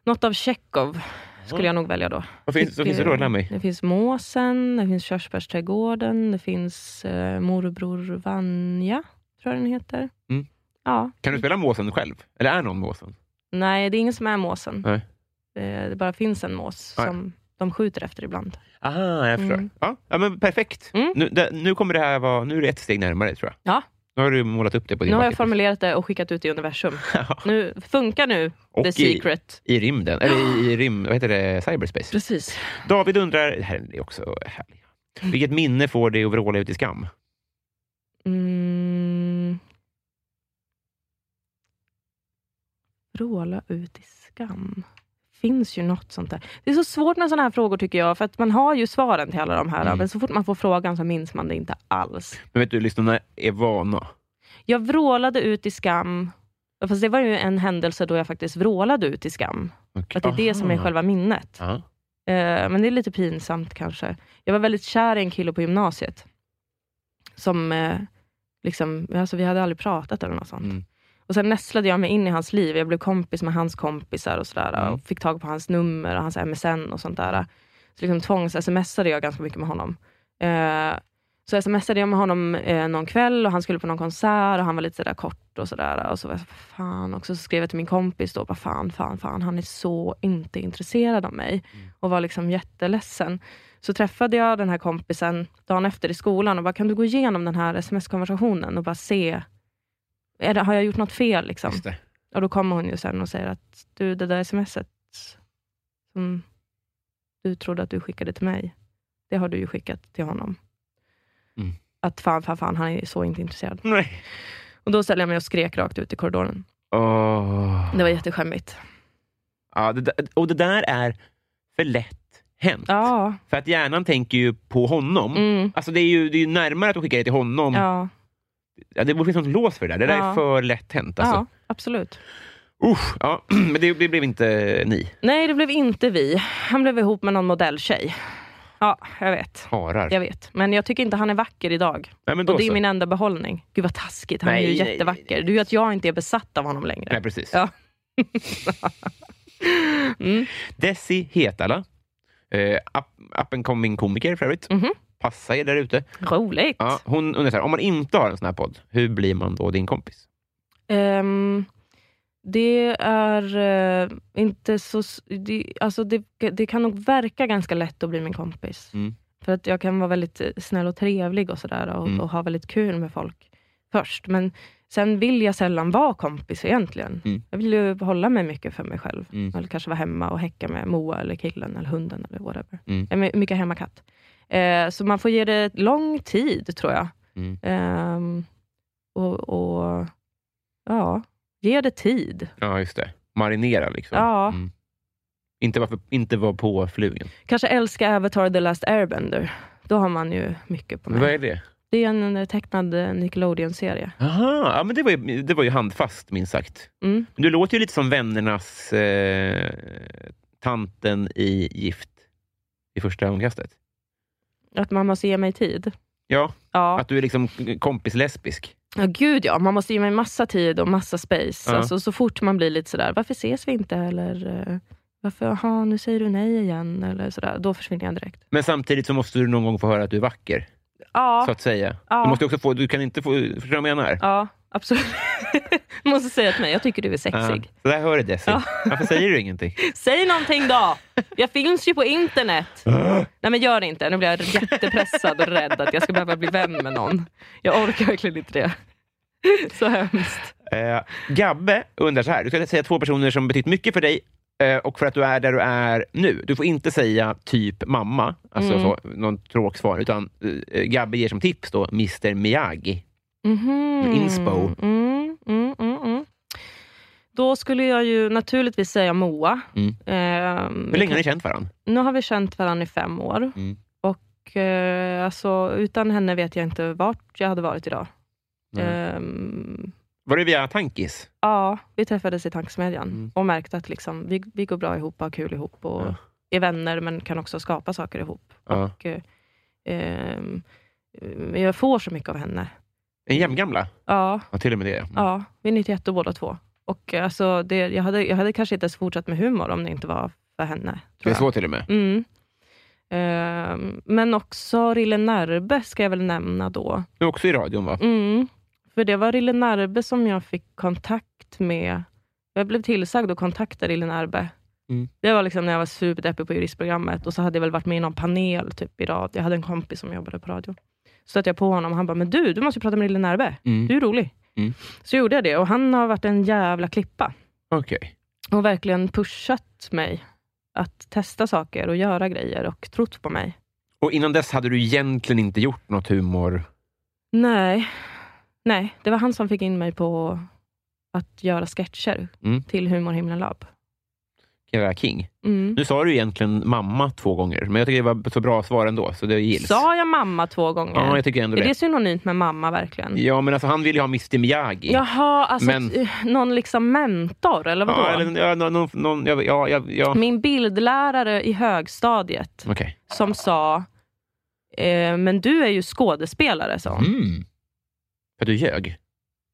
Speaker 2: Något av Tjechov
Speaker 1: Mm.
Speaker 2: skulle jag nog välja då.
Speaker 1: Vad finns, vad finns det då? Lär mig.
Speaker 2: Det finns Måsen, det finns Körsbärsträdgården, det finns eh, Morbror Vanja, tror jag den heter.
Speaker 1: Mm.
Speaker 2: Ja.
Speaker 1: Kan du spela måsen själv? Eller är någon måsen?
Speaker 2: Nej, det är ingen som är Måsen. Eh,
Speaker 1: Nej.
Speaker 2: Det, det bara finns en mås
Speaker 1: Nej.
Speaker 2: som de skjuter efter ibland.
Speaker 1: Aha, jag
Speaker 2: förstår. Mm.
Speaker 1: Ja, ja, men perfekt.
Speaker 2: Mm.
Speaker 1: Nu, det, nu kommer det här vara... Nu är det ett steg närmare, tror jag.
Speaker 2: Ja.
Speaker 1: Nu har du målat upp det på din
Speaker 2: Nu har jag
Speaker 1: bucket
Speaker 2: formulerat det och skickat ut i universum.
Speaker 1: list. <laughs> Ja.
Speaker 2: Nu Funkar nu
Speaker 1: Och
Speaker 2: the
Speaker 1: i-
Speaker 2: secret?
Speaker 1: I rymden. Eller i, i rym... Vad heter det? Cyberspace.
Speaker 2: Precis.
Speaker 1: David undrar... Det här är också härligt. Vilket minne får dig att vråla ut i skam?
Speaker 2: Mm. Vråla ut i skam. Finns ju något sånt där. Det är så svårt med sådana här frågor tycker jag, för att man har ju svaren till alla de här,
Speaker 1: Mm.
Speaker 2: men så fort man får frågan så minns man det inte alls.
Speaker 1: Men vet du, lyssnarna är vana.
Speaker 2: Jag vrålade ut i skam, fast det var ju en händelse då jag faktiskt vrålade ut i skam.
Speaker 1: Och-
Speaker 2: Att det är det som är
Speaker 1: Aha.
Speaker 2: själva minnet.
Speaker 1: Ja.
Speaker 2: Eh, men det är lite pinsamt kanske. Jag var väldigt kär i en kille på gymnasiet. Som eh, liksom, alltså vi hade aldrig pratat eller något sånt.
Speaker 1: Mm.
Speaker 2: Och Sen nästlade jag mig in i hans liv. Jag blev kompis med hans kompisar och sådär.
Speaker 1: Mm.
Speaker 2: Och fick tag på hans nummer och hans MSN och sånt där. Så liksom tvångs-smsade jag ganska mycket med honom. Eh, så smsade jag med honom eh, någon kväll och han skulle på någon konsert och han var lite sådär kort och sådär. Och så var jag så, fan. Och så skrev jag till min kompis då, bara, fan, fan, fan, han är så inte intresserad av mig. Och var liksom jätteledsen. Så träffade jag den här kompisen dagen efter i skolan och bara, kan du gå igenom den här sms-konversationen och bara se, är det, har jag gjort något fel? Liksom?
Speaker 1: Just det.
Speaker 2: Och då kommer hon ju sen och säger att du, det där smset som du trodde att du skickade till mig, det har du ju skickat till honom.
Speaker 1: Mm.
Speaker 2: Att fan, fan, fan, han är så inte intresserad.
Speaker 1: Nej.
Speaker 2: Och då ställde jag mig och skrek rakt ut i korridoren.
Speaker 1: Åh.
Speaker 2: Det var jätteskämmigt.
Speaker 1: Ja, det, där- och det där är för lätt hänt.
Speaker 2: Ja,
Speaker 1: För att hjärnan tänker ju på honom.
Speaker 2: mm,
Speaker 1: Alltså det är ju det är ju närmare att du skickar det till honom. Ja.
Speaker 2: ja,
Speaker 1: det borde finnas något lås för det där. Det där
Speaker 2: Ja.
Speaker 1: är för lätt hänt. Alltså.
Speaker 2: ja, absolut.
Speaker 1: Usch, ja. <clears throat> Men det, det blev inte ni.
Speaker 2: Nej, det blev inte vi. Han blev ihop med någon modelltjej. Ja, jag vet.
Speaker 1: Harar.
Speaker 2: Jag vet. Men jag tycker inte han är vacker idag.
Speaker 1: Nej, men då
Speaker 2: Och det är
Speaker 1: så.
Speaker 2: min enda behållning. Gud vad taskigt, han
Speaker 1: Nej,
Speaker 2: är ju
Speaker 1: nej, nej,
Speaker 2: jättevacker.
Speaker 1: nej.
Speaker 2: Det är ju att jag inte är besatt av honom längre.
Speaker 1: Nej, precis. <laughs>
Speaker 2: Ja. Mm.
Speaker 1: Desi Hetala. Eh, up, up and coming komiker för övrigt.
Speaker 2: Mhm.
Speaker 1: Passa er där ute.
Speaker 2: Roligt.
Speaker 1: Ja, hon undrar så här, om man inte har en sån här podd, hur blir man då din kompis?
Speaker 2: Ehm, det är eh, inte så... s- Det, alltså det, det kan nog verka ganska lätt att bli min kompis.
Speaker 1: Mm.
Speaker 2: För att jag kan vara väldigt eh, snäll och trevlig och sådär och,
Speaker 1: Mm.
Speaker 2: och ha väldigt kul med folk först. Men sen vill jag sällan vara kompis egentligen.
Speaker 1: Mm.
Speaker 2: Jag vill ju hålla mig mycket för mig själv.
Speaker 1: Mm.
Speaker 2: Eller kanske vara hemma och häcka med Moa eller killen eller hunden eller whatever.
Speaker 1: Mm.
Speaker 2: Jag är mycket hemmakatt. Eh, så man får ge det lång tid tror jag.
Speaker 1: Mm.
Speaker 2: Ehm, och, och ja, ge det tid.
Speaker 1: Ja, just det. Marinera liksom.
Speaker 2: Ja.
Speaker 1: Mm. Inte vara för- inte vara påflugen.
Speaker 2: Kanske älska Avatar The Last Airbender. Då har man ju mycket på
Speaker 1: Vad
Speaker 2: mig.
Speaker 1: är det?
Speaker 2: Det är en eh, tecknad eh, Nickelodeon-serie.
Speaker 1: Aha, ja, men det, var ju, det var ju handfast, minst sagt.
Speaker 2: Mm.
Speaker 1: Men Du låter ju lite som vännernas eh, tanten i Gift. i första ögonkastet?
Speaker 2: Att man måste ge mig tid.
Speaker 1: Ja,
Speaker 2: Ja.
Speaker 1: att du är liksom kompislesbisk.
Speaker 2: ja, gud ja. Man måste ge mig massa tid och massa space.
Speaker 1: Ja.
Speaker 2: Alltså, så fort man blir lite sådär, varför ses vi inte? Eller eh, varför, aha, nu säger du nej igen. Eller sådär. Då försvinner jag direkt.
Speaker 1: Men samtidigt så måste du någon gång få höra att du är vacker.
Speaker 2: Ja,
Speaker 1: Så att säga.
Speaker 2: Ja.
Speaker 1: Du, måste också få, du kan inte få... Förstår du vad jag menar?
Speaker 2: ja absolut. Du <laughs> måste säga till mig, jag tycker du är
Speaker 1: Ja.
Speaker 2: sexig.
Speaker 1: Så där hör du Desi.
Speaker 2: Ja.
Speaker 1: Varför säger du ingenting?
Speaker 2: Säg någonting då! Jag finns ju
Speaker 1: <gasps>
Speaker 2: på internet. Nej men gör det inte, nu blir jag jättepressad och rädd att jag ska behöva bli vän med någon. Jag orkar verkligen inte det. <laughs> Så hemskt.
Speaker 1: Eh, Gabbe undrar så här. Du ska säga två personer som betytt mycket för dig eh, och för att du är där du är nu. Du får inte säga typ mamma, alltså
Speaker 2: Mm.
Speaker 1: så, någon tråkig svar, utan eh, Gabbe ger som tips då Mr Miyagi.
Speaker 2: Mhm.
Speaker 1: Inspo.
Speaker 2: Mm, mm, mm, mm. Då skulle jag ju naturligtvis säga Moa.
Speaker 1: Mm.
Speaker 2: Ehm,
Speaker 1: Hur länge har ni känt varandra?
Speaker 2: Nu har vi känt varandra i fem år.
Speaker 1: Mm.
Speaker 2: Och, eh, alltså, utan henne vet jag inte vart jag hade varit idag.
Speaker 1: Nej.
Speaker 2: Ehm,
Speaker 1: Var det via Tankis?
Speaker 2: Ja, vi träffades i tankesmedjan
Speaker 1: Mm.
Speaker 2: och märkte att liksom, vi, vi går bra ihop, har kul ihop och
Speaker 1: Ja.
Speaker 2: är vänner men kan också skapa saker ihop.
Speaker 1: Ja.
Speaker 2: Och, eh, ehm, eh, jag får så mycket av henne.
Speaker 1: En jämngamla?
Speaker 2: Ja,
Speaker 1: Ja, till och med det. Mm.
Speaker 2: ja vi är 91 båda två. Och, eh, alltså, det, jag, hade, jag hade kanske inte ens fortsatt med humor om det inte var för
Speaker 1: det
Speaker 2: henne.
Speaker 1: är
Speaker 2: Tror jag.
Speaker 1: så till och med.
Speaker 2: Mm. Ehm, men också Rille Närbe ska jag väl nämna då.
Speaker 1: Du är också i radion, va?
Speaker 2: Mm. För det var Rille Närbe som jag fick kontakt med. Jag blev tillsagd att kontakta Rille Närbe.
Speaker 1: Mm.
Speaker 2: Det var liksom när jag var superdeppig på juristprogrammet och så hade jag väl varit med i någon panel typ, i radio. Jag hade en kompis som jobbade på radio. Så stötte jag på honom och han bara, men du, du måste ju prata med Rille Närbe.
Speaker 1: Mm.
Speaker 2: Du är rolig.
Speaker 1: Mm.
Speaker 2: Så gjorde jag det och han har varit en jävla klippa
Speaker 1: Okej.
Speaker 2: och verkligen pushat mig att testa saker och göra grejer och trott på mig.
Speaker 1: Och innan dess hade du egentligen inte gjort något humor?
Speaker 2: Nej. Nej, det var han som fick in mig på att göra sketcher
Speaker 1: Mm.
Speaker 2: till Humorhimlen Lab.
Speaker 1: Kira King.
Speaker 2: Mm.
Speaker 1: Nu sa du egentligen mamma två gånger, men jag tycker det var så bra svar ändå, så det gills.
Speaker 2: Sa jag mamma två gånger?
Speaker 1: Ja, jag tycker ändå
Speaker 2: är det
Speaker 1: det.
Speaker 2: synonymt med mamma verkligen?
Speaker 1: Ja, men alltså, han vill ju ha Mr Miyagi.
Speaker 2: Mm. Jaha, alltså
Speaker 1: Men-
Speaker 2: t- någon liksom mentor eller vadå?
Speaker 1: ja,
Speaker 2: Mm.
Speaker 1: eller, ja, någon, någon, någon, ja, ja, ja, ja.
Speaker 2: Min bildlärare i högstadiet
Speaker 1: Okej.
Speaker 2: som sa eh, men du är ju skådespelare, sa hon.
Speaker 1: Mm. För du ljög?
Speaker 2: Eh,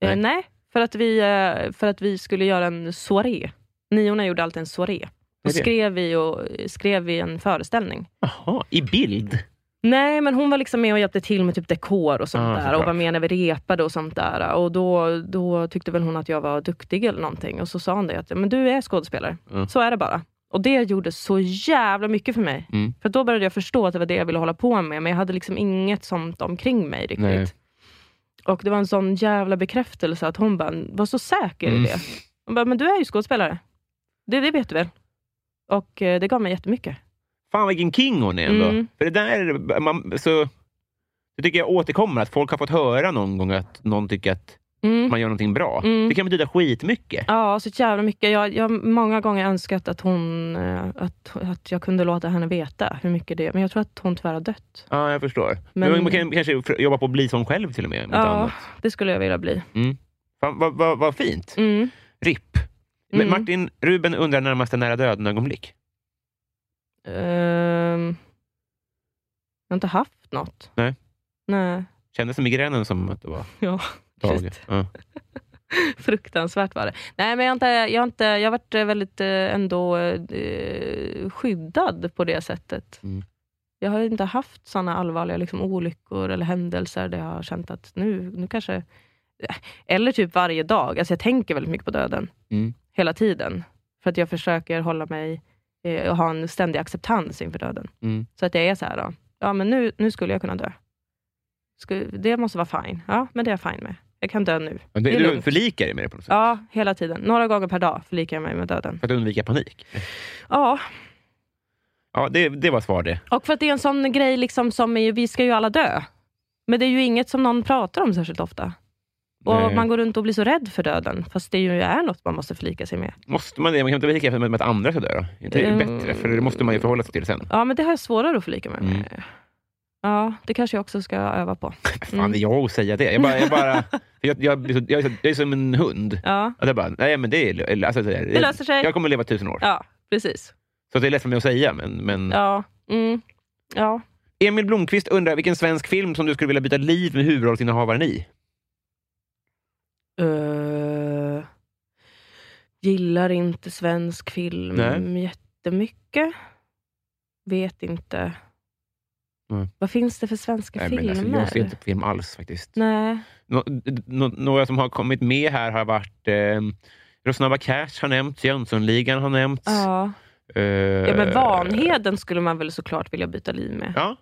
Speaker 1: nej.
Speaker 2: nej, för att, vi, eh, för att vi skulle göra en soaré. Niorna gjorde alltid en soaré. Då
Speaker 1: Vad är det?
Speaker 2: skrev vi, och, skrev vi en föreställning.
Speaker 1: Jaha, i bild?
Speaker 2: Nej, men hon var liksom med och hjälpte till med typ dekor och sånt
Speaker 1: Ah,
Speaker 2: där.
Speaker 1: såklart.
Speaker 2: Och var med när vi repade och sånt där. Och då, då tyckte väl hon att jag var duktig eller någonting. Och så sa hon det att men du är skådespelare.
Speaker 1: Mm.
Speaker 2: Så är det bara. Och det gjorde så jävla mycket för mig.
Speaker 1: Mm.
Speaker 2: För då började jag förstå att det var det jag ville hålla på med. Men jag hade liksom inget sånt omkring mig riktigt.
Speaker 1: Nej.
Speaker 2: Och det var en sån jävla bekräftelse att hon bara var så säker
Speaker 1: Mm.
Speaker 2: i det. Hon bara, men du är ju skådespelare. Det, det vet du väl? Och eh, det gav mig jättemycket.
Speaker 1: Fan vilken king hon är ändå.
Speaker 2: Mm.
Speaker 1: För det där man, så, det tycker jag återkommer, att folk har fått höra någon gång att någon tycker att
Speaker 2: Mm.
Speaker 1: man gör någonting bra.
Speaker 2: Mm.
Speaker 1: Det kan betyda skitmycket.
Speaker 2: Ja, så jävla mycket. Jag, jag har många gånger önskat att, hon, eh, att, att jag kunde låta henne veta hur mycket det är. Men jag tror att hon tyvärr har dött.
Speaker 1: Ja, jag förstår.
Speaker 2: Men-
Speaker 1: Men... Man kan kanske fr- jobba på att bli sån själv till och med. om inte
Speaker 2: Ja,
Speaker 1: annat.
Speaker 2: det skulle jag vilja bli.
Speaker 1: Fan, vad, vad, vad fint.
Speaker 2: Mm.
Speaker 1: RIP. Men
Speaker 2: Mm.
Speaker 1: Martin Ruben undrar närmaste nära döden-ögonblick.
Speaker 2: Ehm, jag har inte haft något.
Speaker 1: Nej.
Speaker 2: Nej.
Speaker 1: Kändes det migränen som att det var
Speaker 2: Ja,
Speaker 1: dag?
Speaker 2: Shit.
Speaker 1: Ja.
Speaker 2: Fruktansvärt var det. Nej, men jag har, inte, jag har, inte, jag har varit eh, väldigt eh, ändå eh, skyddad på det sättet.
Speaker 1: Mm.
Speaker 2: Jag har inte haft såna allvarliga liksom, olyckor eller händelser där jag har känt att nu, nu kanske... Eller typ varje dag. Alltså jag tänker väldigt mycket på döden.
Speaker 1: Mm.
Speaker 2: Hela tiden. För att jag försöker hålla mig eh, och ha en ständig acceptans inför döden.
Speaker 1: Mm.
Speaker 2: Så att jag är så här, då, ja men nu, nu skulle jag kunna dö. Sku- Det måste vara fine. Ja, men det är jag fine med. Jag kan dö nu.
Speaker 1: Men
Speaker 2: Det
Speaker 1: Du,
Speaker 2: är
Speaker 1: du
Speaker 2: lugnt.
Speaker 1: förlikar dig med det på något sätt?
Speaker 2: Ja, hela tiden. Några gånger per dag förlikar jag mig med döden.
Speaker 1: För att undvika panik?
Speaker 2: Ja,
Speaker 1: Ja, det, det var svar det.
Speaker 2: och för att det är en sån grej liksom som är, ju- vi ska ju alla dö. Men det är ju inget som någon pratar om särskilt ofta. Och
Speaker 1: Nej.
Speaker 2: Man går runt och blir så rädd för döden, fast det ju är något man måste förlika sig med.
Speaker 1: Måste man det? Man kan inte vara lika med, med att andra ska dö då? Det är ju
Speaker 2: Mm.
Speaker 1: bättre, för det måste man ju förhålla sig till sen. Äh,
Speaker 2: Ja, men det har jag svårare att förlika mig med.
Speaker 1: Mm.
Speaker 2: Ja, det kanske jag också ska öva på.
Speaker 1: Fan, det är
Speaker 2: Mm.
Speaker 1: jag att säga det. Jag, bara, jag,
Speaker 2: <laughs>
Speaker 1: bara, jag, jag, blir så- jag, är så- jag är som en hund.
Speaker 2: Ja,
Speaker 1: Att jag bara, nej men det är... eller, Alltså, det,
Speaker 2: det löser sig.
Speaker 1: Jag kommer leva tusen år.
Speaker 2: Ja, precis.
Speaker 1: Så det är lätt för mig att säga, men... men
Speaker 2: Ja, Mm. Ja.
Speaker 1: Emil Blomqvist undrar vilken svensk film som du skulle vilja byta liv med huvudrollsinnehavaren i?
Speaker 2: Eh, gillar inte svensk film
Speaker 1: Nej.
Speaker 2: jättemycket. Vet inte.
Speaker 1: Nej.
Speaker 2: Vad finns det för svenska
Speaker 1: Nej, men
Speaker 2: filmer?
Speaker 1: alltså, jag ser inte på film alls faktiskt.
Speaker 2: Nej.
Speaker 1: Nå- d- nå- några som har kommit med här har varit eh, Rosnabba Cash har nämnts, Jönssonligan har nämnts.
Speaker 2: Ja.
Speaker 1: eh,
Speaker 2: ja, men Vanheden skulle man väl såklart vilja byta liv med.
Speaker 1: Ja.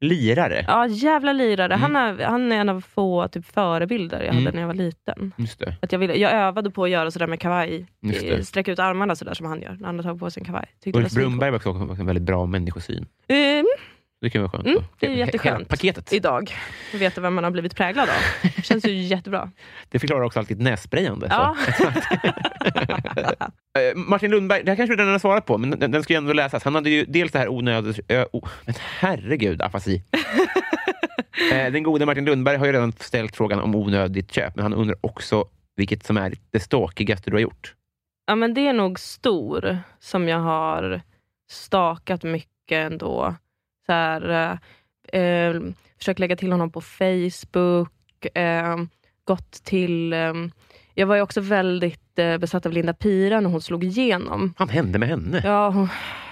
Speaker 1: Lirare.
Speaker 2: Ja, jävla lirare. Han, är, han är en av få typ, förebilder jag hade
Speaker 1: Mm.
Speaker 2: när jag var liten.
Speaker 1: Just det.
Speaker 2: Att jag, ville, jag övade på att göra sådär med kavaj.
Speaker 1: Just
Speaker 2: Eh,
Speaker 1: det.
Speaker 2: Sträcka ut armarna sådär som han gör när han har tagit på sig en kavaj. Tyckte
Speaker 1: Ulf
Speaker 2: det var
Speaker 1: Brunnberg var också också en väldigt bra människosyn.
Speaker 2: svincoolt. Ehm,
Speaker 1: Det kan vara skönt.
Speaker 2: Mm,
Speaker 1: då.
Speaker 2: det är
Speaker 1: He-
Speaker 2: jätteskönt.
Speaker 1: hela Paketet.
Speaker 2: idag. Att Veta vem man har blivit präglad av. Känns ju jättebra.
Speaker 1: Det förklarar också alltid nässprejande. så.
Speaker 2: Ja.
Speaker 1: Eh, Martin Lundberg, det här kanske du redan har svarat på, men den, den ska ju ändå läsas. Han hade ju dels det här onödigt... Ö, o, men herregud,
Speaker 2: <laughs>
Speaker 1: afasi. Eh, den gode Martin Lundberg har ju redan ställt frågan om onödigt köp, men han undrar också vilket som är det stalkigaste du har gjort.
Speaker 2: ja, men det är nog stor som jag har stakat mycket ändå. Så här, eh, eh, försökt lägga till honom på Facebook. Eh, gått till... Eh, jag var ju också väldigt eh, besatt av Linda Pira när hon slog igenom.
Speaker 1: Han hände med henne.
Speaker 2: Ja, hon,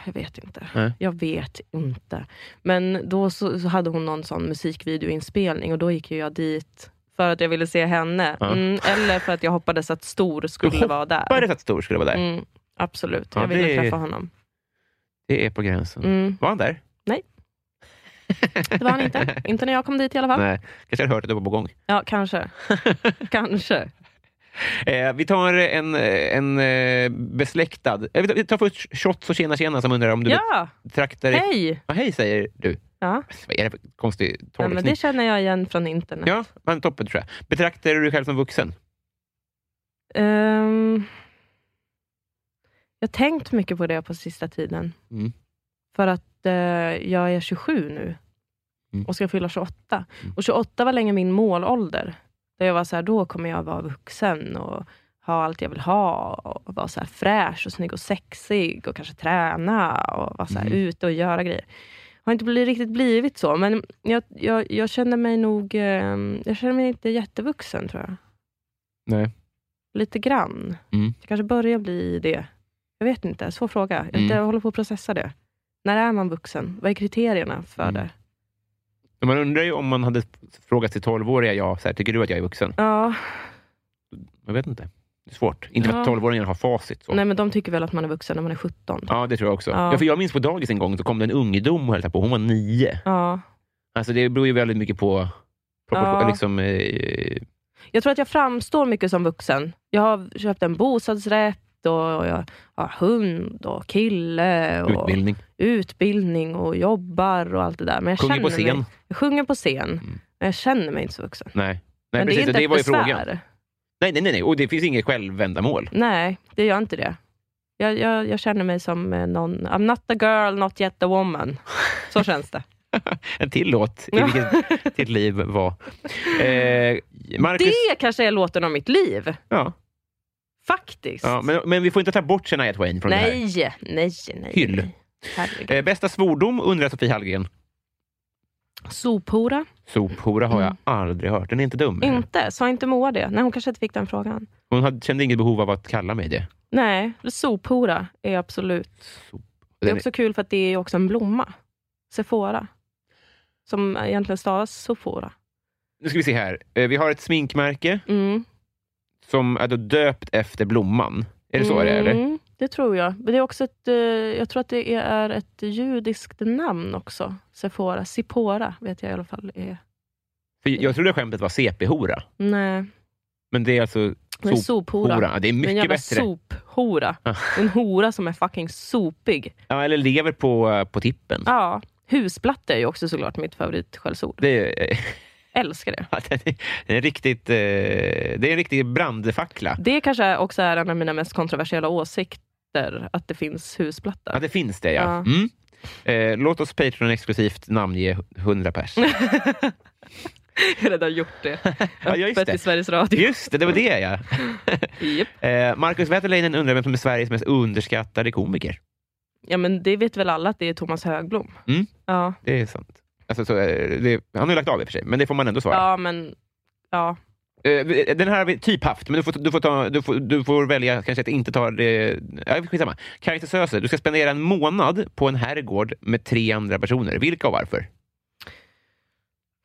Speaker 2: jag vet inte.
Speaker 1: Nej.
Speaker 2: Jag vet inte. Men då så, så hade hon någon sån musikvideoinspelning och då gick ju jag dit för att jag ville se henne.
Speaker 1: Ja.
Speaker 2: Mm, eller för att jag hoppades att Stor
Speaker 1: Du
Speaker 2: skulle vara där.
Speaker 1: Hoppades att Stor skulle vara där.
Speaker 2: Mm, absolut.
Speaker 1: Ja,
Speaker 2: jag ville
Speaker 1: det är-
Speaker 2: träffa honom.
Speaker 1: Det är på gränsen.
Speaker 2: Mm,
Speaker 1: Var han där? <laughs>
Speaker 2: det var han inte. Inte när jag kom dit i alla fall.
Speaker 1: Nej, kanske hade hört att det var på gång.
Speaker 2: Ja,
Speaker 1: <laughs>
Speaker 2: kanske. kanske.
Speaker 1: Eh, vi tar en, en eh, besläktad... Eh, vi tar- vi tar först Shots och Tjena Tjena som undrar om du
Speaker 2: Ja,
Speaker 1: betraktar... dig-
Speaker 2: hej!
Speaker 1: Ja, hej säger du.
Speaker 2: Ja.
Speaker 1: Vad är det för konstig
Speaker 2: Nej,
Speaker 1: tolkning?
Speaker 2: men det känner jag igen från internet.
Speaker 1: Ja, han är toppen tror jag. Betraktar du dig själv som vuxen?
Speaker 2: Ehm, jag har tänkt mycket på det på sista tiden.
Speaker 1: Mm.
Speaker 2: För att eh, jag är 27 nu
Speaker 1: Mm.
Speaker 2: och ska fylla 28.
Speaker 1: Mm.
Speaker 2: Och 28 var länge min målålder. Där jag var så här, då kommer jag vara vuxen och ha allt jag vill ha. Och vara så här fräsch och snygg och sexig och kanske träna och vara så här
Speaker 1: Mm.
Speaker 2: ute och göra grejer. Har inte bli, riktigt blivit så, men jag, jag, jag känner mig nog... ehm, jag känner mig inte jättevuxen tror jag.
Speaker 1: Nej.
Speaker 2: Lite grann.
Speaker 1: Mm.
Speaker 2: Jag kanske börjar bli det. Jag vet inte, svår fråga. Jag,
Speaker 1: Mm.
Speaker 2: jag håller på att processa det. När är man vuxen? Vad är kriterierna för
Speaker 1: Mm.
Speaker 2: det?
Speaker 1: Men Man undrar ju om man hade frågat till 12-åriga jag, så här, tycker du att jag är vuxen?
Speaker 2: Ja,
Speaker 1: Jag vet inte. Det är svårt. Inte för att
Speaker 2: Ja.
Speaker 1: 12-åringar har facit. Så.
Speaker 2: nej men de tycker väl att man är vuxen när man är 17.
Speaker 1: Ja, det tror jag också. Ja.
Speaker 2: Ja.
Speaker 1: för jag minns på dagis en gång, så kom det en ungdom och hälsade på. Hon var nio.
Speaker 2: Ja.
Speaker 1: Alltså, det beror ju väldigt mycket på... Propor-
Speaker 2: Ja.
Speaker 1: liksom, eh,
Speaker 2: Jag tror att jag framstår mycket som vuxen. Jag har köpt en bostadsrätt och jag har hund och kille och
Speaker 1: utbildning.
Speaker 2: utbildning och jobbar och allt det där. Men jag
Speaker 1: Sjunger på
Speaker 2: känner
Speaker 1: scen.
Speaker 2: Mig, jag sjunger på scen,
Speaker 1: Mm.
Speaker 2: men jag känner mig inte så vuxen.
Speaker 1: Nej, nej
Speaker 2: men
Speaker 1: precis.
Speaker 2: det
Speaker 1: Det,
Speaker 2: är inte
Speaker 1: det
Speaker 2: ett
Speaker 1: var ju
Speaker 2: besvär.
Speaker 1: frågan. Nej, nej, nej, nej. Och det finns inget självändamål.
Speaker 2: Nej, det gör inte det. Jag, jag, jag känner mig som eh, någon... I'm not a girl, not yet a woman. Så
Speaker 1: <laughs>
Speaker 2: känns det.
Speaker 1: En till låt i
Speaker 2: Ja. <laughs>
Speaker 1: vilket ditt liv var. Eh, Marcus,
Speaker 2: Det kanske är låten om mitt liv,
Speaker 1: ja,
Speaker 2: faktiskt.
Speaker 1: ja, men, men vi får inte ta bort Shania Twain från det här.
Speaker 2: nej, nej, nej.
Speaker 1: Hyll.
Speaker 2: nej. Herregud.
Speaker 1: Eh, bästa svordom undrar Sofie Hallgren.
Speaker 2: Sophora?
Speaker 1: Sophora har
Speaker 2: Mm.
Speaker 1: jag aldrig hört. Den är inte dum. är den?
Speaker 2: Inte. Sa inte Moa det? Nej, hon kanske inte fick den frågan.
Speaker 1: Hon hade, kände inget behov av att kalla mig det.
Speaker 2: Nej, sophora är absolut...
Speaker 1: Sop-
Speaker 2: Det är
Speaker 1: Den,
Speaker 2: också kul för att det är också en blomma. Sephora. Som egentligen stavas Sophora.
Speaker 1: nu ska vi se här. Eh, vi har ett sminkmärke
Speaker 2: Mm.
Speaker 1: som är då döpt efter blomman. Är det så det är? Eller?
Speaker 2: Mm, det tror jag. Men det är också ett, eh, jag tror att det är ett judiskt namn också. Sephora. Sipora vet jag i alla fall är.
Speaker 1: För jag trodde skämtet var CP-hora.
Speaker 2: Nej,
Speaker 1: Men det är alltså
Speaker 2: det
Speaker 1: Sophora.
Speaker 2: är sophora.
Speaker 1: Ja, Det är
Speaker 2: Men
Speaker 1: mycket
Speaker 2: jävla
Speaker 1: bättre.
Speaker 2: sophora.
Speaker 1: Ja.
Speaker 2: En hora som är fucking sopig.
Speaker 1: Ja, eller lever på, på tippen.
Speaker 2: Ja. Husplatte är ju också såklart mitt favoritskällsord.
Speaker 1: Det är, <laughs>
Speaker 2: Älskar det.
Speaker 1: det är en riktigt, eh, det är en riktig brandfackla.
Speaker 2: Det kanske också är en av mina mest kontroversiella åsikter, att det finns
Speaker 1: Ja,
Speaker 2: husplattor.
Speaker 1: det finns det ja.
Speaker 2: Ja.
Speaker 1: Mm. Eh, låt oss Patreon exklusivt namnge 100
Speaker 2: <laughs>
Speaker 1: pers.
Speaker 2: Jag har <laughs> redan gjort det.
Speaker 1: <laughs> Ja, just
Speaker 2: Öppet
Speaker 1: det.
Speaker 2: i Sveriges Radio.
Speaker 1: Just det, det var det ja.
Speaker 2: Japp.
Speaker 1: Eh, Marcus Wäterleinen undrar vem som är Sveriges mest underskattade komiker.
Speaker 2: Ja, men det vet väl alla att det är Thomas Högblom?
Speaker 1: Mm.
Speaker 2: Ja,
Speaker 1: Det är sant. Alltså, så, eh, det, han har ju lagt av i och för sig, men det får man ändå svara.
Speaker 2: ja men... Ja.
Speaker 1: Eh, Den här har vi typ haft, men du får, du får, ta, du får, du får välja kanske att inte ta det. Ja, skitsamma. Kajsa Söze, du ska spendera en månad på en herrgård med tre andra personer. Vilka och varför?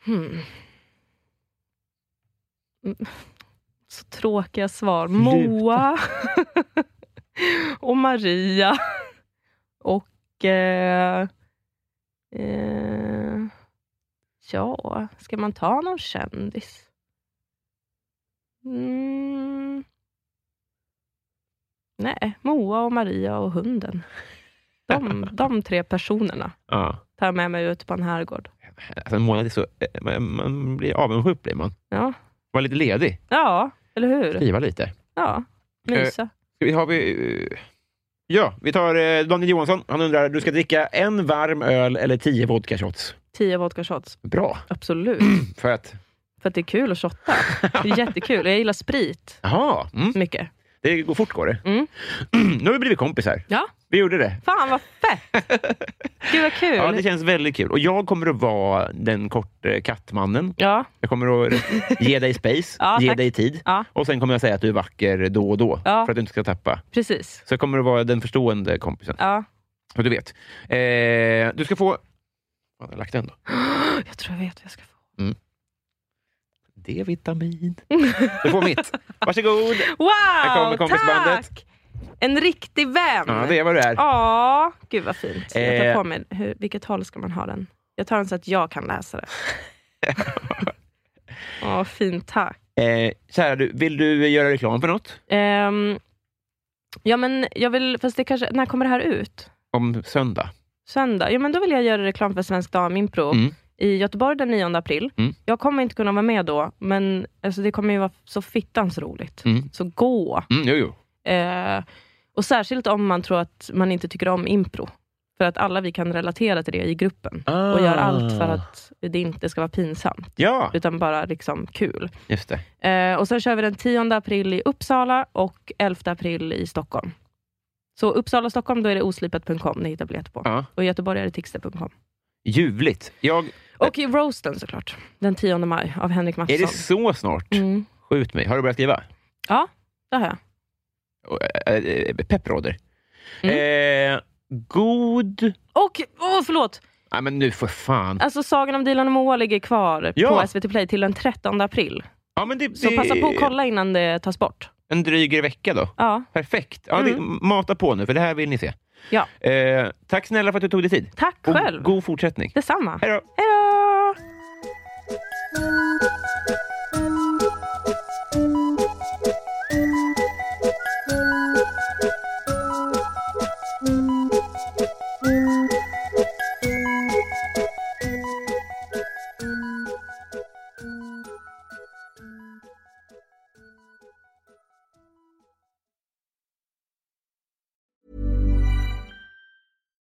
Speaker 2: Hmm. Mm. Så tråkiga svar. Moa och Maria och... Eh, eh, ja, ska man ta någon kändis? Mm. Nej, Moa och Maria och hunden. De, de tre personerna
Speaker 1: Ja.
Speaker 2: tar jag med mig ut på en herrgård.
Speaker 1: Alltså, en månad är så... eh, Man, man blir avundsjuk. Blir man.
Speaker 2: Ja,
Speaker 1: Var lite ledig.
Speaker 2: ja eller hur?
Speaker 1: Skriva lite.
Speaker 2: Ja,
Speaker 1: Eh.
Speaker 2: mysa.
Speaker 1: Ska vi, har vi, eh, ja, vi tar eh, Daniel Johansson. Han undrar, du ska dricka en varm öl eller tio vodka shots?
Speaker 2: Tio vodka shots.
Speaker 1: Bra.
Speaker 2: Absolut.
Speaker 1: För att...
Speaker 2: För att det är kul att shotta. Det är jättekul. Jag gillar sprit
Speaker 1: Jaha. Mm.
Speaker 2: mycket.
Speaker 1: Det går fort går det.
Speaker 2: Mm.
Speaker 1: <clears throat> nu har vi blivit kompisar.
Speaker 2: Ja.
Speaker 1: Vi gjorde det.
Speaker 2: Fan vad fett! Gud vad kul.
Speaker 1: Ja, det känns väldigt kul. Och jag kommer att vara den korte kattmannen.
Speaker 2: ja.
Speaker 1: Jag kommer att
Speaker 2: <laughs>
Speaker 1: ge dig space,
Speaker 2: Ja,
Speaker 1: ge
Speaker 2: tack.
Speaker 1: dig tid.
Speaker 2: Ja.
Speaker 1: Och sen kommer jag säga att du är vacker då och då,
Speaker 2: Ja.
Speaker 1: för att du inte ska tappa.
Speaker 2: precis.
Speaker 1: Så jag kommer att vara den förstående kompisen.
Speaker 2: Ja.
Speaker 1: Och du vet. Eh, du ska få... Vad har jag lagt den då?
Speaker 2: Jag tror jag vet vad jag ska få.
Speaker 1: D-vitamin. <laughs> Du får mitt. Varsågod!
Speaker 2: Wow!
Speaker 1: Här kommer kompisbandet.
Speaker 2: Tack! En riktig vän.
Speaker 1: Ja, det är vad det är.
Speaker 2: Ja, gud vad fint. Jag
Speaker 1: Eh.
Speaker 2: tar på mig, hur, vilket håll ska man ha den? Jag tar den så att jag kan läsa
Speaker 1: <laughs>
Speaker 2: det. Åh, fint tack.
Speaker 1: Eh, kära du, vill du göra reklam för något?
Speaker 2: Ehm, ja, men jag vill, fast det kanske, när kommer det här ut?
Speaker 1: Om söndag?
Speaker 2: Söndag? Ja, men då vill jag göra reklam för Svensk Damimpro
Speaker 1: Mm.
Speaker 2: i Göteborg den 9 april.
Speaker 1: Mm.
Speaker 2: Jag kommer inte kunna vara med då, men alltså, det kommer ju vara så fittans roligt.
Speaker 1: Mm.
Speaker 2: Så gå!
Speaker 1: Mm, jo, jo.
Speaker 2: Eh, och särskilt om man tror att man inte tycker om impro. För att alla vi kan relatera till det i gruppen. Och gör allt
Speaker 1: Ah.
Speaker 2: för att det inte ska vara pinsamt,
Speaker 1: Ja,
Speaker 2: utan bara liksom kul.
Speaker 1: just det.
Speaker 2: Eh, och sen kör vi den 10 april i Uppsala och 11 april i Stockholm. Så Uppsala Stockholm, då är det oslipat.com ni hittar biljetter på.
Speaker 1: Ja.
Speaker 2: Och i Göteborg är det tixter.com.
Speaker 1: Ljuvligt. Jag,
Speaker 2: Och i roasten såklart, den 10 maj av Henrik
Speaker 1: är det
Speaker 2: Mattsson.
Speaker 1: så snart?
Speaker 2: Mm,
Speaker 1: Skjut mig. Har du börjat skriva?
Speaker 2: det har jag.
Speaker 1: Och, eh, eh, Peppråder.
Speaker 2: Mm.
Speaker 1: Eh, god...
Speaker 2: Och, åh förlåt!
Speaker 1: Nej, men nu för fan.
Speaker 2: Alltså Sagan om Dilan och Moa ligger kvar
Speaker 1: Ja.
Speaker 2: på SVT Play till den 13 april.
Speaker 1: Ja, men det,
Speaker 2: Så
Speaker 1: det-
Speaker 2: passa på att kolla innan det tas bort.
Speaker 1: En dryg vecka då.
Speaker 2: Ja.
Speaker 1: Perfekt. Ja,
Speaker 2: Mm.
Speaker 1: det, mata på nu, för det här vill ni se.
Speaker 2: Ja.
Speaker 1: Eh, tack snälla för att du tog dig tid.
Speaker 2: Tack
Speaker 1: Och
Speaker 2: själv!
Speaker 1: god fortsättning.
Speaker 2: Detsamma.
Speaker 1: Hej då!
Speaker 2: Hej då!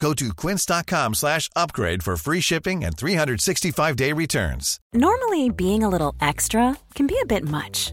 Speaker 4: Go to quince.com slash upgrade for free shipping and 365-day returns.
Speaker 5: Normally, being a little extra can be a bit much,